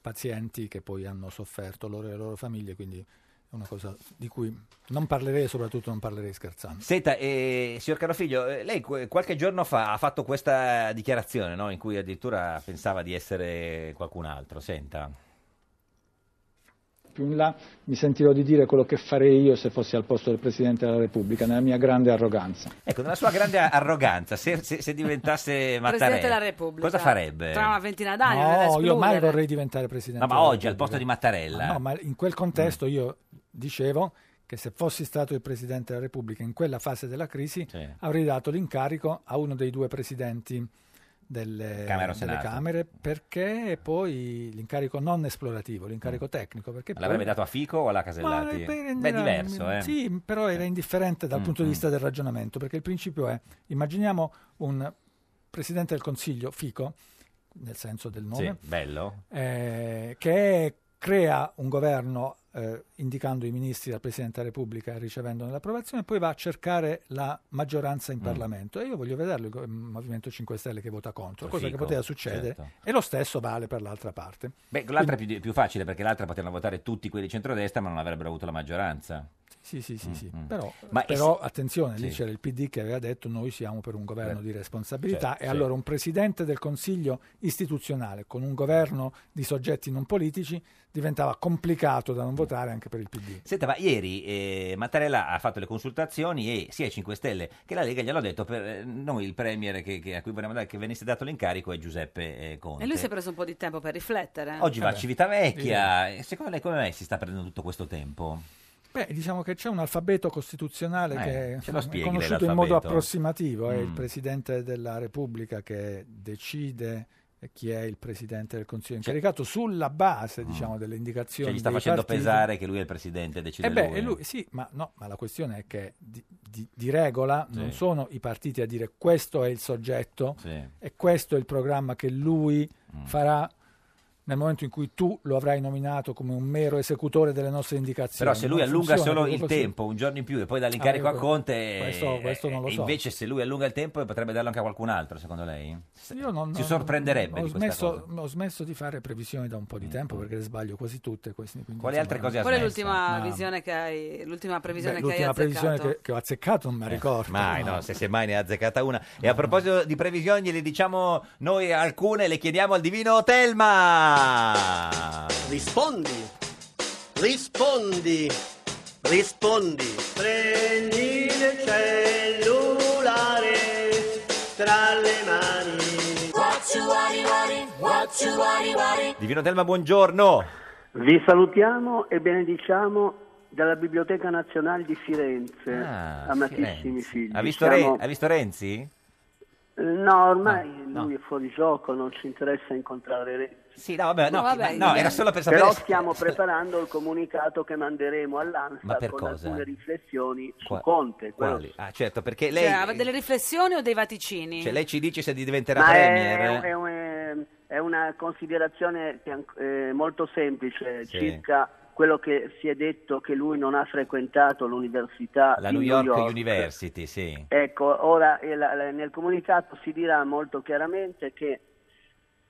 N: pazienti che poi hanno sofferto loro e le loro famiglie, quindi è una cosa di cui non parlerei e soprattutto non parlerei scherzando.
B: Senta, eh, signor caro figlio, eh, lei que- qualche giorno fa ha fatto questa dichiarazione no? in cui addirittura pensava di essere qualcun altro. Senta.
X: Più in là mi sentirò di dire quello che farei io se fossi al posto del Presidente della Repubblica, nella mia grande arroganza.
B: Ecco, nella sua grande arroganza, se, se- se diventasse Mattarella,
A: Presidente della Repubblica.
B: cosa farebbe?
A: Tra una ventina
B: Ecco,
A: d'anni. non è da
N: eh. No, io mai
A: escludere.
N: vorrei diventare presidente.
B: No, ma
N: della
B: oggi, al
N: Repubblica.
B: posto di Mattarella.
N: Ma Ah, no, ma in quel contesto
B: Mm.
N: io dicevo che se fossi stato il presidente della Repubblica in quella fase della crisi avrei dato l'incarico a uno dei due presidenti delle,
B: Camera o
N: delle
B: Senato.
N: Camere perché poi l'incarico non esplorativo, l'incarico tecnico. Perché poi-
B: Mm. L'avrebbe dato a Fico o alla Casellati?
N: Ma, beh,
B: Beh,
N: era-
B: diverso, eh.
N: Sì, però era indifferente dal
B: Mm,
N: punto di
B: mm.
N: vista del ragionamento, perché il principio è, immaginiamo un Presidente del Consiglio, Fico, nel senso del nome,
B: Sì, bello.
N: eh, che crea un governo eh, eh, indicando i ministri dal Presidente della Repubblica e ricevendone l'approvazione, poi va a cercare la maggioranza in
B: Mm.
N: Parlamento. E io voglio vederlo il go- il Movimento 5 Stelle che vota contro,
B: Col
N: cosa che
B: fico,
N: poteva succedere.
B: certo.
N: E lo stesso vale per l'altra parte.
B: Beh, l'altra è più, di- più facile perché l'altra potevano votare tutti quelli di centrodestra ma non avrebbero avuto la maggioranza.
N: Sì, sì, sì, sì.
B: Mm, mm.
N: Però,
B: Ma
N: però,
B: es-
N: attenzione, lì
B: Sì.
N: c'era il PD che aveva detto noi siamo per un governo
B: Beh,
N: di responsabilità
B: certo,
N: e
B: sì.
N: allora un presidente del Consiglio istituzionale con un governo di soggetti non politici diventava complicato
B: Mm.
N: da non votare anche per il PD.
B: Senta, ma ieri eh, Mattarella ha fatto le consultazioni e sia i 5 Stelle che la Lega gliel'ho detto, per eh, noi il premier che- che- a cui vorremmo dare che venisse dato l'incarico è Giuseppe eh, Conte.
A: E lui si è preso un po' di tempo per riflettere.
B: Oggi va a
N: Vabbè.
B: Civitavecchia, e secondo lei come mai si sta prendendo tutto questo tempo?
N: Beh, diciamo che c'è un alfabeto costituzionale
B: Eh,
N: che
B: ce lo spieghi
N: è
B: lei
N: conosciuto in modo
B: l'alfabeto?
N: approssimativo, è il
B: Mm.
N: Presidente della Repubblica che decide chi è il Presidente del Consiglio
B: Cioè- Mm.
N: incaricato sulla base diciamo, delle indicazioni
B: Cioè gli sta
N: dei
B: facendo
N: partiti.
B: pesare che lui è il presidente, decide
N: Eh beh,
B: lui.
N: e lui- sì, ma, no, ma la questione è che di, di- di regola
B: Sì.
N: non sono i partiti a dire questo è il soggetto
B: Sì. Mm.
N: e questo è il programma che lui farà nel momento in cui tu lo avrai nominato come un mero esecutore delle nostre indicazioni.
B: Però se lui
N: Non
B: allunga
N: funziona
B: solo
N: proprio
B: il
N: così.
B: tempo, un giorno in più, e poi dà l'incarico
N: Ah,
B: a
N: ecco.
B: Conte, eh,
N: Questo- questo non lo
B: e
N: so.
B: invece se lui allunga il tempo potrebbe darlo anche a qualcun altro, secondo lei? Se-
N: Io non-
B: si
N: non-
B: sorprenderebbe
N: ho
B: di questa
N: smesso,
B: cosa. Mm.
N: Ho smesso di fare previsioni da un po' di tempo perché le sbaglio quasi tutte. Queste, quindi,
B: Quali
N: insomma,
B: altre cose ha
A: Qual è
B: smesso?
A: l'ultima
N: Ma-
A: visione che hai? L'ultima previsione che
N: Beh,
A: hai
N: l'ultima previsione
A: azzeccato?
N: che, che ho azzeccato non mi
B: Eh,
N: ricordo.
B: Mai,
N: no.
B: no, se semmai ne ha azzeccata una. E a proposito di previsioni, le diciamo noi alcune, le chiediamo al divino Telma!
C: Rispondi, rispondi, rispondi. Prendi il cellulare tra le mani.
V: What you worry, worry, what you worry, worry.
B: Divino Telma, buongiorno!
C: Vi salutiamo e benediciamo dalla Biblioteca Nazionale di Firenze,
B: Ah,
C: amatissimi
B: Firenze.
C: figli.
B: Ha visto,
C: Siamo-
B: Re- ha visto Renzi?
C: Eh, No, ormai
B: Ah,
C: lui è fuori gioco, non ci interessa incontrare Renzi.
B: Sì, no, vabbè, no, ma- no, era solo per sapere
C: Però
B: se-
C: stiamo preparando il comunicato che manderemo
B: Ma
C: all'ANSA
B: per
C: con
B: cosa?
C: alcune riflessioni
B: Qua-
C: su Conte. quello
B: Quali? Ah, certo, perché
A: Cioè,
B: lei,
A: ha delle riflessioni o dei vaticini?
B: cioè, lei ci dice se diventerà
C: Ma
B: premier.
C: è, è un- è una considerazione che è anc- eh, molto semplice
B: Sì.
C: circa quello che si è detto che lui non ha frequentato l'università
B: La
C: di
B: New York, University, sì.
C: Ecco, ora eh, la- la- nel comunicato si dirà molto chiaramente che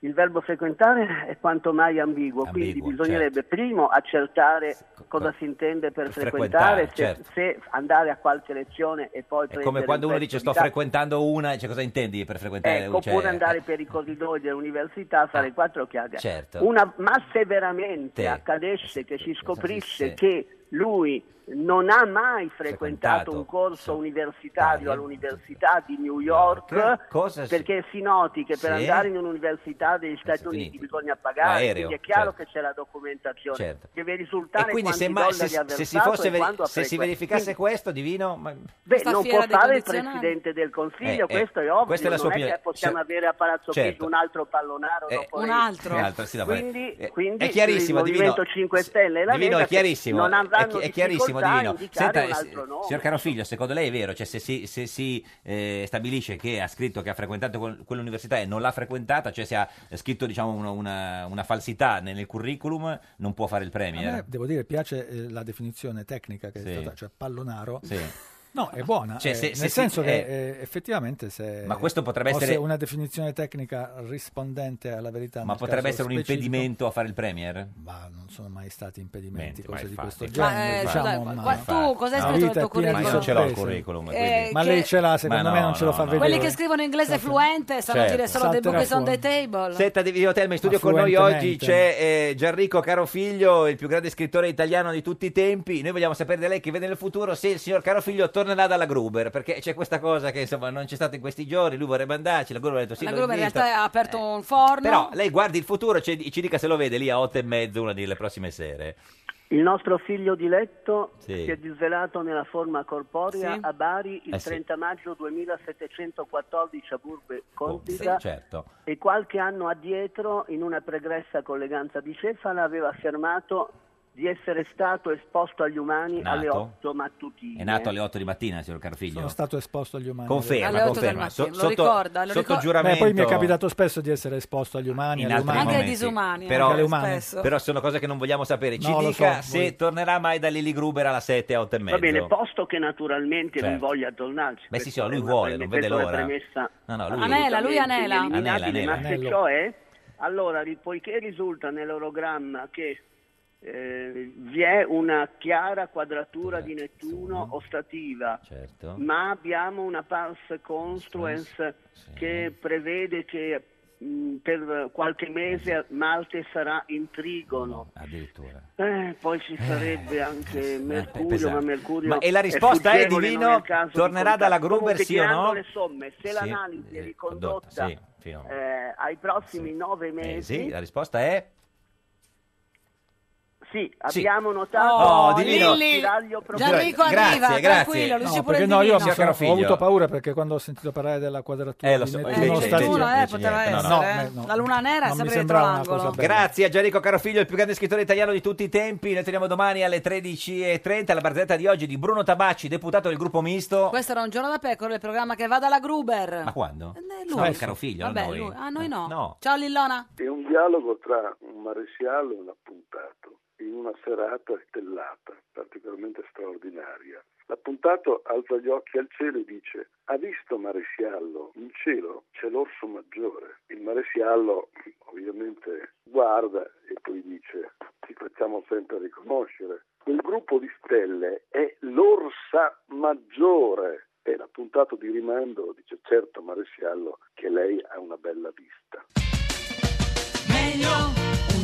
C: il verbo frequentare è quanto mai ambiguo, quindi
B: Ambiguo, certo.
C: bisognerebbe primo accertare cosa si intende per frequentare,
B: frequentare, certo.
C: se, se andare a qualche lezione e poi
B: È come quando uno dice sto
C: frequentando
B: frequentando una, cioè, cosa intendi per frequentare
C: Ecco,
B: una? Cioè, Ah,
C: oppure andare per i corridoi dell'università a fare quattro chiacchiere.
B: certo.
C: Una, ma se veramente
B: Te.
C: accadesse che si scoprisse
B: Sì.
C: che lui non ha mai frequentato,
B: Frequentato,
C: un corso universitario all'Università di New York,
B: cosa si-
C: perché si noti che per
B: Sì.
C: andare in un'università degli Stati
B: Uniti.
C: Uniti bisogna pagare,
B: L'aereo,
C: quindi è chiaro
B: certo.
C: che c'è la documentazione,
B: Certo.
C: deve
B: E
C: risultare
B: quindi
C: quanti
B: se, ma- se,
C: dollari ha
B: se si
C: versato
B: fosse
C: e
B: veri-
C: quando ha
B: se si
C: frequentato.
B: verificasse questo, Divino, ma-
C: Beh,
B: Questa
C: non
B: fiera
C: può
B: dei
C: fare il
B: condizionali.
C: Presidente del Consiglio,
B: Eh, eh,
C: questo è ovvio,
B: questa è la
C: non
B: sua
C: è
B: opinione.
C: che possiamo
B: Cioè-
C: avere a Palazzo
B: certo.
C: Chigi un altro pallonaro
B: Eh,
C: dopo
B: un
C: lei.
B: altro. Un altro, sì, no,
C: quindi,
B: eh,
C: quindi
B: è chiarissimo,
C: il
B: Divino.
C: Movimento 5 Stelle e la
B: Divino
C: Lega
B: è chiarissimo,
C: non
B: è,
C: avranno
B: chi- è chiarissimo
C: difficoltà
B: Divino.
C: a indicare un
B: eh,
C: altro nome.
B: signor Carofiglio, secondo lei è vero? Cioè, se si, se si, eh, stabilisce che ha scritto che ha frequentato quel- quell'università e non l'ha frequentata, cioè se ha scritto diciamo, una, una- una falsità nel, nel curriculum, non può fare il
N: A
B: premier.
N: me, devo dire, piace eh, la definizione tecnica che
B: Sì.
N: è stata, cioè pallonaro.
B: Sì.
N: No, è buona,
B: Cioè,
N: eh,
B: se-
N: nel
B: se si-
N: senso che
B: eh,
N: eh, effettivamente se...
B: Ma questo potrebbe
N: o
B: essere-
N: se una definizione tecnica rispondente alla verità...
B: Ma
N: nel
B: potrebbe
N: caso
B: essere un
N: specifico-
B: impedimento a fare il premier?
N: Ma non sono mai stati impedimenti,
B: Menti,
N: cose
B: ma
N: di
B: infatti.
N: questo
B: Ma,
N: genere.
B: eh,
A: cioè,
N: diciamo,
B: dai,
N: ma-
B: ma tu cosa hai
N: La
B: scritto nel
N: vita
B: tuo
N: è piena
B: curriculum?
N: di
B: Ma io ce l'ho il
N: sorprese.
B: curriculum, Eh,
A: quindi.
N: ma lei ce l'ha, secondo
B: Ma
N: me
B: no,
N: non ce lo
B: no,
N: fa
B: no.
N: vedere.
A: Quelli che scrivono inglese fluente sanno
B: Certo.
A: dire solo dei
N: Salterà
A: books on the
N: fuori.
A: table.
B: Senta di Videotelma, in studio con noi oggi
N: Affluentemente.
B: c'è eh, Gianrico Carofiglio, il più grande scrittore italiano di tutti i tempi. Noi vogliamo sapere da lei che vede nel futuro se il signor Carofiglio tornerà dalla Gruber, perché c'è questa cosa che insomma non c'è stata in questi giorni, lui vorrebbe andarci, la Gruber ha detto sì,
A: la
B: lo
A: Gruber in
B: invito.
A: realtà ha aperto un forno.
B: Però lei guardi il futuro, ci, ci dica se lo vede lì a otto e mezzo una delle prossime sere.
C: Il nostro figlio diletto
B: Sì.
C: si è disvelato nella forma corporea
B: Sì.
C: a Bari il
B: Eh sì.
C: 30 maggio 2714 a Burbe Contica.
B: certo.
C: E qualche anno addietro, in una pregressa colleganza di Cefala, aveva affermato di essere stato esposto agli umani
B: Nato.
C: alle 8 mattutine.
B: È nato alle 8 di mattina, signor Carfiglio.
N: Eh. Sono stato esposto agli umani.
B: Conferma,
N: Alle
B: Alle otto conferma. del mattino, So- lo sotto- ricorda, lo sotto ricorda. giuramento-
N: Beh, poi mi è capitato spesso di essere esposto agli umani,
B: in
N: alle
B: altri
N: umane.
B: momenti. però,
N: Anche alle umane.
B: però sono cose che non vogliamo sapere. Ci
N: No, lo
B: dica
N: so,
B: se
N: voi-
B: tornerà mai da Lily Gruber alla 7, 8 e mezzo.
C: Va bene, posto che naturalmente non
B: Certo.
C: voglia tornarci.
B: Beh, sì, sì, no,
C: questa
B: lui
C: è una
B: vuole,
C: preme-
B: non vede
C: questa è una
B: l'ora.
C: premessa
B: No, no, lui-
Y: Anela, lui
C: assolutamente
Y: anela.
C: ineliminabile,
B: Anela,
C: Ma
B: anela.
C: se ciò è, allora, ri- poiché risulta nell'orogramma che eh, vi è una chiara quadratura di Nettuno ostativa,
B: Certo.
C: ma abbiamo una pars construens che prevede che mh, per
B: Eh,
C: qualche mese Marte sarà in trigono.
B: Addirittura. eh,
C: Eh, poi ci sarebbe anche Mercurio,
B: pesante.
C: ma Mercurio.
B: Ma- e la risposta è,
C: fuggevole,
B: Divino?
C: non è il caso di
B: Tornerà
C: contare.
B: dalla Gruber,
C: Comunque,
B: sì o
C: tirando
B: no?
C: le somme, se
B: Sì, Eh,
C: l'analisi è ricondotta
B: sì, fino-
C: eh, ai prossimi nove mesi,
B: Eh, sì, la risposta è...
C: sì,
B: Sì.
C: abbiamo notato
B: Oh,
C: un
B: Divino.
C: spiraglio proprio-
B: Gianrico arriva, Grazie, grazie. tranquillo, lui
N: No,
B: dice pure
N: perché
B: il
N: no, io
B: divino.
N: mi sono-
B: Signor
N: ho
B: Figlio.
N: avuto paura perché quando ho sentito parlare della quadratura
B: Eh, lo
N: di
B: so,
N: Nettuno,
B: invece-
N: ostativa-
B: invece-
Y: Uno, eh,
B: invece
Y: poteva
B: niente, no,
Y: essere.
B: no.
Y: eh. La luna nera è
N: Non mi
Y: sempre dietro
N: sembrava una cosa
Y: l'angolo.
N: bella.
B: Grazie a Gianrico Carofiglio, il più grande scrittore italiano di tutti i tempi. Noi teniamo domani alle 13.30 la barzelletta di oggi di Bruno Tabacci, deputato del gruppo misto.
Y: Questo era un giorno da pecora, il programma che va dalla Gruber.
B: Ma quando?
Y: Eh, lui.
B: No, il Carofiglio, non
Y: Vabbè,
B: noi. Eh,
Y: lui. Ah, noi no.
B: No.
Y: Ciao Lillona.
O: È un dialogo tra un maresciallo e un appuntato, in una serata stellata, particolarmente straordinaria. L'appuntato alza gli occhi al cielo e dice «Ha visto maresciallo? In cielo c'è l'orso maggiore». Il maresciallo ovviamente guarda e poi dice «Ci facciamo sempre riconoscere». Quel gruppo di stelle è l'orsa maggiore. E l'appuntato di rimando dice «Certo maresciallo che lei ha una bella vista».
A: Meglio un